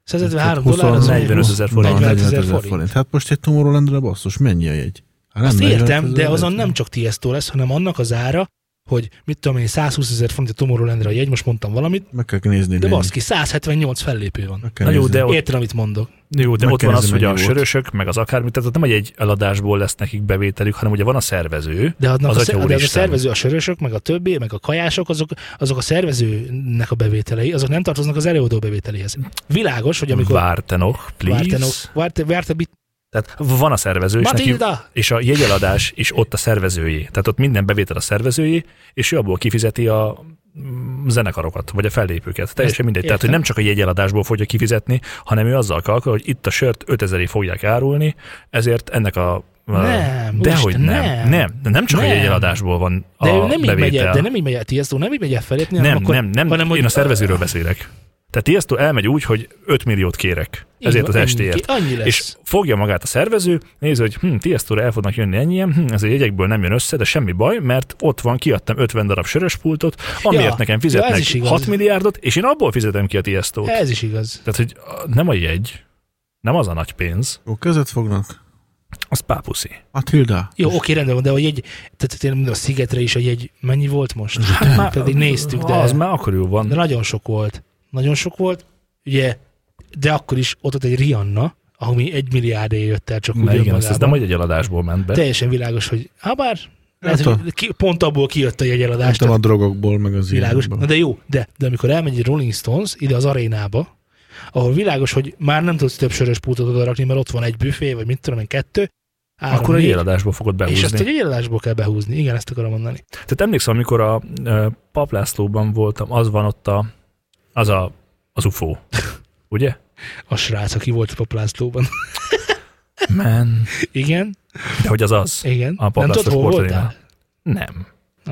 C: Hát,
A: 153
B: Hát
C: Tehát
A: dollár az
C: 20
B: 45
A: 20
B: ezer
C: Na,
B: forint.
A: 45
C: 45
A: ezer
C: ezer
A: forint.
C: forint. Hát most egy Tomorrowlandre basszus, mennyi a jegy? Hát nem
A: Azt
C: 45
A: értem,
C: ezer,
A: de azon
C: lehet,
A: nem csak Tiesto lesz, hanem annak az ára, hogy mit tudom én, 120 ezer forint a Tomorrowlandre a jegy, most mondtam valamit,
C: Meg kell nézni.
A: de
C: nézni.
A: baszki, 178 fellépő van.
C: Meg kell
B: Na jó,
C: nézni.
B: de ott,
A: Érted, amit mondok?
B: Jó, de
C: Meg
B: ott
C: kell
B: van az,
C: nézni,
B: hogy a
C: mennyi volt.
B: sörösök, meg az akármit, tehát ott nem egy eladásból lesz nekik bevételük, hanem ugye van a szervező,
A: De, annak
B: Az
A: az a, szer-
B: Atya
A: de az a
B: Úristen.
A: szervező, a sörösök, meg a többi, meg a kajások, azok, azok a szervezőnek a bevételei, azok nem tartoznak az előadó bevételéhez. Világos, hogy amikor...
B: Vártenok, please.
A: Vártenok, várte, várte, bit,
B: Tehát van a szervező, és, neki,
A: Matilda!
B: és a jegyeladás is ott a szervezőjé. Tehát ott minden bevétel a szervezőjé, és ő abból kifizeti a mm, zenekarokat, vagy a fellépőket. Teljesen mindegy. Tehát, hogy
A: értem.
B: nem csak a jegyeladásból fogja kifizetni, hanem ő azzal kalkul, hogy itt a sört 5000 fogják árulni, ezért ennek a a-
A: Nem,
B: Dehogy
A: úristen,
B: nem.
A: nem.
B: Nem. nem. de Nem csak nem. a
A: Nem.
B: jegyeladásból van
A: de
B: a
A: ő nem így
B: bevétel.
A: megy el, de nem így megy el, Tiesto nem így megy el felépni,
B: Nem,
A: hanem akkor,
B: nem, nem,
A: hanem,
B: én a szervezőről beszélek. Tehát Tiesto elmegy úgy, hogy 5 milliót kérek
A: Így
B: ezért az
A: van, ennyi
B: estéért.
A: ki- annyi lesz.
B: És fogja magát a szervező, nézi, hogy hm, Tiesto-ra el fognak jönni ennyien, hm, ez a jegyekből nem jön össze, de semmi baj, mert ott van, kiadtam 50 darab söröspultot, amiért
A: Ja,
B: nekem
A: ja, ez
B: fizetnek
A: is
B: ja,
A: igaz. E-
B: 6 milliárdot, és én abból fizetem ki a tiesto -t.
A: Ez is igaz.
B: Tehát, hogy a- nem a jegy, nem az a nagy pénz,
C: Ó, között fognak.
B: az pápuszi.
C: Matilda.
A: Jó, oké, rendben van, de a jegy, tehát én mondom, a szigetre is a jegy, mennyi volt most? Hát már pedig néztük, de,
B: Az már akkor jó van.
A: de nagyon sok volt. Nagyon sok volt, ugye, de akkor is ott volt egy Rihanna, ami egy milliárd jött el csak úgy
B: Na igen,
A: önmagában.
B: azt ez nem egy egyeladásból ment be.
A: Teljesen világos, hogy ha bár, lehet,
C: tudom.
A: hogy ki, pont abból kijött a
C: Nem
A: jegyeladás,
C: tudom,
A: tehát
C: a drogokból, meg az
A: világos. Na
C: ilyenekből.
A: de jó, de, de amikor elmegy egy Rolling Stones ide az arénába, ahol világos, hogy már nem tudsz több sörös pultot oda rakni, mert ott van egy büfé, vagy mit tudom én, kettő, három,
B: Akkor a
A: négy,
B: jegyeladásból fogod behúzni.
A: és azt egy jegyeladásból kell behúzni. Igen, ezt akarom mondani.
B: Tehát emlékszem, amikor a ö, Paplászlóban voltam, az van ott a, az a, az UFO. Ugye?
A: A srác, aki volt a paplászlóban.
B: Men.
A: [laughs] igen,
B: De hogy az az?
A: igen.
B: A
A: nem
B: paplászlós
A: tudod, hol voltál?
B: sportaréna. Nem,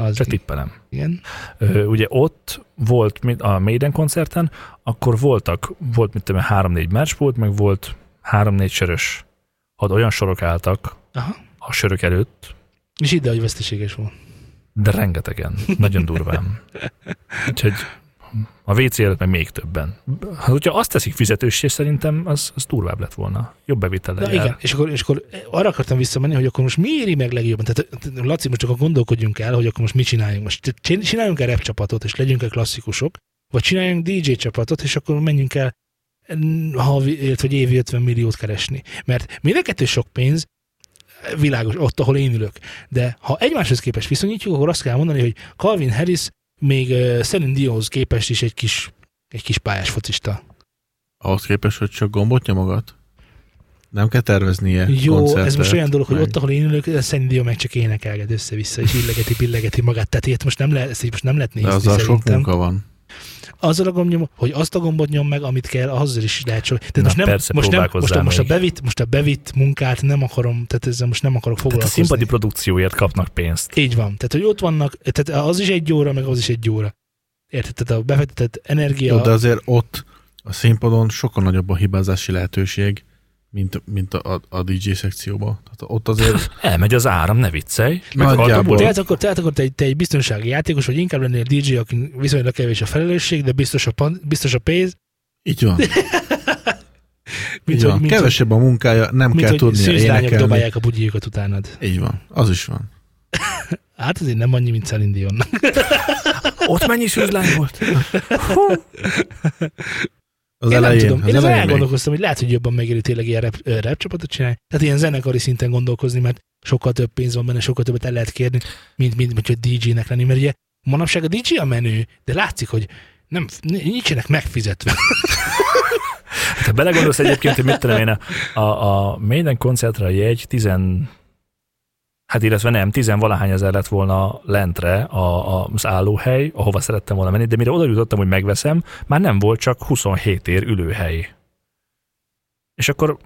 A: Az,
B: csak tippelem.
A: igen.
B: Ö, ugye ott volt mi- a Maiden koncerten, akkor voltak, volt mit tudom, én, három-négy meccs volt, meg volt három-négy sörös. Had olyan sorok álltak
A: Aha.
B: a sörök előtt,
A: És ide, hogy veszteséges volt.
B: de rengetegen, nagyon durván.
A: [laughs]
B: Úgyhogy a WC előtt meg még többen. Hát, hogyha azt teszik fizetőssé, szerintem az, az durvább lett volna. Jobb bevétellel
A: Na,
B: jár.
A: igen, és akkor, és akkor arra akartam visszamenni, hogy akkor most mi éri meg legjobban. Tehát Laci, most csak akkor gondolkodjunk el, hogy akkor most mit csináljunk. Most csin- csináljunk-e rap csapatot, és legyünk-e klasszikusok, vagy csináljunk DJ csapatot, és akkor menjünk el mm, havi, illetve vagy évi 50 milliót keresni. Mert mind a kettő sok pénz, világos, ott, ahol én ülök. De ha egymáshoz képest viszonyítjuk, akkor azt kell mondani, hogy Calvin Harris még uh, Celine Dionhoz képest is egy kis, egy kis pályás focista.
C: Ahhoz képest, hogy csak gombot nyomogat. Nem kell terveznie
A: Jó, ez most
C: koncertet,
A: olyan dolog, hogy
C: meg-
A: ott, ahol én ülök, Szent Dio meg csak énekelget össze-vissza,
C: [laughs]
A: és illegeti, pillegeti magát. Tehát ilyet most nem lehet, ezt így most nem lehet nézni
C: De azzal sok
A: szerintem.
C: munka van.
A: Azzal a gombnyom, hogy azt a gombot nyom meg, amit kell, ahhoz is lehet sok. Tehát
B: Na,
A: most nem,
B: persze,
A: most, nem
B: próbálkozzál
A: most, a, most, a
B: még.
A: bevitt, most a bevitt munkát nem akarom, tehát ezzel most nem akarok
B: Tehát a
A: foglalkozni.
B: színpadi produkcióért kapnak pénzt.
A: Így van. Tehát, hogy ott vannak, tehát az is egy óra, meg az is egy óra. Érted? Tehát a befektetett energia...
C: Jó, de azért ott a színpadon sokkal nagyobb a hibázási lehetőség, mint, mint a, a, a DJ szekcióban. Tehát ott azért
B: Elmegy az áram, ne viccelj.
C: Nagyjából.
B: autóból.
A: Tehát akkor, tehát akkor te, egy, te egy biztonsági játékos, vagy inkább lennél DJ, aki viszonylag kevés a felelősség, de biztos a, pan, biztos a pénz,
C: [laughs] így [laughs] van.
A: Mint,
C: így van.
A: hogy, mint, hogy,
C: Kevesebb a munkája, nem
A: mint,
C: kell
A: hogy
C: tudnia
A: szűzlányok
C: énekelni.
A: dobálják a bugyjukat utánad.
C: Így van, az is van.
A: Hát azért nem annyi, mint Celine Dionnak.
B: Ott mennyi szűzlány volt?
C: Az
A: Én nem
C: elején,
A: tudom. Én
C: az
A: ezen
C: elején még.
A: elgondolkoztam, hogy lehet, hogy jobban megéri tényleg ilyen rap, ö, rap csapatot csinálni. Tehát ilyen zenekari szinten gondolkozni, mert sokkal több pénz van benne, sokkal többet el lehet kérni, mint, mint, mint hogy DJ-nek lenni. Mert ugye manapság a DJ a menő, de látszik, hogy nem, nincsenek megfizetve.
B: Ha belegondolsz egyébként, hogy mit tudom én, a, a, a Maiden koncertre a jegy 10, hát illetve nem, 10 valahány ezer lett volna lentre a, a, az állóhely, ahova szerettem volna menni, de mire oda jutottam, hogy megveszem, már nem volt csak 27 ér ülőhely. És akkor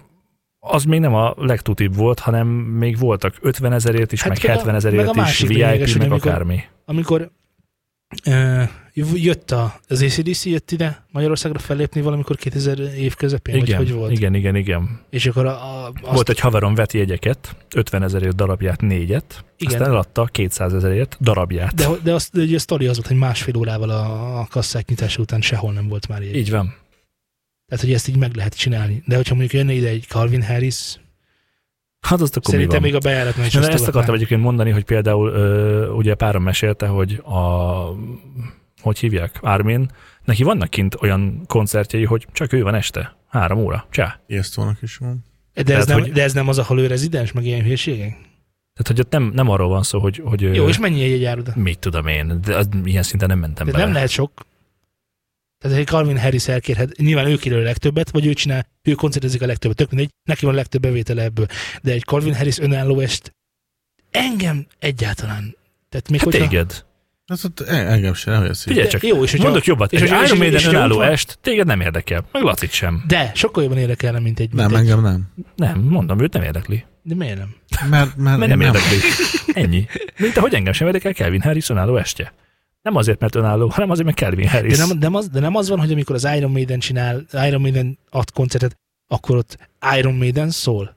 B: az még nem a legtutibb volt, hanem még voltak 50 ezerért is,
A: Hát
B: hát meg
A: meg a-
B: 70
A: meg
B: ezerért
A: a
B: is,
A: másik
B: VIP,
A: lényeges,
B: meg
A: hogy amikor-
B: akármi.
A: Amikor ö, jött a, az ACDC jött ide Magyarországra fellépni valamikor 2000 év közepén, vagy
B: Igen,
A: hogy volt.
B: igen, igen, igen.
A: És akkor a, a, azt
B: Volt egy haverom vett jegyeket, 50 ezerért darabját négyet,
A: Igen.
B: igen. aztán eladta 200 ezerért darabját.
A: De, de az, de ugye a sztori az volt, hogy másfél órával a, a kasszák nyitása után sehol nem volt már ilyen.
B: Így van.
A: Tehát, hogy ezt így meg lehet csinálni. De hogyha mondjuk jönne ide egy Calvin Harris,
B: Hát azt akkor
A: szerintem
B: mi van?
A: még a bejáratnál is
B: Na, de
A: osztogatnák.
B: ezt akartam egyébként mondani, hogy például ö, ugye párom mesélte, hogy a hogy hívják, Ármin, neki vannak kint olyan koncertjei, hogy csak ő van este. Három óra. Csá.
C: Ijesztónak is van.
A: De ez,
B: Tehát,
A: nem,
B: hogy-
A: de ez nem az, ahol ő rezidens, meg ilyen hülyeségek?
B: Tehát, hogy ott nem, nem arról van szó, hogy, hogy
A: Jó,
B: ö,
A: és mennyi egy jár oda?
B: mit tudom én, de az, ilyen szinten nem mentem
A: Tehát
B: bele.
A: nem lehet sok. Tehát egy Calvin Harris elkérhet, nyilván ő kérő a legtöbbet, vagy ő csinál, ő koncertezik a legtöbbet, tök mindegy, neki van a legtöbb bevétele ebből. De egy Calvin Harris önálló est engem egyáltalán. Tehát még
B: hát
A: hogyha,
B: téged.
C: Ez ott en- engem se hogy ez
B: Figyelj
A: De
B: csak,
A: jó, és hogyha-
B: mondok jobbat.
A: és
B: És, és,
A: hogyha-
B: és,
A: és-
B: Iron Maiden
A: és- és-
B: önálló
A: és-
B: est, téged nem érdekel. Meg Lacit sem.
A: De sokkal jobban érdekelne, mint egy.
C: Nem,
A: mint egy,
C: engem nem.
B: Nem, mondom, őt nem érdekli.
A: de miért nem?
C: [laughs] Mert, mert,
B: Mert nem érdekli. Ennyi. Mint ahogy engem sem érdekel Kelvin Harris önálló estje. Nem azért, mert önálló, hanem azért, mert Kelvin Harris.
A: De nem, de, nem az, de nem az van, hogy amikor az Iron Maiden csinál, Iron Maiden ad koncertet, akkor ott Iron Maiden szól.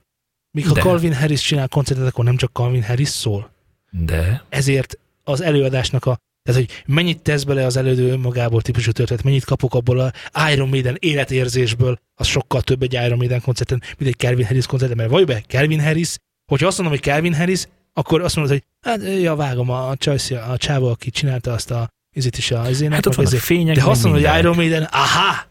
A: Míg ha
B: De.
A: Calvin Harris csinál koncertet, akkor nem csak Calvin Harris szól.
B: De hát
A: ezért az előadásnak a tehát, hogy mennyit tesz bele az elődő magából típusú történet, mennyit kapok abból a Iron Maiden életérzésből, az sokkal több egy Iron Maiden koncerten, mint egy Calvin Harris koncerten, mert vagy be Calvin Harris, hogyha azt mondom, hogy Calvin Harris, akkor azt mondod, hogy hát, ja, vágom a csajsz, a csávó, aki csinálta azt a izét is a izének,
B: hát ott
A: meg
B: vannak
A: ezért.
B: fények.
A: De ha
B: meg
A: azt mondod, hogy
B: mindenek.
A: Iron Maiden, aha,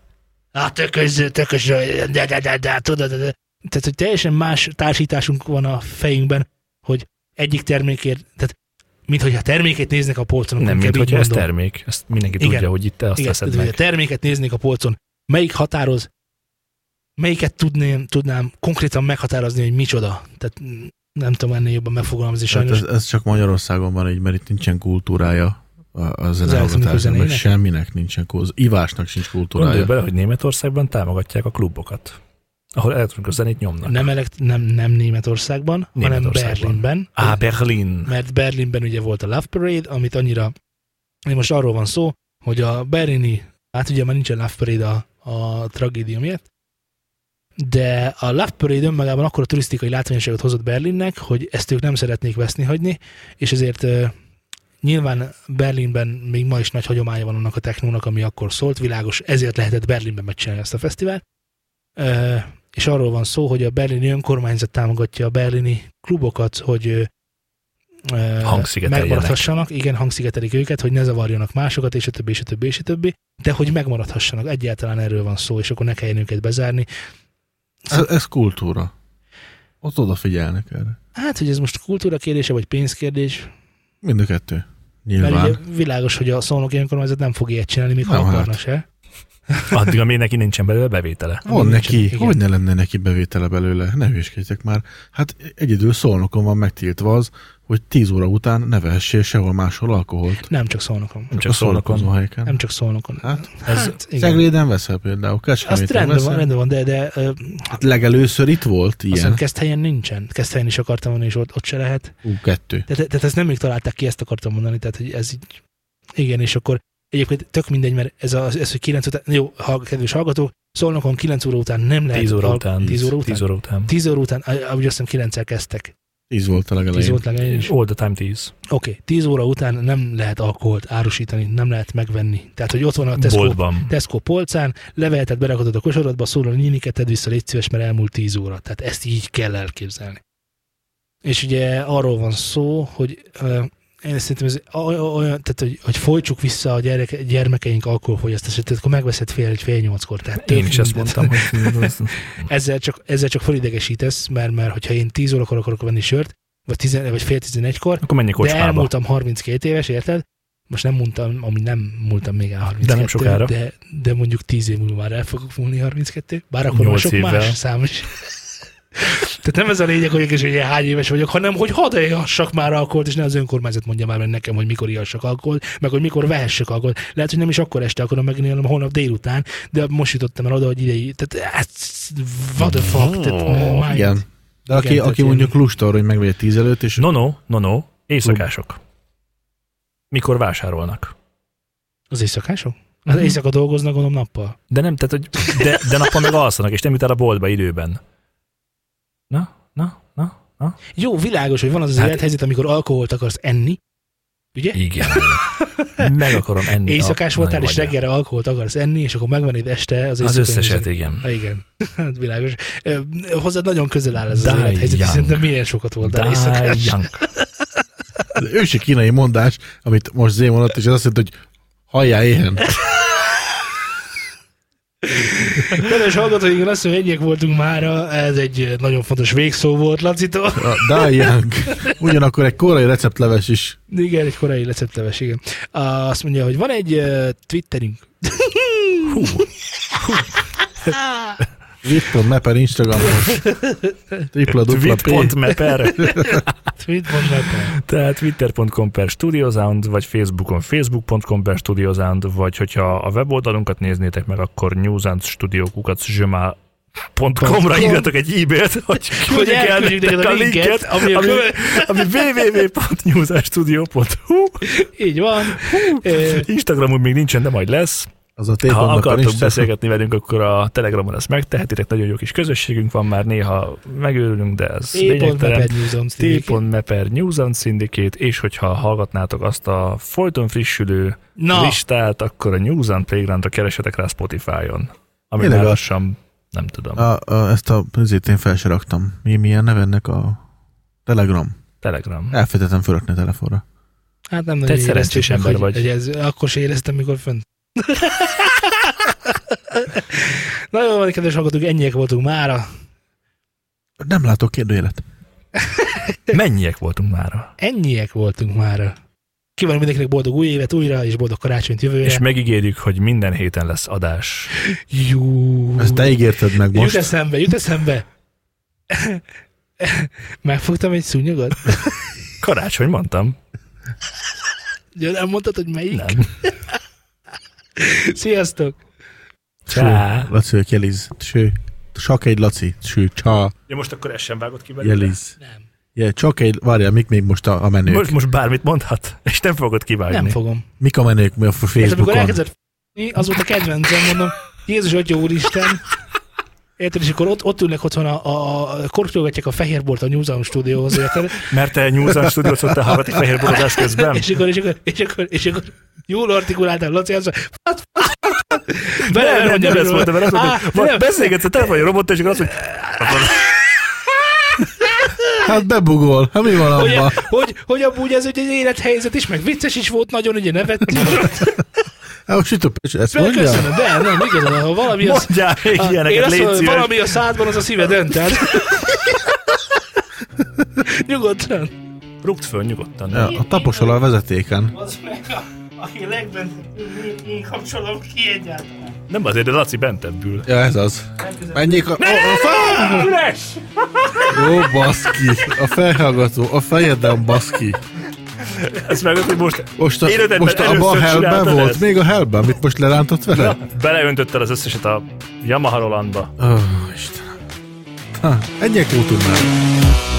A: hát tökös, tökös, de, de, de, de, tudod, de, de. Tehát, hogy teljesen más társításunk van a fejünkben, hogy egyik termékért, tehát mint hogyha termékét néznek a polcon, akkor
B: Nem,
A: inkább
B: mint
A: így
B: hogyha ez
A: mondom.
B: termék. Ezt mindenki
A: Igen.
B: tudja, hogy itt te azt
A: Igen,
B: teszed
A: tehát, hogy
B: meg.
A: a terméket néznék a polcon, melyik határoz, melyiket tudném, tudnám konkrétan meghatározni, hogy micsoda. Tehát mm, nem tudom ennél jobban megfogalmazni
C: Hát
A: sajnos.
C: ez, ez, csak Magyarországon van így, mert itt nincsen kultúrája a- a
A: elektronikus
C: zenehallgatásnak,
A: zenének?
C: mert semminek nincsen, kul- az ivásnak sincs
B: Gondolj
C: kultúrája.
B: bele, hogy Németországban támogatják a klubokat, ahol elektronikus zenét nyomnak.
A: nem, elekt, nem, nem Németországban,
B: Németországban.
A: hanem Berlinben.
B: Á, Berlin.
A: mert Berlinben ugye volt a Love Parade, amit annyira, most arról van szó, hogy a berlini, hát ugye már nincsen Love Parade a, a tragédia miatt, de a Love Parade önmagában akkor a turisztikai látványosságot hozott Berlinnek, hogy ezt ők nem szeretnék veszni hagyni, és ezért ö, nyilván Berlinben még ma is nagy hagyománya van annak a technónak, ami akkor szólt, világos, ezért lehetett Berlinben megcsinálni ezt a fesztivált. Ö, és arról van szó, hogy a berlini önkormányzat támogatja a berlini klubokat, hogy ö, ö,
B: Hangszigeteljenek.
A: megmaradhassanak, igen, hangszigetelik őket, hogy ne zavarjanak másokat, és a többi, és a többi, és a többi, de hogy megmaradhassanak, egyáltalán erről van szó, és akkor ne kelljen őket bezárni.
C: Ez, ez kultúra. Ott odafigyelnek erre.
A: Hát, hogy ez most kultúra kérdése, vagy pénzkérdés,
C: Mind a kettő.
A: mert
C: Nyilván.
A: ugye világos, hogy a szolnoki önkormányzat nem fog ilyet csinálni, mikor
C: Nem, hát.
A: akarna se.
B: Addig, amíg neki nincsen belőle bevétele.
C: Van
A: Nincsen,
C: neki,
A: igen.
C: hogy ne lenne neki bevétele belőle, ne hülyeskedjek már. Hát egyedül szolnokon van megtiltva az, hogy 10 óra után ne vehessél sehol máshol alkoholt.
A: Nem csak szolnokon.
B: Nem csak
C: a
B: szólnakon.
C: szolnokozó helyeken.
A: Nem csak szolnokon.
C: Hát,
A: Hát, igen.
C: Szegléden veszel például,
A: Azt
C: Kecskeméten
A: rendben van,
C: veszel.
A: rendben van, de, de ö,
C: Hát legelőször itt volt
A: azt hiszem
C: ilyen.
A: Keszthelyen nincsen. Keszthelyen is akartam mondani, és ott, ott se lehet.
C: Ú, kettő.
A: Tehát, tehát ezt nem még találták ki, ezt akartam mondani, tehát hogy ez így, igen, és akkor egyébként tök mindegy, mert ez, a, ez hogy 9 után, jó, ha, kedves hallgatók, szólnokon 9 óra után nem lehet.
B: 10 óra
A: al-
B: után.
A: 10 óra után.
B: 10 óra után.
A: 10 óra után, á, á, ugye azt hiszem 9 kezdtek.
C: Tíz volt a
A: 10
C: legelején.
A: volt legalább. is.
B: All the time 10.
A: Oké, 10 óra után nem lehet alkoholt árusítani, nem lehet megvenni. Tehát, hogy ott van a Tesco,
B: Boltban.
A: Tesco polcán, leveheted, berakhatod a kosaratba, szólod, hogy nyiniket tedd vissza, légy szíves, mert elmúlt 10 óra. Tehát ezt így kell elképzelni. És ugye arról van szó, hogy ö, én szerintem ez oly- olyan, tehát, hogy, hogy folytsuk vissza a gyereke, gyermekeink alkoholfogyasztását, tehát akkor megveszed fél egy fél nyolckor. Tehát tök
B: Én is ezt
A: mindent.
B: mondtam,
A: [laughs]
B: hogy
A: Ezzel csak, ezzel csak felidegesítesz, mert, mert hogyha én 10 órakor akarok venni sört, vagy, 10, vagy fél 11-kor,
B: akkor menjek
A: de
B: kocsmába.
A: elmúltam 32 éves, érted? Most nem mondtam, ami nem múltam még el 32
B: De nem sokára.
A: De, de mondjuk 10 év múlva már el fogok múlni 32, bár akkor már
B: Nyolc
A: sok
B: évvel.
A: más szám
B: [laughs]
A: is. Tehát nem ez a lényeg, hogy és hogy én hány éves vagyok, hanem hogy hadd ihassak már alkoholt, és ne az önkormányzat mondja már meg nekem, hogy mikor ihassak alkoholt, meg hogy mikor vehessek alkoholt. Lehet, hogy nem is akkor este akarom meginni, hanem holnap délután, de most jutottam el oda, hogy idei. Tehát, hát, what the fuck. Tehát, oh mind.
C: Igen. De aki,
A: Igen,
C: aki
A: tehát
C: mondjuk lusta arra, hogy megmegy a tíz előtt, és
B: No, no, no, no. Éjszakások. Mikor vásárolnak.
A: Az éjszakások? Az
B: Mhm.
A: éjszaka dolgoznak, gondolom nappal.
B: De nem, tehát, hogy de, de nappal meg alszanak, és nem jut el a boltba időben. Na, na, na, na.
A: Jó, világos, hogy van az az
B: Hát-
A: hát, élethelyzet, amikor alkoholt akarsz enni, ugye?
B: Igen. Meg akarom enni. a-
A: Éjszakás
B: na,
A: voltál, és
B: vagy a-
A: reggelre alkoholt akarsz enni, és akkor megvennéd este az
B: Az
A: éjszakai
B: összeset,
A: műzőt.
B: igen.
A: Ha, igen, [laughs] Hát világos. Ö, Hozzád nagyon közel áll ez az
B: Die
A: élethelyzet,
B: young.
A: szerintem milyen sokat voltál éjszakás.
B: Dájjang.
C: Ez ősi kínai mondás, amit most Zé mondott, és az azt jelenti, hogy halljál éhen.
A: Kedves hallgatóink, azt hiszem, egyek voltunk mára, ez egy nagyon fontos végszó volt Lacitól. [laughs]
C: A Die Young. Ugyanakkor egy korai receptleves is.
A: Igen, egy korai recepteves, igen. Azt mondja, hogy van egy ö, Twitterünk.
C: Vitton, Meper, Instagramon. Tripla, dupla P.
B: Tweet.meper,
A: Twit.net.
B: tehát twitter.com per studiosound, vagy facebookon facebook.com per studiosound, vagy hogyha a weboldalunkat néznétek meg, akkor newsandstudiokukat.com-ra írjatok egy [laughs] e-mailt, hogy
A: Hogy
B: küldjük el
A: elküldjük
B: nektek
A: neked
B: a linket, ami,
A: ami,
B: ami,
A: köve-
B: ami www.newsandstudio.hu
A: Így van. Ö,
B: Instagramon még nincsen, de majd lesz.
C: Az a
B: Ha
C: tépon, Meper,
B: akartok
C: Instagram.
B: beszélgetni velünk, akkor a Telegramon ezt megtehetitek, nagyon jó kis közösségünk van már, néha megőrülünk, de ez lényegtelen.
A: T.mepednewsom.
B: T.meper News and Syndicate, és hogyha hallgatnátok azt a folyton frissülő
A: Na,
B: listát, akkor a News and Playground-ra keresetek rá Spotify-on. Ami
C: Tényleg
B: már
C: az?
B: lassan, nem tudom, a...
C: A, a, ezt a nézzét én fel se raktam. Mi, milyen neve ennek a Telegram?
B: Telegram.
C: Elfelejtettem fölrakni a telefonra.
A: hát nem
B: Te
A: nagyon
B: egy szerencsés
A: éreztük meg,
B: ember
A: hogy,
B: vagy.
A: hogy ez, akkor se éreztem, mikor fönt. Na jó, van, kedves hallgatók, ennyiek voltunk mára.
C: Nem látok kérdőjelet.
B: Mennyiek voltunk mára?
A: Ennyiek voltunk mára. Kívánom mindenkinek boldog új évet újra, és boldog karácsonyt jövőre.
B: És megígérjük, hogy minden héten lesz adás.
A: Jó.
C: Ezt te ígérted meg
A: Jut
C: most.
A: eszembe, jut eszembe. Megfogtam egy szúnyogot?
B: Karácsony, mondtam.
A: Ja, nem mondtad, hogy melyik?
B: Nem.
A: Sziasztok!
C: Ső,
B: Csá.
C: Laci, hogy jeliz. Ső. Csak egy Laci. Ső. Csá.
B: Ja, most akkor ezt sem vágott ki
C: Jeliz.
A: Nem.
C: Je, csak egy, várjál, mik még most a, a menők?
B: Most, most bármit mondhat, és nem fogod kivágni.
A: Nem fogom.
C: Mik a menők mi a
A: És
C: f-
A: amikor
C: Facebookon?
A: elkezdett f***ni, az volt a kedvencem, mondom, Jézus Atya Úristen, Érted, és akkor ott, ott ülnek otthon a, a, a kortyolgatják a fehérbolt a Newsom stúdióhoz, érted?
B: Mert te nyúzan stúdiót szoktál hallgatni fehér borozás közben.
A: És akkor, és akkor, és akkor, és akkor jól artikuláltál, Laci, azt mondja, "Fasz, fasz, fasz." Bele-
B: Nem, nem,
A: belerontja
B: nem ez
A: belőle.
B: volt, mert azt mondta,
A: Á,
B: hogy vagy
A: nem.
B: beszélgetsz a telefonja robottal, és akkor azt mondja,
C: Hát bebugol. Hát mi van
A: Hogy,
C: abban?
A: hogy, hogy amúgy ez ugye egy élethelyzet is, meg vicces is volt nagyon, ugye nevettünk.
C: Hát most sütő, ezt mondja?
A: Köszönöm, de nem, igazán, ha valami az...
B: mondjál még
A: a- én
B: ilyeneket,
A: azt
B: légy
A: mondom,
B: szíves.
A: valami a szádban, az a szíved
B: [laughs]
A: önted. Nyugodtan.
B: Rúgd föl nyugodtan.
C: Ja, a tapos alá a vezetéken.
A: Az meg, aki legbent, én kapcsolom ki egyáltalán.
B: Nem azért, de Laci bentebb ül.
C: Ja, ez az. Menjék a... a, a fel...
A: Üres!
C: Ó, baszki. A felhallgató. A fejeden baszki.
B: Ezt meg, hogy most
C: Most a,
B: Életedben
C: most a
B: először
C: abban a hellben
B: csináltad
C: volt?
B: ezt?
C: Még a hellben, amit most lerántott vele?
B: beleöntötted az összeset a Yamaha Rolandba.
C: Ó, Istenem. Ha, egyek útunk már.